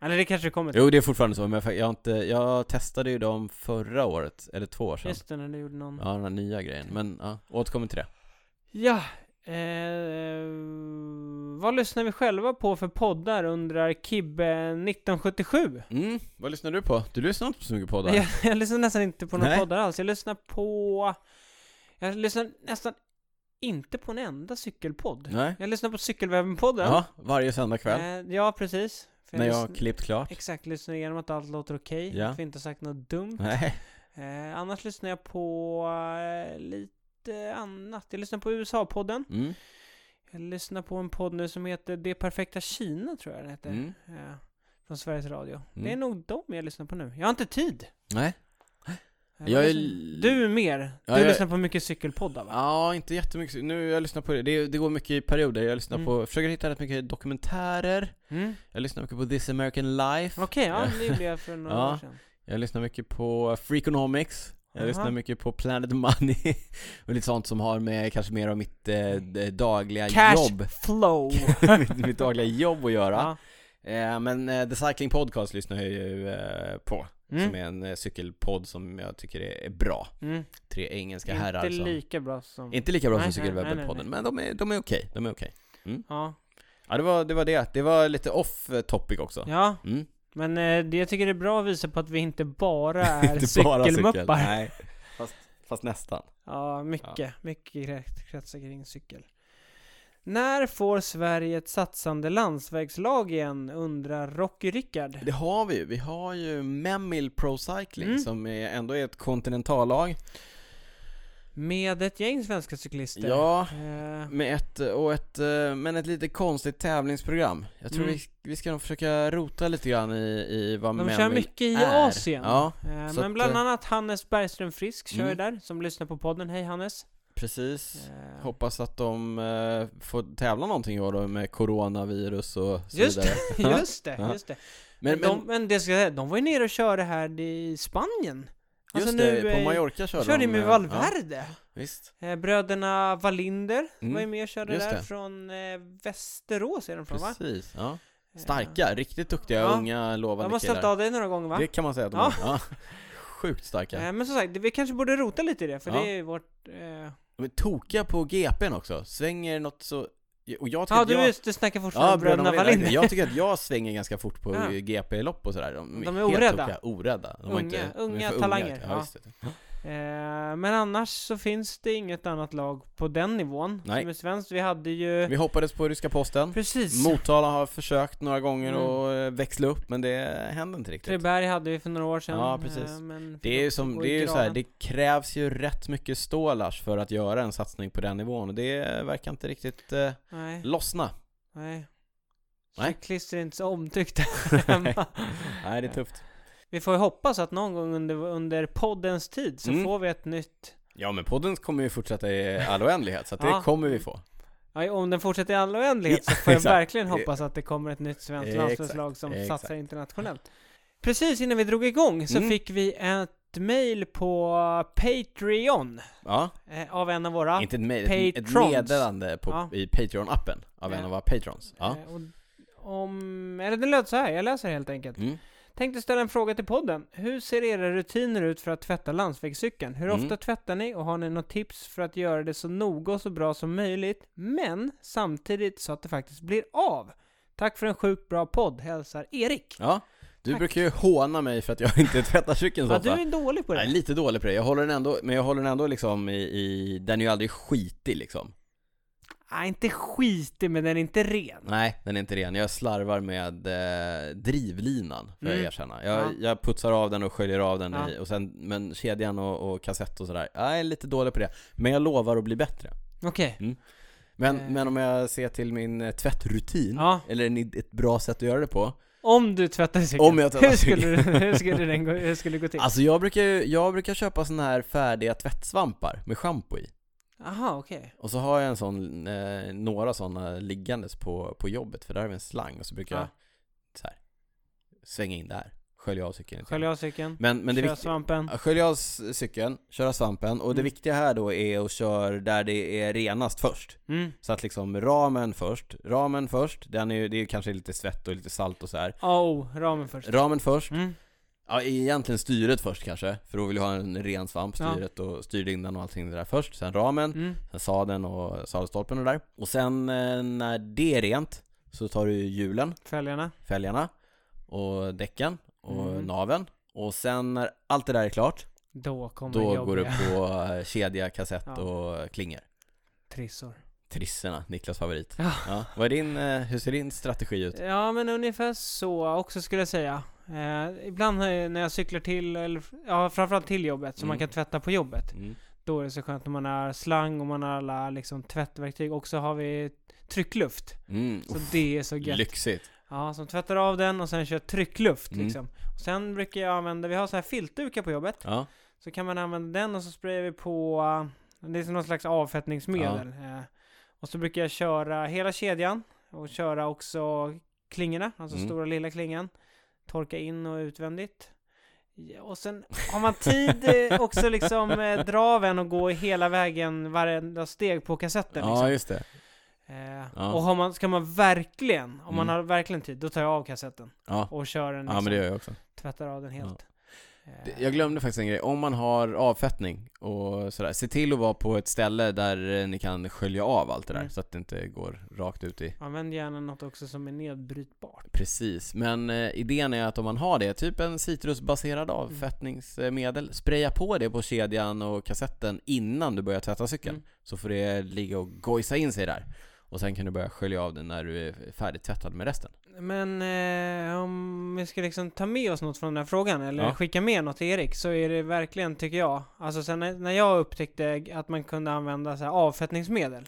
S2: Eller det kanske kommer till.
S1: Jo, det är fortfarande så, men jag, fa- jag, har inte, jag testade ju dem förra året, eller två år sedan.
S2: Just det, när du gjorde någon...
S1: Ja, den här nya grejen. Men ja, återkommer till det.
S2: Ja, eh, vad lyssnar vi själva på för poddar undrar Kibbe1977?
S1: Mm, vad lyssnar du på? Du lyssnar inte på så mycket poddar?
S2: Jag, jag lyssnar nästan inte på några
S1: Nej.
S2: poddar alls, jag lyssnar på... Jag lyssnar nästan Inte på en enda cykelpodd.
S1: Nej?
S2: Jag lyssnar på Cykelwebben-podden.
S1: Ja, varje söndag kväll.
S2: Eh, ja, precis. För
S1: när jag har
S2: lyssn-
S1: klippt klart.
S2: Exakt, lyssnar igenom att allt låter okej.
S1: Ja.
S2: Att vi inte har sagt något dumt.
S1: Nej.
S2: Eh, annars lyssnar jag på eh, lite annat. Jag lyssnar på USA-podden.
S1: Mm.
S2: Jag lyssnar på en podd nu som heter Det Perfekta Kina, tror jag den heter.
S1: Mm.
S2: Eh, från Sveriges Radio. Det är
S1: Mm.
S2: nog dem jag lyssnar på nu. Jag har inte tid!
S1: Nej.
S2: Eh,
S1: Jag
S2: vad
S1: är
S2: lyssnar-
S1: l-
S2: Du mer. Du
S1: Ja, jag-
S2: lyssnar på mycket cykelpoddar va?
S1: Ja, inte jättemycket. Nu jag lyssnar på det. det. Det går mycket i perioder. Jag lyssnar
S2: Mm.
S1: på, försöker hitta rätt mycket dokumentärer.
S2: Mm.
S1: Jag lyssnar mycket på This American Life.
S2: Okej, ja,
S1: Ja.
S2: det gjorde jag för några
S1: Ja.
S2: år sedan.
S1: Jag lyssnar mycket på Freakonomics. Jag
S2: Jaha.
S1: lyssnar mycket på Planet Money. Och lite sånt som har med kanske mer av mitt eh, d- dagliga
S2: Mm. Cash
S1: jobb.
S2: flow!
S1: mitt, mitt dagliga jobb att göra.
S2: ja.
S1: Eh, men eh, The Cycling Podcast lyssnar jag ju eh, på.
S2: Mm.
S1: Som är en eh, cykelpodd som jag tycker är, är bra.
S2: Mm.
S1: Tre engelska herrar
S2: Inte
S1: som...
S2: lika bra som...
S1: alltså. Inte lika bra
S2: Nej,
S1: som
S2: nej, nej, nej,
S1: Cykelwebben-podden, men de är, de är okej. De är okej.
S2: Ja.
S1: Ja, det var, det var det. Det var lite off eh, topic också.
S2: ja,
S1: Mm.
S2: men eh, det jag tycker det är bra att visa på att vi inte bara är
S1: Inte bara cykel.
S2: cykelmuppar.
S1: Nej, fast, fast nästan.
S2: Ja, mycket. Mycket kre- kretsar kring cykel. När får Sverige ett satsande landsvägslag igen? undrar Rocky Rickard.
S1: Det har vi ju. Vi har ju Memil Pro Cycling
S2: Mm.
S1: som är, ändå är ett kontinentallag.
S2: Med ett gäng svenska cyklister.
S1: Ja,
S2: Eh,
S1: med ett, och ett, eh, men ett lite konstigt tävlingsprogram. Jag tror
S2: Mm.
S1: vi, vi ska nog försöka rota lite grann i, i vad
S2: de
S1: Memil
S2: kör mycket i
S1: är.
S2: Asien.
S1: Ja,
S2: Eh,
S1: så
S2: men
S1: att,
S2: bland
S1: eh,
S2: annat Hannes Bergström Frisk kör ju
S1: Mm.
S2: där, som lyssnar på podden. Hej Hannes!
S1: precis.
S2: Eh,
S1: Hoppas att de eh, får tävla någonting i år då med coronavirus och så
S2: Just
S1: vidare.
S2: just det,
S1: Ja.
S2: just det.
S1: Men,
S2: Men,
S1: men
S2: de, men det ska jag säga, de var ju nere och körde här i Spanien.
S1: just det, på
S2: eh,
S1: Mallorca körde
S2: körde
S1: de.
S2: ju med
S1: eh,
S2: Valverde.
S1: Ja, visst.
S2: Eh, Bröderna Wallinder
S1: Mm,
S2: var ju med och körde
S1: just
S2: där
S1: det.
S2: från eh, Västerås är de från va?
S1: Precis, ja.
S2: Eh,
S1: Starka, riktigt duktiga,
S2: Ja.
S1: unga,
S2: De
S1: lovande
S2: har ställt
S1: killar.
S2: av dig några gånger va?
S1: Det kan man säga att de
S2: Ja.
S1: är. Ja. Sjukt starka.
S2: Eh, men som sagt, det- vi kanske borde rota lite i det för
S1: Ja.
S2: det är ju vårt... Eh...
S1: De är tokiga på GPn också, svänger något så... Och jag tycker
S2: Ja
S1: att
S2: du,
S1: jag...
S2: just, du snackar fortfarande om Bröderna Wallinder.
S1: Jag tycker att jag svänger ganska fort på
S2: Ja.
S1: GP-lopp och sådär. De,
S2: De är
S1: helt
S2: orädda.
S1: tokiga, orädda. De har
S2: Unga-
S1: inte, de är
S2: unga
S1: för
S2: talanger,
S1: Ja,
S2: ja.
S1: visst.
S2: Eh, men annars så finns det inget annat lag på den nivån
S1: Nej.
S2: som är svenskt. Vi hade ju...
S1: Vi hoppades på ryska posten.
S2: Precis!
S1: Motala har försökt några gånger
S2: Mm.
S1: att eh, växla upp, men det händer inte riktigt.
S2: Treberg hade vi för några år sedan.
S1: Ja, precis.
S2: eh, men
S1: Det är ju som,
S2: går
S1: det
S2: i
S1: är ju så här,
S2: graven.
S1: det krävs ju rätt mycket stålars för att göra en satsning på den nivån och det verkar inte riktigt eh,
S2: Nej,
S1: lossna.
S2: nej.
S1: Nej.
S2: Cyklister är inte så omtyckta hemma.
S1: Nej, det är tufft.
S2: Vi får ju hoppas att någon gång under, under poddens tid så
S1: Mm.
S2: får vi ett nytt
S1: Ja, men podden kommer ju fortsätta i all oändlighet, så att det
S2: Ja.
S1: kommer vi få.
S2: Ja, om den fortsätter i all oändlighet så
S1: Ja,
S2: får jag
S1: exakt.
S2: verkligen hoppas att det kommer ett nytt svenskt
S1: Exakt,
S2: landslagslag som
S1: exakt.
S2: satsar internationellt. Precis innan vi drog igång så
S1: Mm.
S2: fick vi ett mail på Patreon
S1: Ja,
S2: eh, av en av våra.
S1: inte ett, mejl, ett, ett
S2: Patrons.
S1: meddelande på,
S2: Ja.
S1: i Patreon-appen av en
S2: Ja.
S1: av våra patrons. Ja.
S2: Eh, och om, eller den löd så här, jag läser helt enkelt.
S1: Mm.
S2: Tänkte ställa en fråga till podden. Hur ser era rutiner ut för att tvätta landsvägscykeln? Hur
S1: Mm.
S2: ofta tvättar ni och har ni något tips för att göra det så noga och så bra som möjligt? Men samtidigt så att det faktiskt blir av. Tack för en sjukt bra podd, hälsar Erik.
S1: ja. Du
S2: Tack.
S1: brukar ju håna mig för att jag inte tvättar cykeln så
S2: Ja, du
S1: ofta.
S2: är dålig på
S1: Jag är
S2: det.
S1: lite dålig på det. Jag håller den ändå, men jag håller den ändå liksom i, i den är ju aldrig skitig liksom.
S2: Nej, inte skitig, men den är inte ren.
S1: Nej, den är inte ren. Jag slarvar med eh, drivlinan, får
S2: Mm.
S1: jag erkänna. Jag,
S2: Ja.
S1: jag putsar av den och sköljer av den,
S2: Ja.
S1: i, och sen, men kedjan och, och kassett och sådär, jag är lite dålig på det. Men jag lovar att bli bättre.
S2: Okej.
S1: Men,
S2: Eh.
S1: men om jag ser till min eh, tvättrutin,
S2: Ja.
S1: eller en, ett bra sätt att göra det på.
S2: Om du tvättar cykeln.
S1: Om jag tvättar
S2: hur skulle,
S1: cykeln.
S2: du- hur skulle den gå, hur skulle det gå till?
S1: Alltså jag brukar, ju- jag brukar köpa såna här färdiga tvättsvampar med schampo i.
S2: Aha, okej.
S1: Och så har jag en sån, eh, några såna liggandes på, på jobbet, för där har vi en slang och så brukar
S2: Ja.
S1: jag så här, svänga in där, skölja av cykeln. lite
S2: Skölj av cykeln.
S1: Men, men det
S2: Kör
S1: viktiga,
S2: svampen.
S1: Ja, Skölja av c- cykeln, köra svampen och det
S2: Mm.
S1: viktiga här då är att köra där det är renast först.
S2: Mm.
S1: Så att liksom ramen först, ramen först, den är ju, det är ju kanske lite svett och lite salt och så här.
S2: Oh, ramen först.
S1: Ramen först,
S2: Mm.
S1: ja egentligen styret först kanske, för då vill du ha en ren svamp,
S2: Ja.
S1: styret och styrdindan och allting det där först. Sen ramen,
S2: Mm.
S1: sen sadeln och sadelstolpen och det där. Och sen eh, när det är rent så tar du ju hjulen,
S2: Fälgarna.
S1: fälgarna och däcken och
S2: Mm.
S1: naven. Och sen när allt det där är klart
S2: Då kommer
S1: Då
S2: jobbiga.
S1: går du på eh, kedja, kassett
S2: Ja.
S1: och klingor.
S2: Trissor.
S1: Trisserna, Niklas favorit.
S2: Ja.
S1: Ja. Vad är din, eh, hur ser din strategi ut?
S2: Ja, men ungefär så också skulle jag säga. Eh, ibland har jag- när jag cyklar till, eller ja, framförallt till jobbet, så man
S1: Mm.
S2: kan tvätta på jobbet.
S1: Mm.
S2: Då är det så skönt när man har slang och man har alla liksom, tvättverktyg. Och så har vi tryckluft.
S1: Mm.
S2: Så
S1: uff,
S2: det är så gött.
S1: lyxigt.
S2: Ja, som tvättar av den och sen kör tryckluft
S1: Mm.
S2: liksom. Och sen brukar jag använda, vi har så här filtdukar på jobbet.
S1: Ja.
S2: Så kan man använda den och så sprayar vi på, eh, det är som någon slags avfettningsmedel. Eh, Och så brukar jag köra hela kedjan och köra också klingorna, alltså
S1: Mm.
S2: stora och lilla klingan. Torka in och utvändigt. Ja, och sen har man tid eh, också liksom eh, dra av en och gå hela vägen varenda steg på kassetten.
S1: ja,
S2: liksom.
S1: just det.
S2: Eh,
S1: Ja.
S2: Och har man, ska man verkligen, om man
S1: Mm.
S2: har verkligen tid, då tar jag av kassetten
S1: Ja.
S2: och kör den
S1: ja,
S2: liksom,
S1: men det gör jag också.
S2: tvättar av den helt.
S1: Det-
S2: Eh,
S1: Jag glömde faktiskt en grej. Om man har avfettning och sådär, se till att vara på ett ställe där eh, ni kan skölja av allt det där
S2: Mm.
S1: så att det inte går rakt ut i
S2: Använd gärna något också som är nedbrytbart.
S1: Precis, men eh, idén är att om man har det, typ en citrusbaserad avfettningsmedel, spraya på det på kedjan och kassetten innan du börjar tvätta cykeln.
S2: Mm.
S1: Så får det ligga och gojsa in sig där. Och sen kan du börja skölja av den när du är färdigtvättad med resten.
S2: Men eh, om vi ska liksom ta med oss något från den här frågan eller
S1: Ja.
S2: skicka med något till Erik så är det verkligen, tycker jag, alltså sen när- när jag upptäckte att man kunde använda så här avfettningsmedel.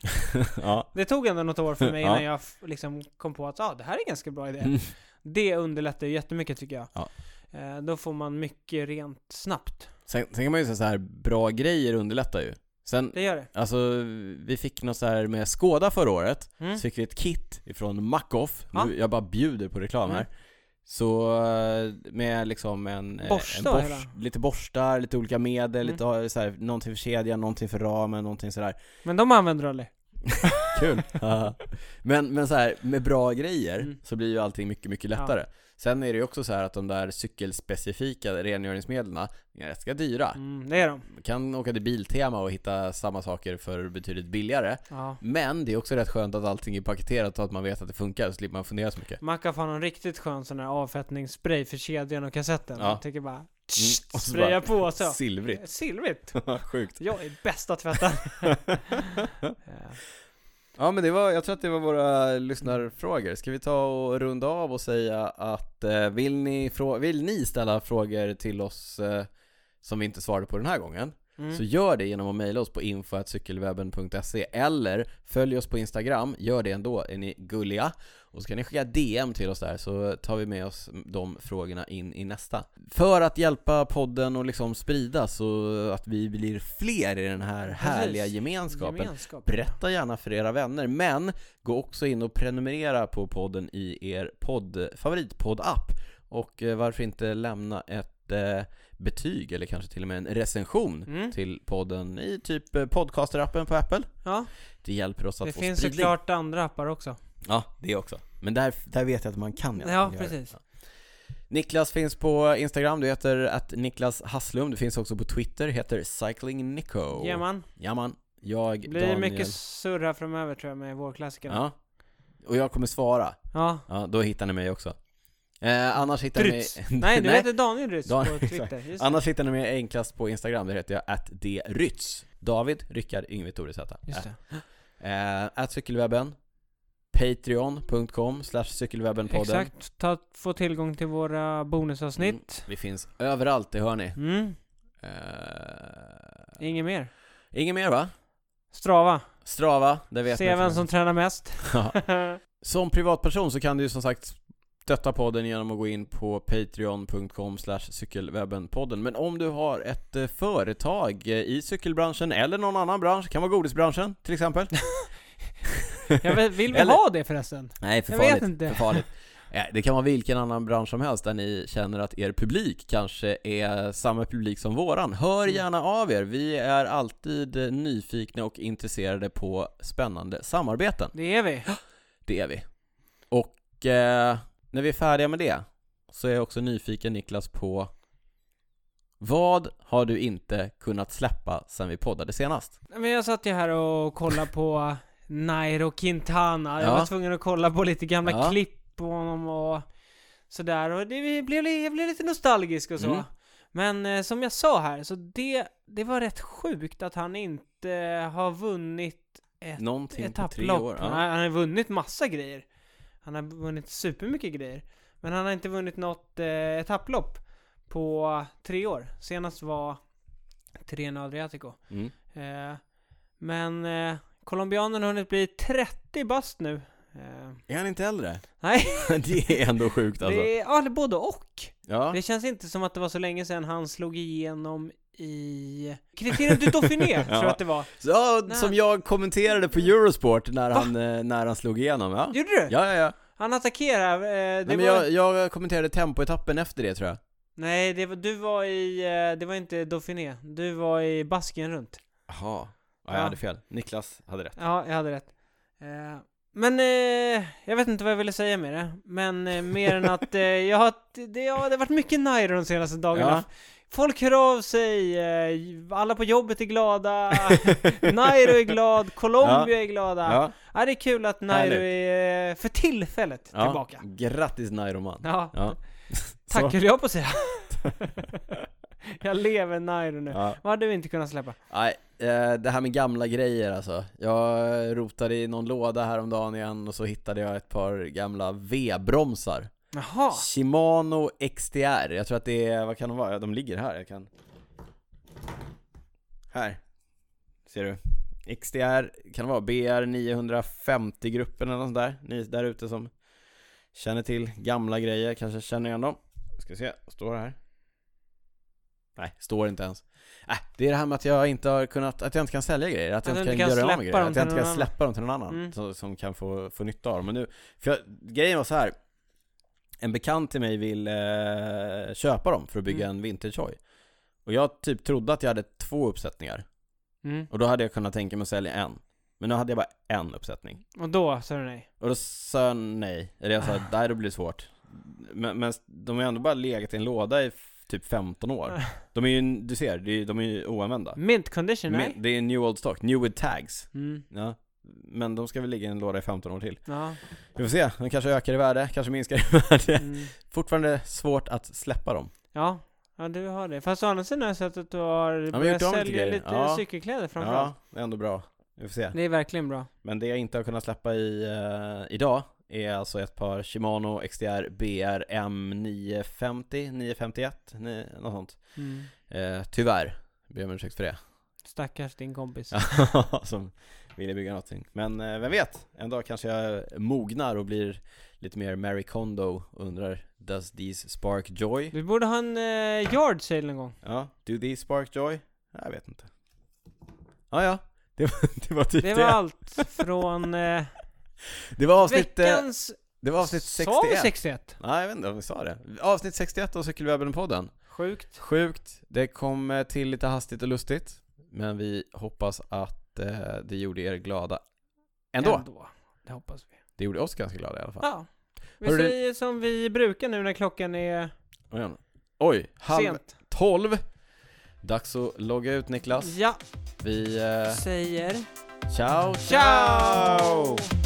S1: ja.
S2: Det tog ändå något år för mig
S1: Ja.
S2: innan jag f- liksom kom på att ah, det här är en ganska bra idé.
S1: Mm.
S2: Det underlättar ju jättemycket tycker jag.
S1: Ja.
S2: Eh, då får man mycket rent snabbt.
S1: Sen, sen kan man ju säga så här, bra grejer underlättar ju. Sen,
S2: Det gör det.
S1: alltså, vi fick något så här med Skoda förra året.
S2: Mm.
S1: Så fick vi ett kit ifrån Macoff,
S2: Ja.
S1: Nu- jag bara bjuder på reklam här.
S2: Mm.
S1: Så eh, med liksom en, eh,
S2: Borsta
S1: en
S2: hela.
S1: lite borstar, lite olika medel,
S2: Mm.
S1: lite ha- så här, någonting för kedjan, någonting för ramen, någonting sådär.
S2: Men de använder du aldrig?
S1: Kul! Ja. men, men så här, med bra grejer
S2: Mm.
S1: så blir ju allting mycket, mycket lättare. Sen är det ju också så här att de där cykelspecifika rengöringsmedlen är ganska dyra.
S2: Mm, det är de.
S1: Man kan åka till Biltema och hitta samma saker för betydligt billigare.
S2: Ja.
S1: Men det är också rätt skönt att allting är paketerat och att man vet att det funkar, så slipper man fundera så mycket.
S2: Macaf har någon riktigt skön sån här avfettningsspray för kedjan och kassetten.
S1: Ja. Mm,
S2: Jag tycker bara... tsch,
S1: och så
S2: spraya på så.
S1: Silvrigt.
S2: Silvrigt.
S1: Sjukt.
S2: Jag är bästa tvättaren. Eh,
S1: Ja men det var, jag tror att det var våra lyssnarfrågor. Ska vi ta och runda av och säga att eh, vill, ni frå- vill ni ställa frågor till oss eh, som vi inte svarade på den här gången?
S2: mm.
S1: Så gör det genom att mejla oss på info.cykelwebben.se eller följ oss på Instagram, gör det ändå, är ni gulliga. Och så kan ni skicka DM till oss där så tar vi med oss de frågorna in i nästa. För att hjälpa podden och liksom sprida så att vi blir fler i den här
S2: Precis.
S1: härliga gemenskapen.
S2: Gemenskap.
S1: Berätta gärna för era vänner, men gå också in och prenumerera på podden i er podd, favoritpodd-app. Och eh, varför inte lämna ett eh, betyg eller kanske till och med en recension
S2: Mm.
S1: till podden i typ eh, podcasterappen på Apple.
S2: Ja,
S1: Det hjälper oss att
S2: det
S1: få
S2: finns
S1: spridning.
S2: såklart andra appar också.
S1: Ja, det också. Men där, där vet jag att man kan i alla
S2: Ja,
S1: fall göra det.
S2: precis.
S1: Ja. Niklas finns på Instagram, du heter att Niklas Hasslum. Du finns också på Twitter, heter Cycling Nico.
S2: Ja man.
S1: Jaman. Jag,
S2: Det blir
S1: Oh, Daniel.
S2: mycket surr här framöver tror jag med vårklassikerna. Ja.
S1: Ja. Och jag kommer svara.
S2: ja.
S1: Ja, då hittar ni mig också. Eh, annars hittar ni
S2: Drytz. Nej, du heter Daniel Rytz
S1: Dan-
S2: på
S1: exakt.
S2: Twitter. Just det.
S1: Annars hittar ni mig enklast på Instagram, där heter jag attdrytz. David, Rickard, Yngve, Tore, Z.
S2: Just det.
S1: Eh, att cykelwebben. Patreon.com slash cykelwebbenpodden.
S2: Exakt. Ta, få tillgång till våra bonusavsnitt.
S1: Vi finns överallt, det hör ni.
S2: Mm.
S1: Eh,
S2: Inget mer.
S1: inget mer va?
S2: Strava.
S1: Strava, det vet
S2: Se
S1: ni.
S2: vem som tränar mest.
S1: Ja. Som privatperson så kan du ju som sagt stötta podden genom att gå in på patreon.com slash cykelwebbenpodden. Men om du har ett eh, företag eh, i cykelbranschen eller någon annan bransch, kan vara godisbranschen till exempel.
S2: jag vet, vill vi
S1: Eller-
S2: ha det förresten?
S1: Nej, för
S2: Jag vet
S1: farligt.
S2: inte.
S1: För farligt. Eh, Det kan vara vilken annan bransch som helst där ni känner att er publik kanske är samma publik som våran. Hör
S2: Mm.
S1: gärna av er. Vi är alltid eh, nyfikna och intresserade på spännande samarbeten.
S2: Det är vi.
S1: Det är vi. Och eh, när vi är färdiga med det så är jag också nyfiken Niklas på vad har du inte kunnat släppa sen vi poddade senast?
S2: Nej, Men jag satt ju här och kollade på Nairo Quintana. Jag
S1: Ja.
S2: var tvungen att kolla på lite gamla
S1: Ja.
S2: klipp på honom och sådär. Och det blev, jag blev lite nostalgisk och så.
S1: Mm.
S2: Men eh, som jag sa här, så det, det var rätt sjukt att han inte har vunnit ett
S1: Någonting Typ på tre
S2: etapplopp.
S1: år.
S2: Han,
S1: Ja.
S2: har, han har vunnit massa grejer. Han har vunnit supermycket grejer. Men han har inte vunnit något eh, etapplopp på tre år. Senast var Tirreno Adriatico.
S1: Mm.
S2: Eh, men eh, colombianen har hunnit bli 30 bast nu. Eh,
S1: Är han inte äldre?
S2: nej,
S1: det är ändå sjukt alltså.
S2: det är ja, både och.
S1: Ja.
S2: Det känns inte som att det var så länge sedan han slog igenom i Kriterium du Dauphiné, tror jag
S1: Ja.
S2: att det var.
S1: Så, ja,
S2: Nej.
S1: som jag kommenterade på Eurosport när han, eh, när han slog igenom. Ja,
S2: Gjorde du?
S1: ja, ja. ja.
S2: Han attackerar. Eh, det
S1: Nej,
S2: var...
S1: men jag, jag kommenterade tempoetappen efter det tror jag.
S2: Nej, det var, du var i, eh, det var inte Dauphiné. Du var i Baskien runt.
S1: Jaha. Ja,
S2: Ja.
S1: jag hade fel. Niklas hade rätt.
S2: Ja, jag hade rätt. Eh, men eh, jag vet inte vad jag ville säga med det. Men eh, mer än att eh, jag har, det, ja, det har varit mycket Nairo de senaste dagarna.
S1: Ja.
S2: Folk hör av sig, eh, alla på jobbet är glada, Nairo är glad, Colombia är glada. Ja.
S1: Ja,
S2: det är kul att Nairo
S1: Härligt.
S2: är eh, för tillfället
S1: ja.
S2: tillbaka.
S1: Grattis Nairoman.
S2: Ja,
S1: Ja.
S2: tack
S1: Så.
S2: höll jag på att säga. jag lever Nairo nu.
S1: Ja.
S2: Vad hade vi inte kunnat släppa?
S1: Nej, eh, det här med gamla grejer alltså. Jag rotade i någon låda häromdagen igen och så hittade jag ett par gamla V-bromsar.
S2: Jaha,
S1: Shimano XTR. Jag tror att det är, vad kan de vara? Ja, De ligger här, jag kan... Här. Ser du? XTR, kan det vara BR 950-gruppen eller något sånt där? Ni där ute som känner till gamla grejer, kanske känner igen dem. Ska se, står det här? Nej, står inte ens. Äh, det är det här med att jag inte har kunnat, att jag inte kan sälja grejer, att jag
S2: Att
S1: inte
S2: du
S1: kan,
S2: inte kan
S1: göra av
S2: släppa
S1: med
S2: dem
S1: grejer, att
S2: till
S1: jag inte
S2: någon
S1: kan
S2: annan.
S1: släppa dem till någon annan
S2: Mm.
S1: som, som kan få, få nytta av dem. Men nu, för jag, grejen var så här. En bekant till mig vill eh, köpa dem för att bygga
S2: Mm.
S1: en vintagehoj. Och jag typ trodde att jag hade två uppsättningar.
S2: mm.
S1: Och då hade jag kunnat tänka mig att sälja en. Men nu hade jag bara en uppsättning.
S2: och då sa du nej.
S1: Och då sa jag nej. Eller jag sa, nej det blir svårt. Men, men de har ju ändå bara legat i en låda i f- typ 15 år. De är ju, du ser, det är- de är ju oanvända.
S2: Mint condition, nej?
S1: Men, det är new old stock, new with tags.
S2: Mm.
S1: Ja. Men de ska väl ligga i en låda i 15 år till.
S2: Ja.
S1: Vi får se, de kanske ökar i värde, kanske minskar i värde.
S2: Mm.
S1: Fortfarande svårt att släppa dem.
S2: ja. Ja, du har det. Fast å andra sidan har jag sett att du har
S1: men gjort
S2: börjat
S1: om lite
S2: sälja
S1: grejer.
S2: lite
S1: Ja.
S2: cykelkläder
S1: Ja,
S2: framförallt.
S1: det är ändå bra. Vi får se.
S2: Det är verkligen bra.
S1: Men det jag inte har kunnat släppa i eh, idag är alltså ett par Shimano XDR BR M950, 951, ni, något sånt.
S2: Mm.
S1: Eh, tyvärr, ber om ursäkt för det.
S2: Stackars din kompis.
S1: Som ville bygga någonting. Men eh, vem vet, en dag kanske jag mognar och blir lite mer Mary Kondo och undrar Does these spark joy?
S2: Du borde ha en eh, yard sale någon gång.
S1: Ja, do these spark joy? Jag vet inte. Ja, ja. Det var, det var typ
S2: Det
S1: det.
S2: var allt från eh,
S1: Det var avsnitt, eh,
S2: veckans...
S1: det var avsnitt 61.
S2: Sa vi 61?
S1: Nej, jag vet inte om vi sa det. Avsnitt 61 av Cykelwebben-podden.
S2: Sjukt.
S1: Sjukt, det kom eh, till lite hastigt och lustigt. Men vi hoppas att eh, det gjorde er glada ändå.
S2: Ändå. Det hoppas vi.
S1: Det gjorde oss ganska glada i alla fall.
S2: Ja. Vi
S1: Hörru, du-
S2: säger som vi brukar nu när klockan är
S1: Oj, Jan. Oj, halv
S2: sent.
S1: tolv. Dags att logga ut Niklas.
S2: Ja,
S1: Vi... Eh,
S2: säger
S1: ciao, ciao!
S2: ciao!